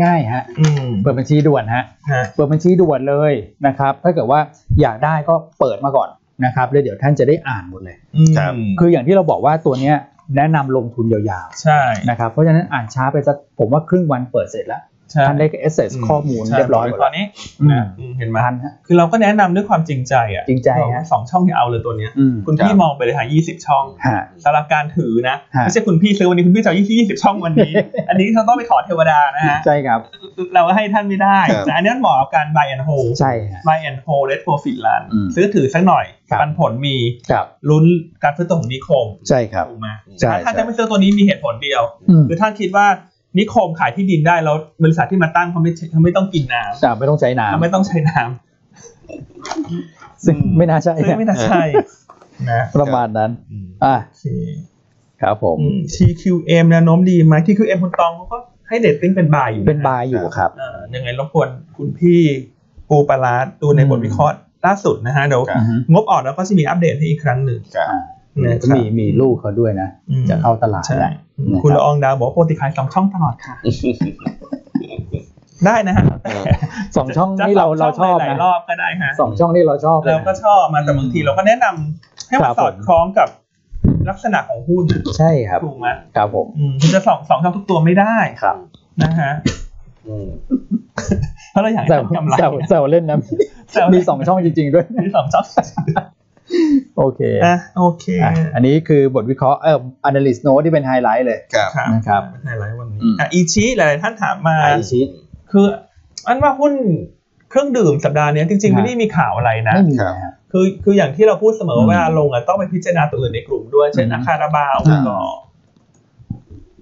Speaker 3: ง่ายๆฮะ
Speaker 2: อืม
Speaker 3: เปิดบัญชีด่วนฮะ
Speaker 2: ฮะ
Speaker 3: เปิดบัญชีด่วนเลยนะครับ ถ้าเกิดว่าอยากได้ก็เปิดมาก่อนนะครับแล้วเดี๋ยวท่านจะได้อ่านหมดเลย
Speaker 2: อืม
Speaker 1: ครับ
Speaker 3: คืออย่างที่เราบอกว่าตัวเนี้ยแนะนำลงทุนยาว
Speaker 2: ใช่
Speaker 3: ๆนะครับเพราะฉะนั้นอ่านช้าไปสักผมว่าครึ่งวันเปิดเสร็จแล้ว
Speaker 2: ใช่
Speaker 3: ท่านได้ access ข้อมูล
Speaker 2: ใช่
Speaker 3: เรียบร้อยหมด
Speaker 2: ต
Speaker 3: แล้
Speaker 2: อ
Speaker 3: วน
Speaker 2: นี้
Speaker 3: อืม
Speaker 2: นะอืมเห็นไหม
Speaker 3: ทันฮะ
Speaker 2: คือเราก็แนะนำด้วยความจริงใจอ่ะ
Speaker 3: จริงใจ
Speaker 2: บอกว่า
Speaker 3: ฮะ
Speaker 2: สองช่องที่เอาเลยตัวเนี้ย
Speaker 3: อืม
Speaker 2: คุณพี่มองไปเลยค่ะ20 ช่อง
Speaker 3: ฮะ
Speaker 2: สำหรับการถือนะ
Speaker 3: ฮะ
Speaker 2: ไม่ใช่คุณพี่ซื้อวันนี้คุณพี่จะยี่สิบช่องวันนี้ อันนี้เขาต้องไปขอเทวดานะฮะ
Speaker 3: ใช่ครับ
Speaker 2: เราให้ท่านไม่ได้
Speaker 1: ครับ
Speaker 2: แต่อันนี้มันเหมาะกับการ buy and hold
Speaker 3: ใช่ฮะ
Speaker 2: buy and hold red profit run
Speaker 3: อืม
Speaker 2: ซื้อถือสักหน่อย
Speaker 3: ครับ
Speaker 2: ปันผลมี
Speaker 3: ครับ
Speaker 2: ลุ้นการฟื้นตัวของนิคม
Speaker 3: ใช่ครับ
Speaker 2: ถูกไหม
Speaker 3: ใช่
Speaker 2: ถ้าท่าน
Speaker 3: ใช่
Speaker 2: จะไม่ซื้อตัวนี้มีเหตุผลเดียว
Speaker 3: อืม
Speaker 2: คือท่านคิดว่านิคมขายที่ดินได้แล้วบริษัทที่มาตั้งเขาไม่เขาไม่ต้องกินน้ำ
Speaker 3: แต่ไม่ต้องใช้
Speaker 2: เขา
Speaker 3: น้ำ
Speaker 2: ไม่ต้องใช้น้
Speaker 3: ซึ่งไม่น่าใช่
Speaker 2: ำซึ่งไม่น่าใช่นะ
Speaker 3: ประมาณนั้นอ่ะ
Speaker 2: โอเค
Speaker 3: ครับผม
Speaker 2: อืม TQM แนวโน้มดีไหม TQM คุณตองเขาก็ให้เดตติ้งเป็นบายอยู่ะ
Speaker 3: เป็นบายอยู่ครับ
Speaker 2: เอ่อยังไงรบกวนคุณพี่ปูปลาร้าดูในบทวิเคราะห์ล่าสุดนะฮะ เดี๋ยว
Speaker 1: ครับ
Speaker 3: อือฮึ
Speaker 2: งบออกแล้วก็จะมีอัปเดตให้อีกครั้งหนึ่ง
Speaker 1: ครับ
Speaker 3: อ่า
Speaker 2: นะครับ
Speaker 3: มีมีลูกเขาด้วยนะ
Speaker 2: อืม
Speaker 3: จะเข้าตลาด
Speaker 2: ใช่
Speaker 3: แล้ว นะครับ
Speaker 2: คุณละอองดาวบอกว่าปกติขายสองช่องตลอด ค่ะ ได้นะฮะ
Speaker 3: สองช่อง
Speaker 2: จะ
Speaker 3: นี่เรา
Speaker 2: จะ
Speaker 3: เราชอบ
Speaker 2: หลาย
Speaker 3: นะ
Speaker 2: ๆรอบก็ได้ฮะ
Speaker 3: สองช่องนี่เราชอบนะ
Speaker 2: เราก็ชอบมาแต่บางทีเราก็แนะนำให้
Speaker 3: ครั
Speaker 2: มัน
Speaker 3: บ
Speaker 2: สอด
Speaker 3: ผม
Speaker 2: คล้องกับลักษณะของหุ้นน่ะ
Speaker 3: ใช่ครับ
Speaker 2: ถูกไหม
Speaker 3: ครับผม
Speaker 2: อืมคุณจะสองสองช่องทุกตัวไม่ได้
Speaker 3: ครับ
Speaker 2: นะฮะ
Speaker 1: อืม
Speaker 2: เพราะเราอยากให้
Speaker 3: แต่
Speaker 2: ท่านกำไร
Speaker 3: แต่แต่เล่นนะ
Speaker 2: แซว
Speaker 3: มีสองช่องจริง ๆ ด้วย
Speaker 2: มีสองช่อง
Speaker 3: โอเค
Speaker 2: อ่ะโอเค
Speaker 3: อ่ะอันนี้คือบทวิเคราะห์เอ่อ analyst note ที่เป็นไฮไลท์เลย
Speaker 1: ครับ
Speaker 2: ครับ
Speaker 3: นะครับ
Speaker 2: ไฮไลท์วันนี้
Speaker 3: อืม
Speaker 2: อ่ะอีชิหลายๆท่านถามมา
Speaker 3: ไอชี
Speaker 2: คือ อันว่าหุ้นเครื่องดื่มสัปดาห์เนี้ยจริงๆ ไม่ได้มีข่าวอะไรนะ
Speaker 3: ไม่มี
Speaker 1: ครับ
Speaker 3: นะฮะ
Speaker 2: คือคืออย่างที่เราพูดเสมอ
Speaker 3: อื
Speaker 2: ว่าม เวลาลงอ่ะต้องไปพิจารณาตัวอื่นในกลุ่มด้วย เช่น
Speaker 3: อืม
Speaker 2: อาคาราบาว
Speaker 3: อ่า
Speaker 2: ก็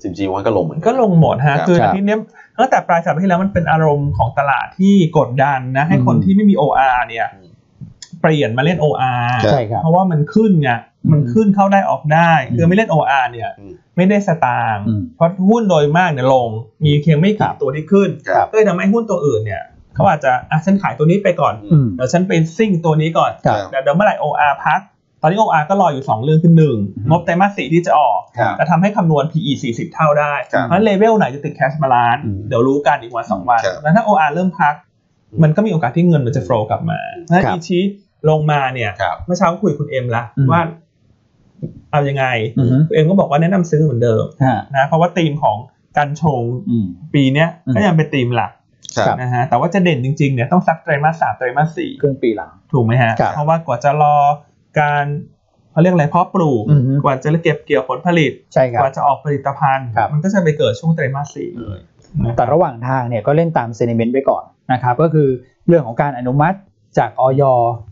Speaker 1: สิบจีวันก็ลงเหมือนน
Speaker 2: ก็ลงหมดฮะ
Speaker 1: ครับ
Speaker 2: คือ
Speaker 3: ครับ
Speaker 2: ทีเนี้ยตั้งแต่ปลายสัปดาห์ที่แล้วมันเป็นอารมณ์ของตลาดที่กดดันนะ ให้คน
Speaker 3: อืม
Speaker 2: ที่ไม่มี OR เนี่ย เปลี่ยนมาเล่น OR
Speaker 1: ครับ
Speaker 3: ใช่ครับ
Speaker 2: เพราะว่ามันขึ้นไง มันขึ้นเข้าได้ออกได้
Speaker 3: อืม
Speaker 2: คือไม่เล่น OR เนี่ย
Speaker 1: อืม
Speaker 2: ไม่ได้สตางค์
Speaker 3: อืม
Speaker 2: เพราะหุ้นโดยมากเนี่ยลง มีเพียงไม่
Speaker 3: ครั
Speaker 2: กี่
Speaker 3: บ
Speaker 2: ตัวที่ขึ้น
Speaker 1: ครับ
Speaker 2: ก็เลยทำให้หุ้นตัวอื่นเนี่ย เขาอาจจะอ่ะฉันขายตัวนี้ไปก่อน
Speaker 3: อืม
Speaker 2: เดี๋ยวฉันไปซิ่งตัวนี้ก่อน
Speaker 3: ครับ
Speaker 2: เดี๋ยวเดี๋ยวเมื่อไหร่ OR พัก ตอนนี้ OR ก็รออยู่ 2 เรื่องคือหนึ่ง
Speaker 3: อืม
Speaker 2: งบไตรมาสสี่ที่จะออก
Speaker 1: ครับ
Speaker 2: จะทำให้คำนวณ PE 40 เท่าได้ เพ
Speaker 1: ครับ
Speaker 2: ราะฉะนั้นเลเวลไหนจะติด cash balance
Speaker 3: อืม
Speaker 2: เดี๋ยวรู้กันอีกวันสองวัน
Speaker 1: ครับ
Speaker 2: แล้วถ้า OR เริ่มพัก
Speaker 1: อืม
Speaker 2: มันก็มีโอกาสที่เงินมันจะ flow กลับมาเพราะฉะนั้นอีชีลงมาเนี่ย
Speaker 1: ครับ
Speaker 2: เมื่อเช้าก็คุยกับคุณเอ็มละ
Speaker 3: อืม
Speaker 2: ว่าเอายังไง
Speaker 3: อือฮึ
Speaker 2: คุณเอ็มก็บอกว่าแนะนำซื้อเหมือนเดิม
Speaker 3: ฮะ
Speaker 2: นะเพราะว่าธีมของการชง
Speaker 3: อืม
Speaker 2: ปีเนี้ย
Speaker 3: อืม
Speaker 2: ก็ยังเป็นธีมหลัก
Speaker 1: ครับ
Speaker 3: ครับ
Speaker 2: นะฮะแต่ว่าจะเด่นจริงๆเนี่ยต้องสักไตรมาสสามไตรมาสสี่
Speaker 3: ครึ่งปีหลัง
Speaker 2: ถูกไหมฮะ
Speaker 3: ครับ
Speaker 2: เพราะว่ากว่าจะรอการ เขาเรียกอะไรเพาะปลูก
Speaker 3: อือฮึ
Speaker 2: กว่าจะเก็บเกี่ยวผลผลิต
Speaker 3: ใช่ครั
Speaker 2: ก
Speaker 3: บ
Speaker 2: ว่าจะออกผลิตภัณฑ์
Speaker 3: ครับ
Speaker 2: มันก็จะไปเกิดช่วงไตรมาสสี่เลยนะ
Speaker 3: แต่ระหว่างทางเนี่ยก็เล่นตามเซนิเมนต์ไปก่อนนะครับก็คือเรื่องของการอนุมัติจากออย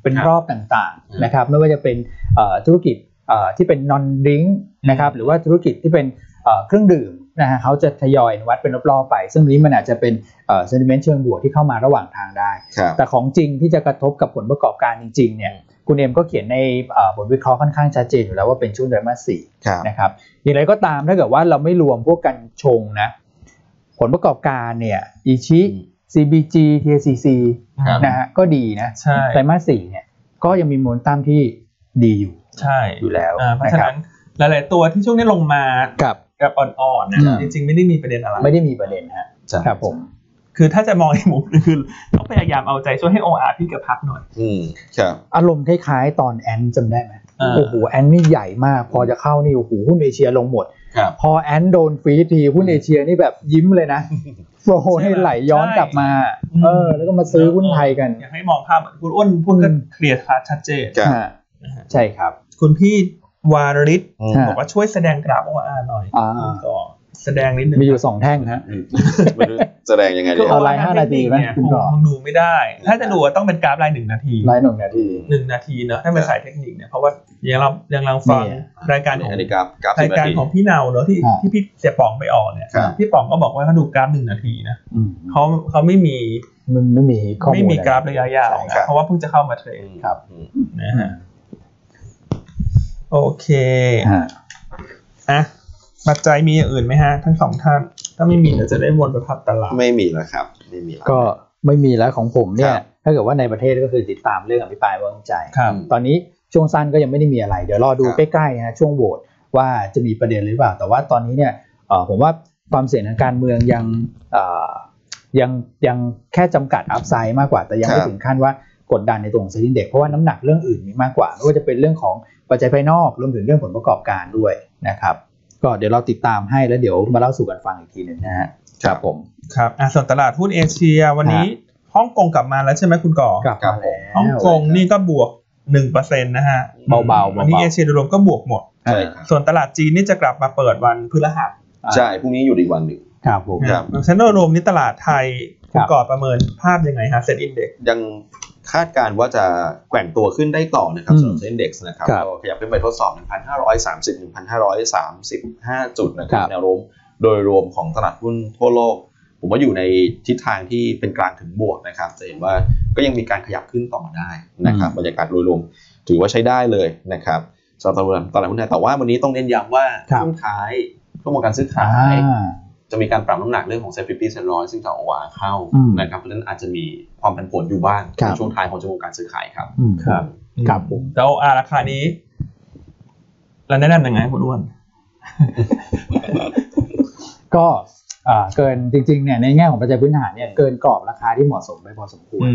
Speaker 3: เป็นรอบต่าง
Speaker 1: ครับ
Speaker 3: ๆนะครับไม่ว่าจะเป็นเอ่อธุรกิจเอ่อที่เป็น non drink นะครับหรือว่าธุรกิจที่เป็นเอ่อเครื่องดื่มนะฮะเขาจะทยอยอนุมัติเป็นรอบๆไป ซึ่งนี้มันอาจจะเป็นเซนิเมนต์เชิงบวกที่เข้ามาระหว่างทางได้
Speaker 1: ครับ
Speaker 3: แต่ของจริงที่จะกระทบกับผลประกอบการจริงๆเนี่ยคุณเอ็มก็เขียนในเอ่อบทวิเคราะห์ค่อนข้างชัดเจนอยู่แล้วว่าเป็นช่วงไตรมาสสี่
Speaker 1: ครับ
Speaker 3: นะครับอย่างไรก็ตามถ้าเกิดว่าเราไม่รวมพวกกันชงนะผลประกอบการเนี่ยอิชิ
Speaker 1: อืม
Speaker 3: CBG TCC
Speaker 1: ครับ
Speaker 3: นะฮะก็ดีนะ
Speaker 2: ใช่
Speaker 3: ไตรมาสสี่เนี่ยก็ยังมีโมเมนตัมที่ดีอยู่
Speaker 2: ใช่
Speaker 3: อยู่แล้ว
Speaker 2: อ่าเพราะ
Speaker 3: นะ
Speaker 2: ฉะ
Speaker 3: ครับ
Speaker 2: นั้นหลาย ๆ ตัวที่ช่วงนี้ลงมา
Speaker 3: กับ
Speaker 2: แบบอ่อนๆนะ
Speaker 3: อืม
Speaker 2: จริง ๆ ไม่ได้มีประเด็นอะไร
Speaker 3: ไม่ได้มีประเด็นฮะ
Speaker 1: ใช่
Speaker 3: ครับผม
Speaker 2: คือถ้าจะมองในมุมนึงคือต้องพยายามเอาใจช่วยให้ OR พี่กับพักหน่อย
Speaker 1: อืมครับ
Speaker 3: อารมณ์คล้าย ๆ ตอนแอนจำได้ไหม
Speaker 2: อ่า
Speaker 3: โอ้โหแอนนี่ใหญ่มาก พอจะเข้านี่โอ้โหหุ้นเอเชียลงหมด
Speaker 1: ครับ
Speaker 3: พอแอนโดนฟรีดทีหุ้นเอเชียนี่แบบยิ้มเลยนะโอ้โหให้ไหลย้อนกลับมาเออแล้วก็มาซื้อหุ้นไทยกัน
Speaker 2: อยากให้มองภาพเหมือนคุณอ้นพูดก็
Speaker 3: อืม
Speaker 2: เคลียร์ชัดเจน
Speaker 1: ครับ
Speaker 3: ฮะใช่ครับ
Speaker 2: คุณพี่วาริศ
Speaker 1: อืม
Speaker 3: ฮะ
Speaker 2: บอกว่าช่วยแสดงกราฟ OR หน่อย
Speaker 3: อ่า
Speaker 2: ก็แสดงนิดนึง
Speaker 3: มีอยู่สองแท่งฮะ
Speaker 1: ไม่รู้แสดงยังไง
Speaker 2: คื
Speaker 1: ดี
Speaker 3: เา อ
Speaker 2: โ OR
Speaker 3: ไลน์ห้านาทีไหม
Speaker 2: เย
Speaker 3: คุณ
Speaker 2: คง
Speaker 3: ก่อ
Speaker 2: คงดูไม่ได้ ถ้าจะดูอะต้องเป็นกราฟรายหนึ่งนาที
Speaker 3: รายหนึ่งนาที
Speaker 2: หนึ่งนาทีเนอะถ้าเป็นสายเทคนิคเนี่ยเพราะว่ายังเรายังลังฟัง
Speaker 3: เนี่ย
Speaker 2: รายการของ
Speaker 1: อันนี้กราฟกราฟ
Speaker 2: รายการ
Speaker 1: สิบนที
Speaker 2: ของพี่เนาเนอะที่
Speaker 3: อ่า
Speaker 2: ที่พี่เสียป๋องไปออกเนี่ย
Speaker 1: ครับ
Speaker 2: พี่ป๋องก็บอกว่าเขาดูกราฟหนึ่งนาทีนะ
Speaker 3: อืม
Speaker 2: เขาเขาไม่มี
Speaker 3: มันไม่มีข้อมูล
Speaker 2: ไม่มี
Speaker 3: อะ
Speaker 2: กราฟระยะยาว
Speaker 3: ใช่ครั
Speaker 2: นะ
Speaker 3: บ
Speaker 2: เพราะว่าเพิ่งจะเข้ามาเทรน
Speaker 3: ครับ
Speaker 1: อืม
Speaker 2: นะฮะโอเค
Speaker 3: ฮะ
Speaker 2: อ่ะปัจจัยมีอย่างอื่นไหมฮะ ทั้งสองท่าน ถ้าไม่มีเราจะได้วนไปภาพตลาด
Speaker 1: ไม่มีแล้วครับ ไม่มีแล้ว
Speaker 3: ก็ไม่มีแล้วของผมเนี่
Speaker 1: ค
Speaker 3: ย
Speaker 1: รับ
Speaker 3: ถ้าเกิดว่าในประเทศก็คือติดตามเรื่องอภิปรายไม่ไว้วางใจ
Speaker 2: ครับ
Speaker 3: ตอนนี้ช่วงสั้นก็ยังไม่ได้มีอะไร เดี๋ยวรอดู
Speaker 1: ครับ
Speaker 3: ใกล้ๆนะช่วงโหวตว่าจะมีประเด็นหรือเปล่า แต่ว่าตอนนี้เนี่ยเอ่อผมว่าความเสี่ยงทางการเมืองยังเอ่อยังยังแค่จำกัดอัพไซด์มากกว่า แต่ยังไม่ถึงขั้นว่ากดดันในตรงเซ็นดิ้งเด็กเพราะว่าน้ำหนักเรื่องอื่นมีมากกว่าไม่ว่าจะเป็นเรื่องของปัจจัยภายนอกรวมถึงเรื่องผลประกอบการด้วยนะครับ ก็เดี๋ยวเราติดตามให้แล้วเดี๋ยวมาเล่าสู่กันฟังอีกทีหนึ่งนะฮะครับผม
Speaker 2: ครับอ่ะส่วนตลาดหุ้นเอเชียวันนี้ฮ่องกงกลับมาแล้วใช่ไหมคุณก่อก
Speaker 3: ลับมาแล
Speaker 2: ฮ่องก้ ง
Speaker 3: ว
Speaker 2: นี่ก็บวกหนึ่งเปอร์เซ็นต์นะฮะ
Speaker 3: เบาๆเบาๆ
Speaker 2: วันนี้เอเชียโดยรวมก็บวกหมด
Speaker 1: ใช่ครับ
Speaker 2: ส่วนตลาดจีนนี่จะกลับมาเปิดวันพฤหัส
Speaker 1: ใช่พรุ่งนี้อยู่อีกวันหนึ่ง
Speaker 3: ครับผม
Speaker 1: ครับ
Speaker 2: ดังนั้นโดยรวมนี่ตลาดไทยคุณ
Speaker 3: ครับ
Speaker 2: ก่อประเมินภาพยังไงฮะเซ็นอินเด็ก
Speaker 1: ยังคาดการณ์ว่าจะแกว่งตัวขึ้นได้ต่อนะครับ
Speaker 3: อืม
Speaker 1: สำหรับเซ็นเด็กซ์นะครับ
Speaker 3: ครับ
Speaker 1: ก็ขยับขึ้นไปทดสอบ 1,530 1,535 จุดนะครับ
Speaker 3: ครับ
Speaker 1: แนวโน้มโดยรวมของตลาดหุ้นทั่วโลก ผมว่าอยู่ในทิศทางที่เป็นกลางถึงบวกนะครับ จะเห็นว่าก็ยังมีการขยับขึ้นต่อได้นะครับ
Speaker 3: อืม
Speaker 1: บรรยากาศโดยรวมถือว่าใช้ได้เลยนะครับสำหรับตลาดหุ้นไทยแต่ว่าวันนี้ต้องเน้นย้ำว่าช่วงท้ายช่วงของการซื้อ
Speaker 3: อ่
Speaker 1: ขาย
Speaker 3: า
Speaker 1: จะมีการปรับน้ำหนักเรื่องของ safety เซนร้อยซึ่งจะเอาวาเข้า
Speaker 3: อืม
Speaker 1: นะครับเพราะฉะนั้นอาจจะมีความผันผวนอยู่บ้าง
Speaker 3: ครับ
Speaker 1: ในช่วงท้ายของชั่วโมงการซื้อขายครับ
Speaker 3: อืม
Speaker 2: ครับ
Speaker 3: ครับผม
Speaker 2: แล้วอาราคานี้ เราแนะนำยังไงให้คุณอ้วน
Speaker 3: ก็เอ่อเกินจริงๆเนี่ยในแง่ของปัจจัยพื้นฐานเนี่ยเกินกรอบราคาที่เหมาะสมไปพอสมควร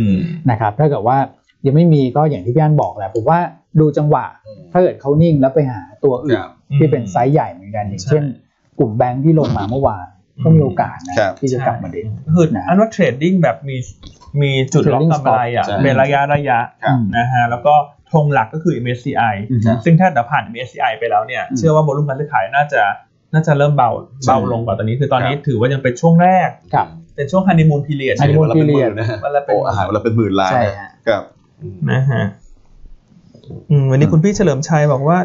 Speaker 3: นะครับถ้าเกิดว่ายังไม่มีก็อย่างที่พี่อันบอกแหละผมว่าดูจังหวะ ถ้าเกิดเขานิ่งแล้วไปหาตัวอื่น
Speaker 1: ครับ
Speaker 3: ที่เป็นไซส์ใหญ่เหมือนกันอย่าง
Speaker 2: ใช่
Speaker 3: เช่น กลุ่มแบงค์ที่ลงมาเมื่อวานก็มีโอกาสนะครับ ที่จะกลับมาเด่น
Speaker 2: ก็คือ
Speaker 3: นะ
Speaker 2: อันว่าเทรดดิ้งแบบมีมีจุดล็อก
Speaker 3: Trading
Speaker 2: กำไรอ่ะ
Speaker 1: stop ใช่
Speaker 2: เป็นระยะระยะ
Speaker 1: ครับ
Speaker 2: นะฮะแล้วก็ธงหลักก็คือ MSCI
Speaker 3: อืม
Speaker 2: ซึ่งถ้าเดี๋ยวผ่าน MSCI ไปแล้วเนี่ย
Speaker 3: อืม
Speaker 2: เชื่อว่าโวลุ่มการซื้อขายน่าจะน่าจะเริ่มเบา
Speaker 3: ใช่
Speaker 2: เบาลงกว่าตอนนี้ คือตอนนี้ถือว่ายังเป็นช่วงแรก
Speaker 3: ครับ
Speaker 2: เป็นช่วงฮันนีมูนพีเรียด
Speaker 3: ใช่ honeymoon
Speaker 1: วันละเป็นหมื่
Speaker 3: period
Speaker 1: นนะฮะ
Speaker 2: วันละเป็น
Speaker 1: โอ้อาหารวันละเป็นหมื่นล้าน
Speaker 3: ใช่
Speaker 1: นะ
Speaker 3: ฮะ
Speaker 1: ครับ
Speaker 2: นะฮะอืมวันนี้
Speaker 3: อืม
Speaker 2: คุณพี่เฉลิมชัยบอกว่า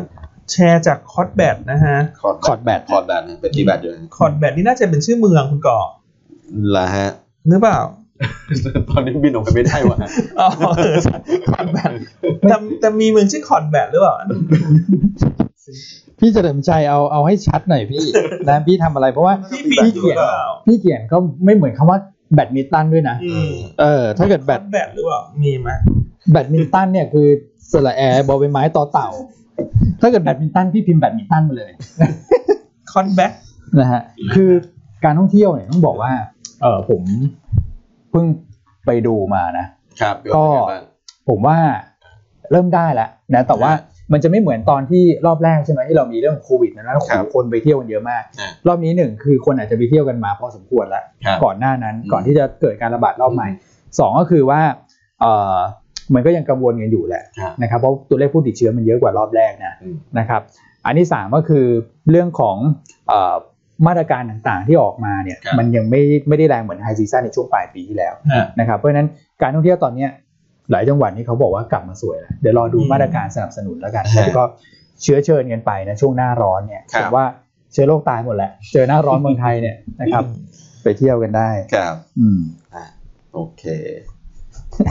Speaker 2: แชร์จากคอร์ดแบทนะฮะ
Speaker 1: คอร์ด
Speaker 3: คอร์ดแบท
Speaker 1: คอร์ดแบทเนี่ยเป็นที่แบทอยู่นะ
Speaker 2: คอร์ดแบทนี่น่าจะเป็นชื่อเมืองคุณก่อ
Speaker 1: ละฮะ
Speaker 2: หรือเปล่า
Speaker 1: ตอนนี้บินออกไปไม่ได้ว่ะ
Speaker 2: อ๋อเออคอร์ดแบทแต่แต่มีเมืองชื่อคอร์ดแบทหรือเปล่า
Speaker 3: พี่เฉลิมชัยเอาเอาให้ชัดหน่อย พี่ นะพี่ทำอะไรเพราะว่า
Speaker 2: พี่ปีนอยู่หรือเปล่า
Speaker 3: พี่เขียนก็ไม่เหมือนคำว่าแบดมินตันด้วยนะ
Speaker 2: อืม
Speaker 3: เออถ้าเกิดแบ
Speaker 2: คอ
Speaker 3: ด
Speaker 2: ร์ดแบทหรือเปล่า มีไหม
Speaker 3: แบดมินตันเนี่ยคือสระแอร์บอลใบไม้ต่อเต่า ถ้าเกิดแบดมินตันพี่พิมพ์แบดมินตันมาเลย
Speaker 2: คอร์ดแบท
Speaker 3: นะฮะคือการท่องเที่ยวเนี่ยต้องบอกว่าเออผมเพิ่งไปดูมานะ
Speaker 1: ครับ
Speaker 3: ก็ ผมว่าเริ่มได้แล้วนะแต่ว่ามันจะไม่เหมือนตอนที่รอบแรกใช่ไหมที่เรามีเรื่องโควิดนะนะโอ้โหคนไปเที่ยวกันเยอะมาก
Speaker 1: อ่ะ
Speaker 3: รอบนี้หนึ่งคือคนอาจจะไปเที่ยวกันมาพอสมควรแล้ว
Speaker 1: ครับ
Speaker 3: ก่อนหน้านั้น
Speaker 1: อืม
Speaker 3: ก่อนที่จะเกิดการระบาดรอบใหม่สองก็คือว่าเอ่อ มันก็ยังกังวลกันอยู่แหละ
Speaker 1: ครับ
Speaker 3: นะครับเพราะตัวเลขผู้ติดเชื้อมันเยอะกว่ารอบแรกนะ
Speaker 1: อืม
Speaker 3: นะครับ อันที่สามก็คือเรื่องของเอ่อมาตรการต่างๆที่ออกมาเนี่ย
Speaker 1: ครับ
Speaker 3: มันยังไม่ไม่ได้แรงเหมือนไฮซีซั่นในช่วงปลายปีที่แล้ว
Speaker 2: ฮะ
Speaker 3: นะครับเพราะฉะนั้นการท่องเที่ยวตอนเนี้ยหลายจังหวัดนี่เขาบอกว่ากลับมาสวยแล้วเดี๋ยวรอดู
Speaker 2: อืม
Speaker 3: มาตรการสนับสนุนแล้วกัน
Speaker 1: ใช่
Speaker 3: แล้วก็เชื้อเชิญกันไปนะช่วงหน้าร้อนเนี่ย
Speaker 1: ครับ
Speaker 3: ผมว่าเชื้อโรคตายหมดแหละ เจอหน้าร้อนเมืองไทยเนี่ยนะครับ ไปเที่ยวกันได้
Speaker 1: ครับ
Speaker 3: อืม
Speaker 1: อ่ะโอเค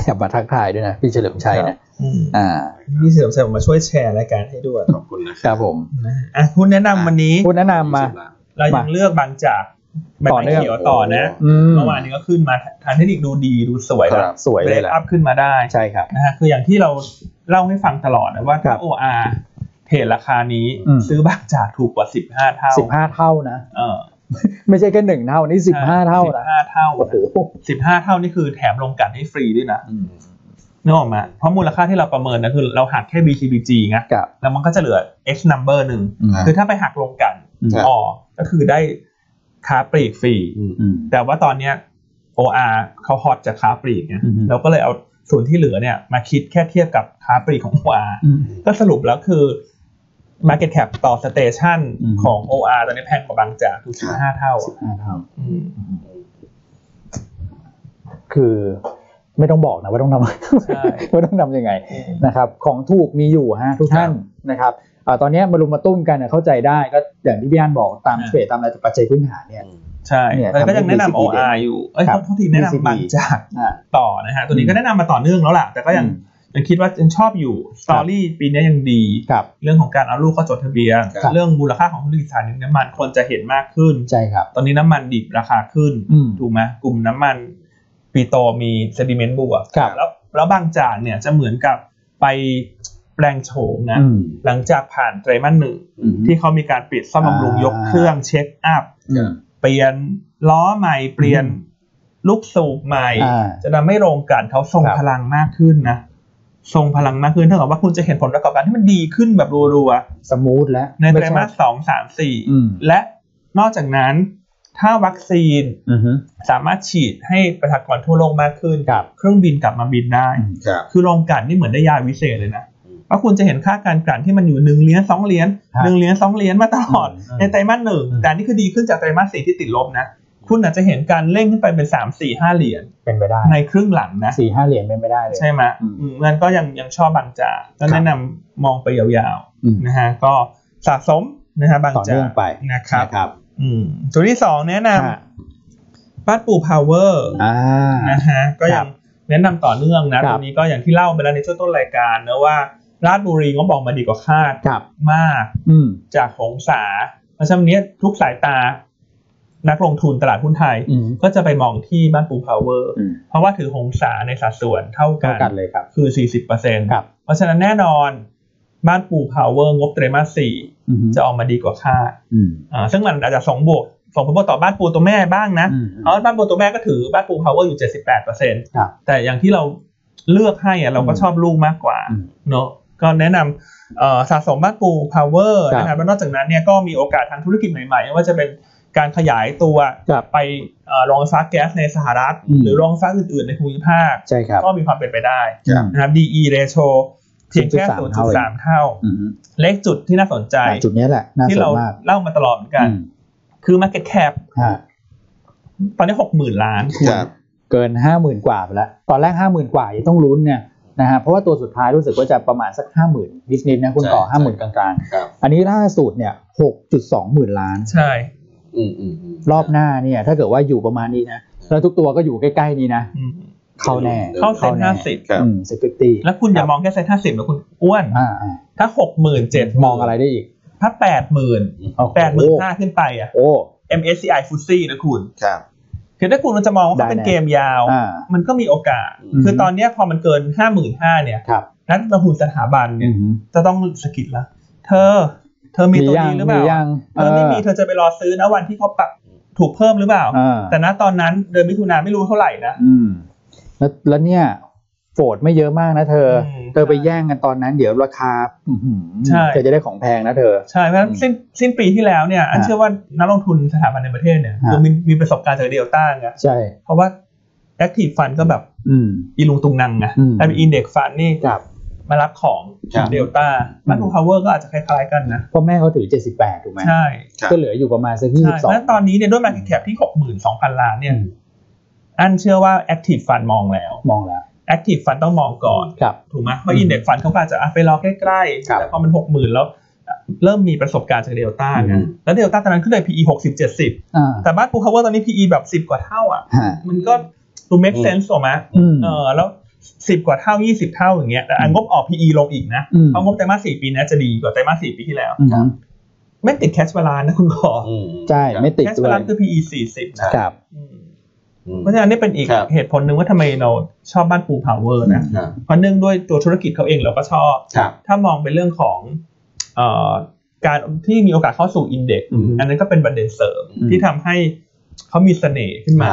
Speaker 3: อย่ามาทักทายด้วยนะพี่เฉลิมชัยนะอ่า
Speaker 2: นี่เสริมเสริมมาช่วยแชร์รายการให้ด้วย
Speaker 1: ขอบคุณนะค
Speaker 3: ค
Speaker 1: รั
Speaker 3: รั
Speaker 1: บบ
Speaker 3: ผม
Speaker 2: นะอ่ะหุ้นแนะนำวันนี้
Speaker 3: พูดแนะนำมา
Speaker 2: เรายังเลือกบางจากแบบ
Speaker 3: ต่อเนื่อง
Speaker 2: เขียวต่อนะ
Speaker 3: อืม
Speaker 2: เมื่อวานนี้ก็ขึ้นมาทางเทคนิคดูดีดูสวย
Speaker 1: ค
Speaker 2: แล้
Speaker 1: รั
Speaker 2: ว
Speaker 1: บ
Speaker 3: สวย
Speaker 2: เบ
Speaker 3: เล
Speaker 2: ร
Speaker 3: ย
Speaker 2: ก
Speaker 3: แหละ
Speaker 2: อัพขึ้นมาได้
Speaker 3: ใช่ครับ
Speaker 2: นะฮะคืออย่างที่เราเล่าให้ฟังตลอดนะว่า
Speaker 3: ครั
Speaker 2: ถ้า
Speaker 3: บ
Speaker 2: OR เพจราคานี้
Speaker 3: อืม
Speaker 2: ซื้อบางจากถูกกว่า 15 เท่า
Speaker 3: สิบห้าเท่านะ
Speaker 2: เออ
Speaker 3: ไม่ใช่แค่หนึ่งเท่านี่สิบห้าเท่านะ
Speaker 2: 15 เท่า
Speaker 3: โอ้โห
Speaker 2: 15 เท่านี่คือแถมลงกลันให้ฟรีด้วยนะ
Speaker 3: อืม
Speaker 2: นึกออกมาเพราะมูลค่าที่เราประเมินนะคือเราหักแค่ BCBG ไง
Speaker 3: กับ
Speaker 2: แล้วมันก็จะเหลือ X number หนึ่ง
Speaker 3: อืม
Speaker 1: อ่ะ
Speaker 2: คือถ้าไปหักลงกลัน
Speaker 1: ครับ
Speaker 2: อ๋อก็คือได้ค้าปลีกฟรี
Speaker 3: อืม
Speaker 2: แต่ว่าตอนเนี้ย OR เขาฮอตจากค้าปลีกเนี่ย
Speaker 3: อือฮึ
Speaker 2: เราก็เลยเอาส่วนที่เหลือเนี่ยมาคิดแค่เทียบกับค้าปลีกของ OR
Speaker 3: อืม
Speaker 2: ก็สรุปแล้วคือ Market Cap ต่อสเตชัน
Speaker 3: อืม
Speaker 2: ของ OR ตอนนี้แพงกว่าบางจากถึง15 เท่า
Speaker 3: สิบห้าเท่า
Speaker 2: อืม
Speaker 3: คือไม่ต้องบอกนะว่าต้องทำ
Speaker 2: ใช่
Speaker 3: ว่าต้องทำยังไงนะครับ ของถูกมีอยู่ฮะทุกท่านนะครับอ่าตอนนี้มารุมมาตุ้มกันเนี่ยเข้าใจได้ก็อย่างที่พี่อันบอกตามเทรดตามอะไรแต่ปัจจัยพื้นฐานเนี่ย
Speaker 2: ใช่
Speaker 3: เนี่ย
Speaker 2: แล้วก็ยังแนะ
Speaker 3: ทำให้
Speaker 2: นำ OR อยู่เอ้ย
Speaker 3: ครับ
Speaker 2: เท่าที่แนะ
Speaker 3: VCB
Speaker 2: นำบางจาก
Speaker 3: อ่า
Speaker 2: ต่อนะฮะตัวนี้ก็แนะนำมาต่อเนื่องแล้วล่ะ แต่ก็ยังยังคิดว่ายังชอบอยู่สตอรี่ปีนี้ยังดี
Speaker 3: ครับ
Speaker 2: เรื่องของการเอาลูกเข้าจดทะเบียน
Speaker 1: ครับ
Speaker 2: เรื่องมูลค่าของธุรกิจสารน้ำมันควรจะเห็นมากขึ้น
Speaker 3: ใช่ครับ
Speaker 2: ตอนนี้น้ำมันดิบราคาขึ้น
Speaker 3: อืม
Speaker 2: ถูกไหมกลุ่มน้ำมันปีโตมีเซดิเมนต์บวก
Speaker 3: ครับ
Speaker 2: แล้วแล้วบางจากเนี่ยจะเหมือนกับไปแปลงโฉมนะ
Speaker 3: อืม
Speaker 2: หลังจากผ่านไตรมาสหนึ่ง
Speaker 1: อืม
Speaker 2: ที่เขามีการปิดซ่อมบำรุง
Speaker 3: อ่าย ย
Speaker 2: กเครื่องเช็คอัพ
Speaker 3: อืม
Speaker 2: เปลี่ยนล้อใหม่ เปลี่ยน
Speaker 3: อืม
Speaker 2: ลูกสูบใหม่
Speaker 3: อ่า
Speaker 2: จะทำให้โรงกลั่นเขาทรง
Speaker 3: ครับ
Speaker 2: พลังมากขึ้นนะทรงพลังมากขึ้นเท่ากับว่าคุณจะเห็นผลประกอบการที่มันดีขึ้นแบบรัว
Speaker 3: สมูทแล้ว
Speaker 2: ๆในไต
Speaker 3: ไม่
Speaker 2: ร
Speaker 3: ใช่
Speaker 2: มาสสองสามสี่
Speaker 3: อืม
Speaker 2: และนอกจากนั้นถ้าวัคซีน
Speaker 3: อือฮึ
Speaker 2: สามารถฉีดให้ประชากรทั่วโลกมากขึ้น
Speaker 3: ครับ
Speaker 2: เครื่องบินกลับมาบินได้
Speaker 3: อืม
Speaker 1: ครับ
Speaker 2: คือโรงกลั่นนี่เหมือนได้ยาวิเศษเลยนะ
Speaker 1: อืม
Speaker 2: ว่าคุณจะเห็นค่าการกลั่นที่มันอยู่หนึ่งเหรียญสองเหรียญ
Speaker 3: ครับ
Speaker 2: หนึ่งเหรียญสองเหรียญมาตลอด
Speaker 3: อืม
Speaker 2: ในไตรมาสหนึ่ง
Speaker 3: อืม
Speaker 2: แต่นี่คือดีขึ้นจากไตรมาสสี่ที่ติดลบนะ คุณอาจจะเห็นการเร่งขึ้นไปเป็นสามสี่ห้าเหรียญ
Speaker 3: เป็นไปได้
Speaker 2: ในครึ่งหลังนะ
Speaker 3: สี่ห้าเหรียญเป็นไปได้เลย
Speaker 2: ใช่ไหม
Speaker 3: อืม
Speaker 2: อืมงั้นก็ยังยังชอบบางจากก็แนะนำมองไปยาว
Speaker 3: อืม
Speaker 2: ๆนะฮะก็สะสมนะฮะบาง
Speaker 3: ต่อเนื่
Speaker 2: จาก
Speaker 3: องไป
Speaker 2: นะครับ
Speaker 3: นะครับ
Speaker 2: อืมตัวที่สองแนะนำบ้านปู่พาวเวอร์
Speaker 3: อ่า
Speaker 2: นะฮะก็
Speaker 3: ค
Speaker 2: ยั
Speaker 3: รั
Speaker 2: ง
Speaker 3: บ
Speaker 2: แนะนำต่อเนื่องนะ
Speaker 3: ครั
Speaker 2: ต
Speaker 3: บ
Speaker 2: รงนี้ก็อย่างที่เล่าไปแล้วในช่วงต้นรายการนะว่าราชบุรีก็บอกมาดีกว่าคาด
Speaker 3: ครับ
Speaker 2: มาก
Speaker 3: อืม
Speaker 2: จากหงสาเพราะฉะนั้นเนี้ยทุกสายตา นักลงทุนตลาดหุ้นไทย
Speaker 3: อืม
Speaker 2: ก็จะไปมองที่บ้านปูพาวเวอร์
Speaker 3: อืม
Speaker 2: เพราะว่าถือหงสาในสัดส่วนเท่ากั
Speaker 3: เท่าน กันเลยครับ
Speaker 2: คือ 40%
Speaker 3: ค
Speaker 2: เ
Speaker 3: รับ
Speaker 2: พราะฉะนั้นแน่นอนบ้านปูพาวเวอร์งบไตรมาสสี่
Speaker 3: อืม
Speaker 2: จะออกมาดีกว่าคาด
Speaker 3: อืม
Speaker 2: อ่าซึ่งมันอาจจะส่งบวกส่งผลบวกต่อบ้านปูตัวแม่บ้างนะ
Speaker 3: อืม
Speaker 2: เอาบ้านปูตัวแม่ก็ถือบ้านปูพาวเวอร์อยู่ 78%
Speaker 3: ครับ
Speaker 2: แต่อย่างที่เราเลือกให้อะเราก็ชอบลูกมากกว่า
Speaker 3: อืม
Speaker 2: เนอะก็แนะนำเอ่อสะสมบ้านปูพาวเวอร์
Speaker 3: ครับ
Speaker 2: นะครับแล้วนอกจากนั้นเนี่ยก็มีโอกาสทางธุรกิจใหม่ๆไม่ว่าจะเป็นการขยายตัว
Speaker 3: ครับ
Speaker 2: ไปเอ่อโรงไฟฟ้าแก๊สในสหรัฐ
Speaker 3: อืม
Speaker 2: หรือโรงไฟฟ้าอื่นๆในภูมิภาค
Speaker 3: ใช่ครับ
Speaker 2: ก็มีความเป็นไปได้
Speaker 3: ครับ
Speaker 2: นะครับ DE ratio เพียงแค่ 0.3 เท่า
Speaker 3: อืม
Speaker 2: เล็กจุดที่น่าสนใจ
Speaker 3: อ่าจุดเนี้ยแหละน่าส
Speaker 2: ที่
Speaker 3: น
Speaker 2: เรา
Speaker 3: มาก
Speaker 2: เล่ามาตลอดเหมือนกัน
Speaker 3: อืม
Speaker 2: คือ market cap
Speaker 3: ฮะ
Speaker 2: ตอนนี้ 60,000 ล้าน
Speaker 1: ครับ
Speaker 3: เกินห้าหมื่นกว่าไปแล้ว ตอนแรกห้าหมื่นกว่ายังต้องลุ้นเนี่ยนะฮะเพราะว่าตัวสุดท้ายรู้สึกว่าจะประมาณสักห้าหมื่นนิดนิดๆนะคุณต่อห้าหมื่นกลาง
Speaker 1: ครับ
Speaker 3: ๆ อันนี้ล่าสุดเนี่ยหกจุดสองหมื่นล้าน
Speaker 2: ใช่
Speaker 1: อืมอืมม
Speaker 3: รอบหน้าเนี่ยถ้าเกิดว่าอยู่ประมาณนี้นะ แล้วทุกตัวก็อยู่ใกล้ๆนี้นะ เข้าแน่
Speaker 2: เข้าเซ็น
Speaker 3: เข้าแน่
Speaker 2: ห้าสิบ
Speaker 1: ครับ
Speaker 3: อืมสิบฟิตี้
Speaker 2: แล้วคุณอย่ามองแค่เซ็นห้าสิบนะคุณอ้วน
Speaker 3: อ่าอ่า
Speaker 2: ถ้าหกหมื่นเจ็ด
Speaker 3: มองอะไรได้อีก
Speaker 2: ถ้าแปดหมื่น
Speaker 3: โอ้โ
Speaker 2: แปดหมื่นห้าขึ้นไปอ่ะ
Speaker 3: โอ้
Speaker 2: MSCI f u s i นะคุณ
Speaker 1: ครับ
Speaker 2: คือถ้าคุณมันจะมองว่า
Speaker 3: ได้
Speaker 2: เขาเป็น
Speaker 3: แน่
Speaker 2: เกมยาว
Speaker 3: อ่า
Speaker 2: มันก็มีโอกาส
Speaker 3: อืม
Speaker 2: คือตอนเนี้ยพอมันเกินห้าหมื่นห้าเนี่ย
Speaker 3: ครับ
Speaker 2: นักลงทุนสถาบัน
Speaker 3: อื
Speaker 2: เนี่ย
Speaker 3: ม
Speaker 2: จะต้องสะกิดละเธอ เธอมีตัวนี้หรือเป
Speaker 3: มี
Speaker 2: ล่า
Speaker 3: ยัง
Speaker 2: เออไม่มีเธอจะไปรอซื้อนะวันที่เขาปรับถูกเพิ่มหรือเปล่า
Speaker 3: อ่า
Speaker 2: แต่ณตอนนั้นเดือนมิถุนาไม่รู้เท่าไหร่นะ
Speaker 3: อืมแล้วแล้วเนี่ยโฟดไม่เยอะมากนะเธอ
Speaker 2: อืม
Speaker 3: เธอไปแย่งกันตอนนั้น เดี๋ยวราคาอื้อหือ
Speaker 2: ใช่
Speaker 3: เธอจะได้ของแพงนะเธอ
Speaker 2: ใช่เพราะฉะนั้น
Speaker 3: อืม
Speaker 2: สิ้นสิ้นปีที่แล้วเนี่ยอัน
Speaker 3: ฮะ
Speaker 2: เชื่อว่านักลงทุนสถาบันในประเทศเนี่ย
Speaker 3: ฮะ
Speaker 2: คือมีมีประสบการณ์จากเดลต้าไง
Speaker 3: ใช่
Speaker 2: เพราะว่า active fund ก็แบบ
Speaker 3: อืม
Speaker 2: อีลุงตุงนังนะ
Speaker 3: อืม
Speaker 2: แต่เป็น index fund นี่
Speaker 3: ครับ
Speaker 2: มารับของ
Speaker 1: ครับ
Speaker 2: เดลต้าบ้านทูพาวเวอร์ก็อาจจะคล้ายๆกันนะ
Speaker 3: พ่อแม่เขาถือ 78 ถูกไหม
Speaker 2: ใช่
Speaker 1: ครับ
Speaker 3: ก็เหลืออยู่ประมาณสัก
Speaker 2: ใช่เพราะฉะนั้นตอน
Speaker 3: 22
Speaker 2: นี้เนี่ยด้วย market cap ที่ 62,000 ล้านเนี่ย
Speaker 3: อืม
Speaker 2: อันเชื่อว่า active fund มองแล้ว
Speaker 3: มองแล้ว
Speaker 2: active fund ต้องมองก่อน
Speaker 3: ครับ
Speaker 2: ถูกไหมเพราะ
Speaker 3: อืม
Speaker 2: อินเด็กฟันเขาก็อาจจะอ่ะไปรอใกล้
Speaker 3: ครั
Speaker 2: ๆ
Speaker 3: บ
Speaker 2: แต่พอมันหกหมื่นแล้ว เริ่มมีประสบการณ์จากเดลต้า
Speaker 1: อื
Speaker 2: นะ
Speaker 1: ม
Speaker 2: แล้วเดลต้าตอนนั้นขึ้นเลย PE หกสิบเจ็ดสิบ
Speaker 3: อ่า
Speaker 2: แต่บ้านปูคาเวอร์ตอนนี้ PE แบบสิบ10 กว่าเท่าอ่ะ
Speaker 3: ฮะ
Speaker 2: มันก็ดู make sense ถูกไหม
Speaker 3: อืม
Speaker 2: เออแล้วสิบกว่าเท่ายี่สิบเท่าอย่างเงี้ยแต่อันงบออก PE ลงอีกนะ
Speaker 3: อืม
Speaker 2: เพราะงบไตรมาสสี่ปีเนี้จะดีกว่าไตรมาสสี่ปีที่แล้ว
Speaker 3: ครับ
Speaker 2: ไม่ติดแคชบาลานนะคุณขอ
Speaker 1: อืม
Speaker 3: ใช่ ไม่ติด
Speaker 2: แคช
Speaker 3: ด้ว
Speaker 2: บาย ลานคือ PE สี่สิบนะครับ อืม
Speaker 1: อืม
Speaker 2: เพราะฉะนั้นนี่เป็นอีก
Speaker 1: ครับ
Speaker 2: เหตุผลหนึ่งว่าทำไมเราชอบบ้านปูพาวเวอร์นะ
Speaker 1: ครับ
Speaker 2: เพราะเนื่องด้วยตัวธุรกิจเขาเองเราก็ชอบ
Speaker 1: ครับ
Speaker 2: ถ้ามองเป็นเรื่องของเอ่อการที่มีโอกาสเข้าสู่อินเด็กซ์
Speaker 1: อืม
Speaker 2: อันนั้นก็เป็นประเด็นเสริม
Speaker 1: อืม
Speaker 2: ที่ทำให้เขามีเสน่ห์ขึ้นมา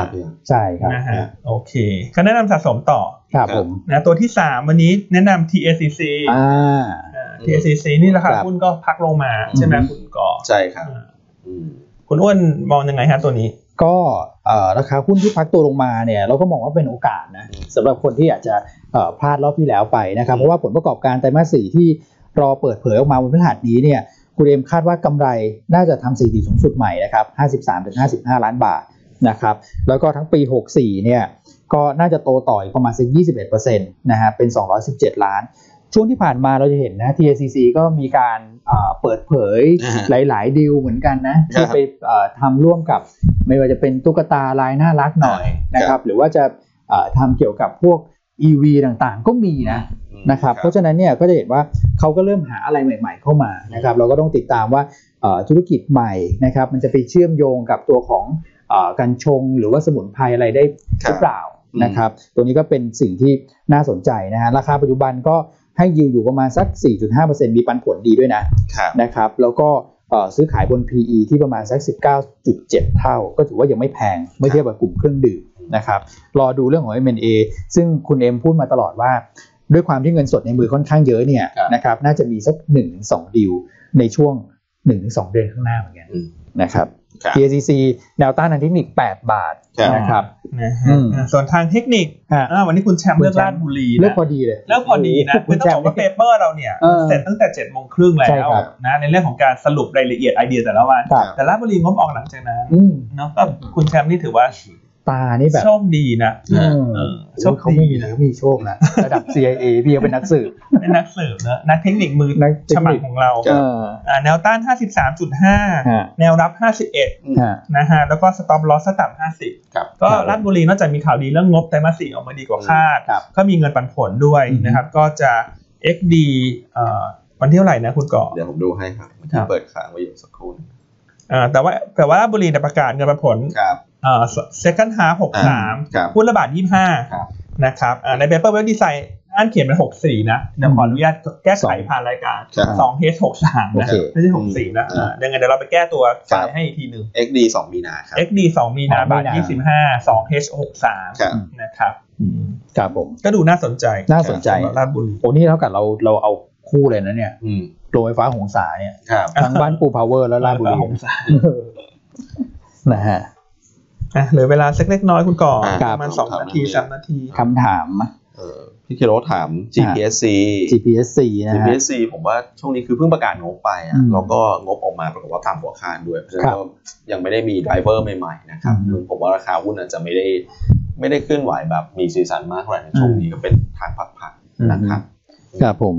Speaker 3: ใช่ครับ
Speaker 2: นะฮะโอเคก็แนะนำสะสมต่อ
Speaker 3: ครับผม
Speaker 2: นะตัวที่ 3 วันนี้แนะนำ TACC
Speaker 3: อ่า
Speaker 2: อ่า TACC นี่ราคา
Speaker 3: ครับ
Speaker 2: หุ้นก็พักลงมา ใช่ไหม
Speaker 3: อืม
Speaker 2: คุณก่อ
Speaker 1: ใช่ครับ
Speaker 2: อ่า
Speaker 1: อืม
Speaker 2: คุณอ้วนมองยังไงฮะตัวนี้
Speaker 3: ก็เอ่อราคาหุ้นที่พักตัวลงมาเนี่ยเราก็มองว่าเป็นโอกาสนะ
Speaker 1: อืม
Speaker 3: สำหรับคนที่อาจจะเอ่อพลาดรอบที่แล้วไปนะครับเพราะว่าผลประกอบการไตรมาสสี่ที่รอเปิดเผยออกมาวันพฤหัสนี้เนี่ยคุณเอ็มคาดว่ากำไรน่าจะทำสถิติสูงสุดใหม่นะครับ 53-55 ล้านบาทนะครับแล้วก็ทั้งปี 64 เนี่ยก็น่าจะโตต่ออีกประมาณสัก21%นะฮะเป็น 217 ล้าน ช่วงที่ผ่านมาเราจะเห็นนะ TACC ก็มีการเอ่อเปิดเผย
Speaker 1: อ่าฮะ
Speaker 3: หลาย ๆ ดีลเหมือนกันนะที่
Speaker 1: ครับ
Speaker 3: ไปเอ่อทำร่วมกับ ไม่ว่าจะเป็นตุ๊กตาลายน่ารักหน่อยนะครับ หรือว่าจะเอ่อทำเกี่ยวกับพวก EV ต่างๆ ก็มีนะ
Speaker 1: อืม
Speaker 3: นะครับ เพราะฉะนั้นเนี่ยก็จะเห็นว่าเขาก็เริ่มหาอะไรใหม่ๆเข้ามานะครับ เราก็ต้องติดตามว่าเอ่อธุรกิจใหม่นะครับ มันจะไปเชื่อมโยงกับตัวของเออกัญชง หรือว่าสมุนไพรอะไรได้หรือเปล่านะครับ ตัวนี้ก็เป็นสิ่งที่น่าสนใจนะฮะราคาปัจจุบันก็ให้ยิวอยู่ประมาณสัก 4.5%มีปันผลดีด้วยนะ
Speaker 1: ครับ
Speaker 3: นะครับแล้วก็เอ่อซื้อขายบน PE ที่ประมาณสัก 19.7 เท่า ก็ถือว่ายังไม่แพงเมื่อเทียบกับกลุ่มเครื่องดื่มนะครับรอดูเรื่องของ M&A ซึ่งคุณเอ็มพูดมาตลอดว่า ด้วยความที่เงินสดในมือค่อนข้างเยอะเนี่ย
Speaker 1: ครับ
Speaker 3: นะครับน่าจะมีสัก1นึ่งสองดีลในช่วง 1-2 เดือนข้างหน้าเหมือนกัน
Speaker 1: อืม
Speaker 3: นะครับ
Speaker 1: ครับ
Speaker 3: TACC แนวต้านทางเทคนิค 8 บาท
Speaker 1: ครับ
Speaker 3: นะครับ
Speaker 2: นะ
Speaker 3: อื
Speaker 2: ฮะ
Speaker 3: ม
Speaker 2: อ่าส่วนทางเทคนิค
Speaker 3: ฮะ
Speaker 2: อ่าวันนี้คุณแชมป์
Speaker 3: คุณ
Speaker 2: เลือก
Speaker 3: แชมป์
Speaker 2: ราชบุรี
Speaker 3: เลือก
Speaker 2: นะ
Speaker 3: พอดีเลย
Speaker 2: เรื่องพอดี นะคือต้องบอกว่าเปเปอร์เราเนี่ย
Speaker 3: เออ
Speaker 2: เสร็จตั้งแต่7จ็ดโมงครึ่งแล้
Speaker 3: ใช่
Speaker 2: ว
Speaker 3: ครับ
Speaker 2: นะในเรื่องของการสรุปรายละเอียดไอเดียแต่ละวัน
Speaker 3: ครับ
Speaker 2: แต่ละบุรีงบออกหลังจากนั้น
Speaker 3: อืม
Speaker 2: เนาะก็คุณแชมป์นี่ถือว่า
Speaker 3: ตานี่แบบ
Speaker 2: โชคดีนะ
Speaker 1: เออ
Speaker 2: เออโช
Speaker 3: โช
Speaker 2: ค
Speaker 3: ค
Speaker 2: ดี
Speaker 3: เขาไม่มีแล้วมีโชคนะ ระดับ CIA พี่เขาเป็นนักสืบ
Speaker 2: เป็นนักสืบเนอะนักเทคนิคมือ
Speaker 3: นักเทคนิค
Speaker 2: ฉมังของเรา
Speaker 1: ครั
Speaker 3: เอบ อ
Speaker 2: อ่าแนวต้าน
Speaker 3: ฮะ
Speaker 2: 53.5 แนวรับ 51
Speaker 3: ฮะ
Speaker 2: นะฮะแล้วก็สต็อปลอสต่ำ
Speaker 1: ครับ
Speaker 2: 50 ก็ราชบุรีนอกจากมีข่าวดีเรื่องงบไตรมาสสี่ออกมาดีกว่าคาด
Speaker 3: ครับ
Speaker 2: ก็มีเงินปันผลด้วย
Speaker 3: อืม
Speaker 2: นะครับก็จะ XD เอ่อวันที่เท่าไหร่นะคุณก่อ
Speaker 1: เดี๋ยวผมดูให้ครับเมื่อ
Speaker 2: ค
Speaker 1: กี้
Speaker 2: รับ
Speaker 1: เปิดค้างไว้อยู่สักครู่หนึ่ง
Speaker 2: อ่าแต่ว่าแต่ว่าราชบุรีเนี่ยประกาศเงินปันผล
Speaker 1: ครับ
Speaker 2: เอ่อ second half
Speaker 1: ครั
Speaker 2: 63
Speaker 1: บ
Speaker 2: หุ้นระบาด
Speaker 1: ครับ
Speaker 2: 25 นะครับอ่าใน paper web design อ่านเขียนเป็น 64 นะเดี๋ยวขออนุญาตแก้ไขผ่านรายการ
Speaker 1: ครับ
Speaker 2: 2 h 63 นะ
Speaker 3: โอเค
Speaker 2: ไม่ใช่ 64 นะอ่ายังไงเดี๋ยวเราไปแก้ตัวไฟ
Speaker 1: ครับ
Speaker 2: ล์ให้อีกทีหนึ่ง
Speaker 1: XD สองมีนาครับ
Speaker 2: xd 2 มีนาบาท
Speaker 3: มี
Speaker 2: 25 2 h
Speaker 1: ครับ
Speaker 2: 63 นะครับอืม
Speaker 3: ครับผม
Speaker 2: ก็ดูน่าสนใจ
Speaker 3: น่าสนใจ
Speaker 2: ำหรับราชบุรี
Speaker 3: โอ้นี่เท่ากับเราเราเอาคู่เลยนะเนี่ย
Speaker 1: อืม
Speaker 3: โรงไฟฟ้าหงสาเนี่ย
Speaker 1: ครับ
Speaker 3: ทั้งบ้านปูพาวเวอร์แล้วลาดบุรี
Speaker 2: หงสา
Speaker 3: เออนะฮะ
Speaker 2: อ่ะเหลือเวลาสักเล็กน้อยคุณก่อ
Speaker 1: อ่า
Speaker 2: ประมา
Speaker 1: ค
Speaker 2: ณ
Speaker 1: รับ
Speaker 2: สอง
Speaker 1: ครับ
Speaker 2: นาทีสามนาที
Speaker 3: คำถาม
Speaker 1: เออพี่คิโรถาม GPSC
Speaker 3: GPSC นะฮะ
Speaker 1: GPSC ผมว่าช่วงนี้คือเพิ่งประกาศงบไปอ่ะ
Speaker 3: อืม
Speaker 1: แล้วก็งบออกมาปรากฏว่าตามหัวคาดด้วย เพราะฉะนั้
Speaker 3: ครั
Speaker 1: น
Speaker 3: บ
Speaker 1: ก็ยังไม่ได้มีไดรเวอร์ใหม่ๆนะครับ
Speaker 3: อืม
Speaker 1: ผมว่าราคาหุ้นอาจจะไม่ได้ไม่ได้เคลื่อนไหวแบบมีสีสันมากเท่าไหร่ในช่วง
Speaker 3: อืม
Speaker 1: นี้ก็เป็นทางพักๆนะครับ
Speaker 3: ครับผม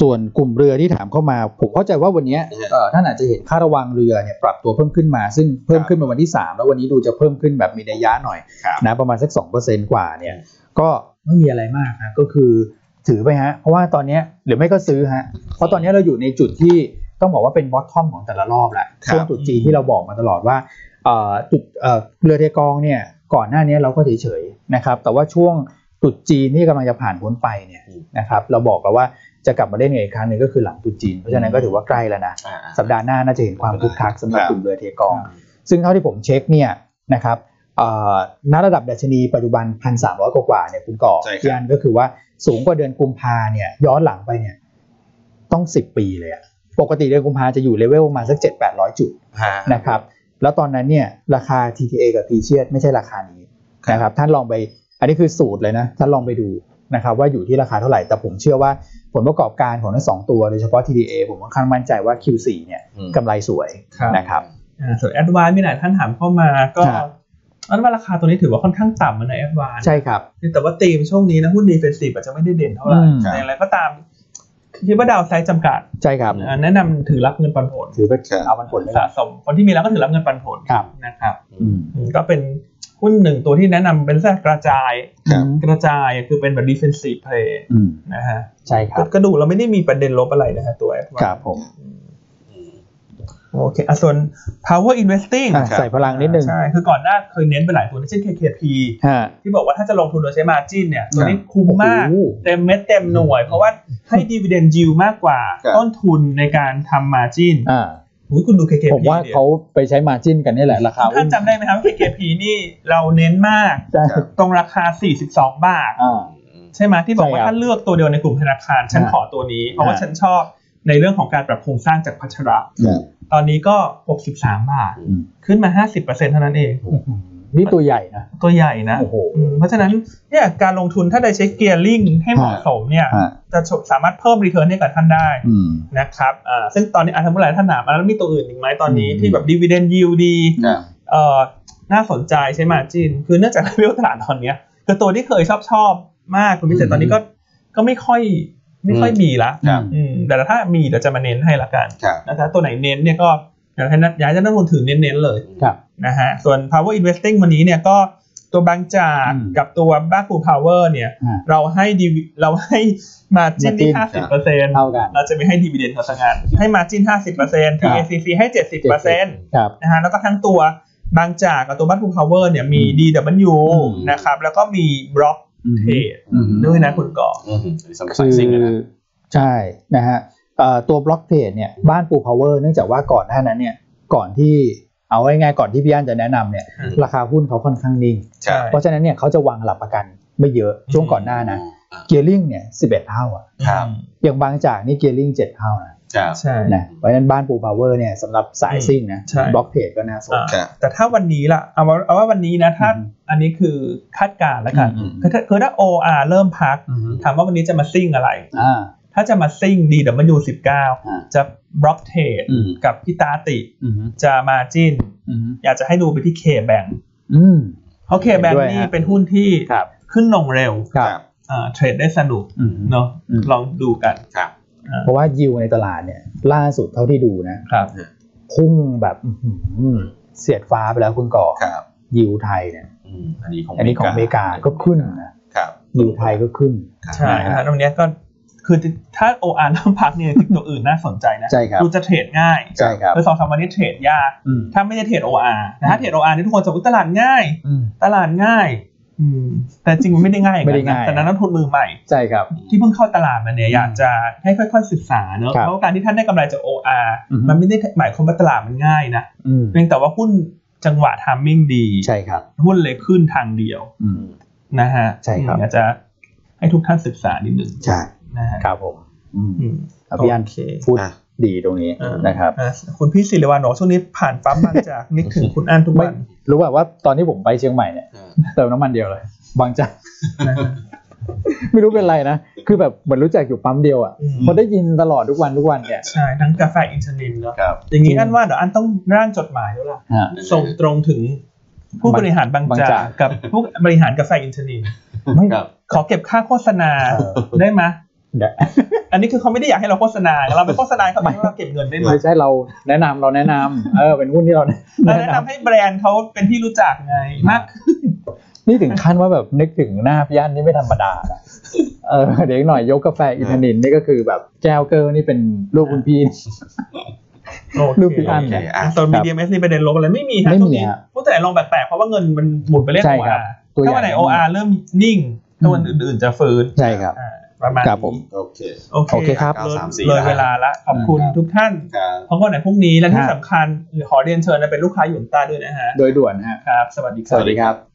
Speaker 3: ส่วนกลุ่มเรือที่ถามเข้ามา ผมเข้าใจว่าวันเนี้ย
Speaker 1: อืม
Speaker 3: เอ่อท่านอาจจะเห็นค่าระวังเรือเนี่ยปรับตัวเพิ่มขึ้นมา ซึ่งเพิ่มขึ้นมาวันที่ 3 แล้ววันนี้ดูจะเพิ่มขึ้นแบบมีนัยยะหน่อย
Speaker 1: ครับ
Speaker 3: นะประมาณสัก 2%กว่าเนี่ยก็ไม่มีอะไรมากนะก็คือถือไปฮะ เพราะว่าตอนเนี้ยหรือไม่ก็ซื้อฮะ เพราะตอนเนี้ยเราอยู่ในจุดที่ต้องบอกว่าเป็นบอททอมของแต่ละรอบแหละ
Speaker 1: ครับ
Speaker 3: ช่วงจุดจีนที่เราบอกมาตลอดว่าเอ่อจุดเอ่อเรือเทกองเนี่ยก่อนหน้าเนี้ยเราก็เฉยๆนะครับแต่ว่าช่วงจุดจีนที่กำลังจะผ่านพ้นไปเนี่ยนะครับเราบอกแล้วว่าจะกลับมาเล่นกันอีกครั้งหนึ่งก็คือหลังจุดจีนเพราะฉะนั้นก็ถือว่าใกล้แล้วนะ
Speaker 1: อ่า
Speaker 3: สัปดาห์หน้าน่าจะเห็นความคึกคักสำหรับ
Speaker 1: ครับ
Speaker 3: กลุ่มเรือเทกอง
Speaker 2: ครับ
Speaker 3: ซึ่งเท่าที่ผมเช็คเนี่ยนะครับเอ่อณระดับดัชนีปัจจุบัน 1,300 กว่าๆเนี่ยคุณก่อ
Speaker 1: ใช่ครับ
Speaker 3: ยันก็คือว่าสูงกว่าเดือนกุมภาเนี่ยย้อนหลังไปเนี่ยต้อง 10 ปีเลยอะปกติเดือนกุมภาจะอยู่เลเวลประมาณสัก 7-800 จุด
Speaker 1: ฮะ
Speaker 3: นะครับแล้วตอนนั้นเนี่ยราคา TTA กับ p ีเชียไม่ใช่ราคานี้นะครับท่านลองไป อันนี้คือสูตรเลยนะท่านลองไปดูนะครับว่าอยู่ที่ราคาเท่าไหร่ แต่ผมเชื่อว่าผลประกอบการของทั้งสองตัวโดยเฉพาะ TDA ผมค่อนข้างมั่นใจว่า Q4 เนี่ย
Speaker 1: อืม
Speaker 3: กำไรสวย
Speaker 2: ครับ
Speaker 3: นะครับ
Speaker 2: อ่าส่วนแอดวานมีหลายท่านถามเข้ามาก็
Speaker 3: ครับ
Speaker 2: อันว่าราคาตัวนี้ถือว่าค่อนข้างต่ำนะแอดวาน
Speaker 3: ใช่ครับ
Speaker 2: แต่ว่าธีมช่วงนี้นะหุ้นดีเฟนซีฟอาจจะไม่ได้เด่นเท่าไหร่
Speaker 3: อืม
Speaker 2: แต่อย่างไรก็ตามคิดว่าดาวไซด์จำกัด
Speaker 3: ใช่ครับ
Speaker 2: อ่าแนะนำถือรับเงินปันผล
Speaker 3: ถือไป
Speaker 1: ครับ
Speaker 3: เอามันผลไป
Speaker 2: สะ
Speaker 3: ก่อน
Speaker 2: สม คนที่มีแล้วก็ถือรับเงินปันผล
Speaker 3: ครับ
Speaker 2: นะครับ
Speaker 3: อืม
Speaker 2: อืมก็เป็นหุ้นหนึ่งตัวที่แนะนำเป็นลักษณะกระจาย
Speaker 1: ครับ
Speaker 2: กระจายคือเป็นแบบดีเฟนซีฟเพลย์
Speaker 3: อืม
Speaker 2: นะฮะ
Speaker 3: ใช่ครับ
Speaker 2: ก็ดูเราไม่ได้มีประเด็นลบอะไรนะฮะตัวแอดวาน
Speaker 3: ครับผม
Speaker 2: โอเคอ่ะส่วน power investing
Speaker 3: อ่ะ
Speaker 1: ครับ
Speaker 3: ใส่พลังนิดนึง
Speaker 2: ใช่ คือก่อนหน้าเคยเน้นไปหลายตัวนะเช่น KKP
Speaker 3: ฮะ
Speaker 2: ที่บอกว่าถ้าจะลงทุนโดยใช้มาจินเนี่ย ตัวนี้คุ้มมาก
Speaker 3: โอ้โห
Speaker 2: เต็มเม็ดเต็มหน่วย เพราะว่าให้ดีเวเดนยิวมากกว่า
Speaker 1: ครับ
Speaker 2: ต้นทุนในการทำมาจิน
Speaker 3: อ่า
Speaker 2: อุ้ยคุณดู KKP
Speaker 3: ผมว่า
Speaker 2: ดิ
Speaker 3: เขาไปใช้มาจิ้นกันนี่แหละราคา
Speaker 2: ท่านจำได้ไหมครับ KKP นี่เราเน้นมาก
Speaker 3: ใช่
Speaker 2: ตรงราคา 42 บาท
Speaker 3: อ่า
Speaker 2: ใช่ไหมที่บอกว่า
Speaker 3: ใช่ครับ
Speaker 2: ถ้าเลือกตัวเดียวในกลุ่มธนาคาร ฉัน
Speaker 3: อ่า
Speaker 2: ขอตัวนี้ เพราะว่า
Speaker 3: อ่า
Speaker 2: ฉันชอบในเรื่องของการปรับโครงสร้างจากพัชระ
Speaker 1: ครับ
Speaker 2: ตอนนี้ก็ 63 บาท
Speaker 1: อืม
Speaker 2: ขึ้นมา 50%เท่านั้นเอง
Speaker 3: นี่ตัวใหญ่นะ
Speaker 2: ตัวใหญ่นะ
Speaker 3: โอ้โห
Speaker 2: อืมเพราะฉะนั้นเนี่ยการลงทุนถ้าได้ใช้เกียร์ลิงให้เหมาะสมเนี่ย
Speaker 3: ฮะ
Speaker 2: จะสามารถเพิ่มรีเทิร์นให้กับท่านได้
Speaker 3: อืม
Speaker 2: นะครับอ่าซึ่งตอนนี้อาจารย์ผู้หลายท่านถามอ่ะแล้วมีตัวอื่นอีกไหมตอนนี้
Speaker 3: อืม
Speaker 2: ที่แบบดีเวเดนยิวดี
Speaker 1: ครับ
Speaker 2: เอ่อน่าสนใจใช่ไหมจิน คือเนื่องจากเวลตลาดตอนเนี้ยคือตัวที่เคยชอบชอบมากคุณพิเศษตอนนี้ก็ก็ไม่ค่อยไม่ค่อยมีละ
Speaker 1: ครับ
Speaker 2: อืมแต่ถ้ามีเดี๋ยวจะมาเน้นให้ละกัน
Speaker 1: ครับ
Speaker 2: นะครับตัวไหนเน้นเนี่ยก็อยากให้นักอยากให้นักลงทุนถือเน้นๆเลย
Speaker 3: ครับ
Speaker 2: นะฮะ ส่วน power investing วันนี้เนี่ยก็ตัวบางจาก
Speaker 3: อืม
Speaker 2: กับตัวบ้าคู power เนี่ย
Speaker 3: อ่า
Speaker 2: เราให้ดีเราให้มาจิ้นที่
Speaker 3: Margin
Speaker 2: 50เปอร์เซ็นต์
Speaker 3: เท่ากัน
Speaker 2: เราจะไม่ให้ดีเวเดนเขาสังงานให้มาจิ้น50เปอร์เซ็นต์ TACC ให้ 70เปอร์เซ็นต์
Speaker 3: ครับ
Speaker 2: นะฮะ แล้วก็ทั้งตัวบางจากกับตัวบ้าคู power เนี่ยมี
Speaker 3: อืม
Speaker 2: DW
Speaker 3: อืม
Speaker 2: นะครับ แล้วก็มีบล็อกเทรด
Speaker 3: อืม
Speaker 2: ด้วยนะคุณก่อ
Speaker 1: อืมอันนี้สำหรับ
Speaker 3: คื
Speaker 1: สายซิ่งเลย
Speaker 3: อ
Speaker 1: นะ
Speaker 3: ใช่นะฮะเอ่อตัวบล็อกเทรดเนี่ยบ้านปูพาวเวอร์เนื่องจากว่าก่อนหน้านั้นเนี่ยก่อนที่เอาง่ายๆก่อนที่พี่อันจะแนะนำเนี่ย
Speaker 2: อืม
Speaker 3: ราคาหุ้นเขาค่อนข้างนิ่ง
Speaker 1: ใช่
Speaker 3: เพราะฉะนั้นเนี่ยเขาจะวางหลักประกันไม่เยอะช่วงก่อนหน้านะ
Speaker 1: อ่า
Speaker 3: เกียร์ลิงเนี่ยสิบเอ็ดเท่าอ่ะ
Speaker 1: ครับ
Speaker 3: อย่างบางจากนี่เกียร์ลิงเจ็ดเท่านะครับ
Speaker 2: ใช่
Speaker 3: นะเพราะฉะนั้นบ้านปูพาวเวอร์เนี่ยสำหรับสายซิ่งนะ
Speaker 2: ใช่
Speaker 3: บล็อกเทรดก็น่าสน
Speaker 2: อ่า
Speaker 1: ครับ
Speaker 2: แต่ถ้าวันนี้ล่ะเอาว่าเอาว่าวันนี้นะถ้า
Speaker 3: อืม
Speaker 2: อันนี้คือคาดการณ์แล้วกัน
Speaker 3: อืม
Speaker 2: คือถ้าคือถ้า OR เริ่มพัก
Speaker 3: อืม
Speaker 2: ถามว่าวันนี้จะมาซิ่งอะไร
Speaker 3: อ่า
Speaker 2: ถ้าจะมาซิ่ง DW19
Speaker 3: อ่า
Speaker 2: จะบล็อกเทรด
Speaker 3: อืม
Speaker 2: กับพี่ตาติ
Speaker 3: อืม
Speaker 2: จะมาจิน
Speaker 3: อืม
Speaker 2: อยากจะให้ดูไปที่ K Bank
Speaker 3: อืม
Speaker 2: เพราะ K
Speaker 3: เห็น
Speaker 2: Bank
Speaker 3: ด้วยฮะ
Speaker 2: นี่เป็นหุ้นที่
Speaker 3: ครับ
Speaker 2: ขึ้นลงเร็ว
Speaker 3: ครับ
Speaker 2: อ่าเทรดได้สนุก
Speaker 3: อืม
Speaker 2: เนาะ
Speaker 3: อืม
Speaker 2: ลองดูกัน
Speaker 1: ครับ
Speaker 3: เพราะว่ายิวในตลาดเนี่ย ล่าสุดเท่าที่ดูนะครับ พุ่งแบบอื้อหือเสียดฟ้าไปแล้วคุณก่อ
Speaker 1: ครับ
Speaker 3: ยิวไทยเนี่ย
Speaker 1: อืมอันนี้ของ
Speaker 3: อันนี้ของอเมริกาก็ขึ้นนะครับ ยิวไทยก็ขึ้น
Speaker 1: ครับ
Speaker 2: ใช่
Speaker 3: ค
Speaker 2: ฮะ
Speaker 3: รับ
Speaker 2: ตรงเนี้ยก็คือถ้า OR เริ่มพักเนี่ย ตัวอื่นน่าสนใจนะ
Speaker 3: ใช่ครับ
Speaker 2: ดูจะเทรดง่าย
Speaker 3: ใช่ครับ
Speaker 2: คือสองสามวันนี้เทรดยาก
Speaker 3: อืม
Speaker 2: ถ้าไม่ได้เทรด OR แต่ถ้าเทรด OR นี่ทุกคนจะอุ๊ยตลาดง่าย
Speaker 3: อืม
Speaker 2: ตลาดง่าย อืม แต่จริงมันไม่ได้ง่ายอย่
Speaker 3: ไม่ได้
Speaker 2: นั้นนะ
Speaker 3: ง่าย
Speaker 2: แต่นั้นนักทุนมือใหม่
Speaker 3: ใช่ครับ
Speaker 2: ที่เพิ่งเข้าตลาดมาเนี่ยอยากจะให้ค่อยๆศึกษาเนอะ
Speaker 3: ครับ
Speaker 2: เพราะว่าการที่ท่านได้กำไรจาก OR
Speaker 3: อือฮึ
Speaker 2: มันไม่ได้หมายความว่าตลาดมันง่ายนะ
Speaker 3: อืม
Speaker 2: เพียงแต่ว่าหุ้นจังหวะทามมิ่งดี
Speaker 3: ใช่ครับ
Speaker 2: หุ้นเลยขึ้นทางเดียว
Speaker 3: อืม
Speaker 2: นะฮะ
Speaker 3: ใช่ครับ
Speaker 2: อยากจะให้ทุกท่านศึกษานิดนึง
Speaker 3: ใช่
Speaker 2: นะฮะ
Speaker 3: ครับผมอืม
Speaker 2: อืม
Speaker 3: อ่ะพี่อัน
Speaker 2: โอเค
Speaker 3: พูด
Speaker 1: อ่ะ
Speaker 3: ดีตรงนี้
Speaker 2: อ่าน
Speaker 3: นะครับ
Speaker 2: อ่ะคุณพี่ศิริวัลบอกช่วงนี้ผ่านปั๊มมาจากนึกถึงคุณอันทุก
Speaker 3: ไม่
Speaker 2: วัน
Speaker 3: รู้ป่าว่าตอนที่ผมไปเชียงใหม่เนี่ยเติมน้ำมันเดียวเลย บางจาก
Speaker 2: นะฮะ
Speaker 3: ไม่รู้เป็นไรนะ คือแบบเหมือนรู้จักอยู่ปั๊มเดียวอ่ะ
Speaker 2: อืม
Speaker 3: พอได้ยินตลอดทุกวันทุกวันเนี่ย
Speaker 2: ใช่ทั้งกาแฟอินซูลินเนอะ
Speaker 1: ครับ
Speaker 2: อย่างนี้อันว่าเดี๋ยวอันต้องร่างจดหมายแล้วล่ะ ส่งตรงถึงผู้บริหารบาง
Speaker 3: บาง
Speaker 2: จา
Speaker 3: จาก ก
Speaker 2: กับผู้บริหารกาแฟอินเทอร์เน็ต
Speaker 3: ไม่
Speaker 1: ครับ
Speaker 2: ขอเก็บค่าโฆษณา
Speaker 3: เออ
Speaker 2: ได้ไหม
Speaker 3: เดี๋ยว
Speaker 2: อันนี้คือเขาไม่ได้อยากให้เราโฆษณาเราไปโฆษณาเขาไม่เราเก็บเงินได้ไหม
Speaker 3: ไม่ใช่เราแนะนำเราแนะนำเออเป็นหุ้นที่เรา
Speaker 2: เรา
Speaker 3: แนะ
Speaker 2: แนะ
Speaker 3: นำ
Speaker 2: นำให้แบรนด์เขาเป็นที่รู้จักไงมาก
Speaker 3: นี่ถึงขั้นว่าแบบนึกถึงหน้าพี่อันนี่ไม่ธรรมดานะเออเดี๋ยวอีกหน่อยยกกาแฟอินทนินนี่ก็คือแบบแก้วเกอร์นี่เป็นรูปคุณพี่
Speaker 2: โอ
Speaker 3: รูป
Speaker 2: เค
Speaker 3: พี่อั้น
Speaker 1: โอเคอ่ะ
Speaker 2: โซน BDMs นี่ประเด็นลบอะไรไม่มีฮะ
Speaker 3: ไม่มี
Speaker 2: ช่วงนี้
Speaker 3: ฮะ
Speaker 2: พูดแต่ไหนลงแปลกๆ เพราะว่าเงินมันหมุนไปเล่น
Speaker 3: ใช่ครับ
Speaker 2: OR
Speaker 3: ตัว
Speaker 2: ถ้าวัน
Speaker 3: ใหญ่
Speaker 2: ไหน OR เริ่มนิ่ง
Speaker 3: อืม
Speaker 2: ถ้าวันอื่นๆจะฟื้น
Speaker 3: ใช่ครับ
Speaker 2: อ่าประมาณ
Speaker 3: ครับผม
Speaker 2: นี้
Speaker 1: โอเค
Speaker 2: โอเค
Speaker 3: โอเคครับ
Speaker 2: เลย
Speaker 1: สามสี่
Speaker 2: เลยเวลาละขอบคุณ
Speaker 1: ครับ
Speaker 2: ทุกท่าน
Speaker 1: ครับ
Speaker 2: พบกันในพรุ่งนี้และที่
Speaker 3: ครับ
Speaker 2: สำคัญขอเรียนเชิญนะเป็นลูกค้าหยวนต้าด้วยนะฮะ
Speaker 3: โดยด่วนฮะ
Speaker 2: ครับ สวัสดีค
Speaker 3: ส
Speaker 2: รับ
Speaker 3: วัสดีครับ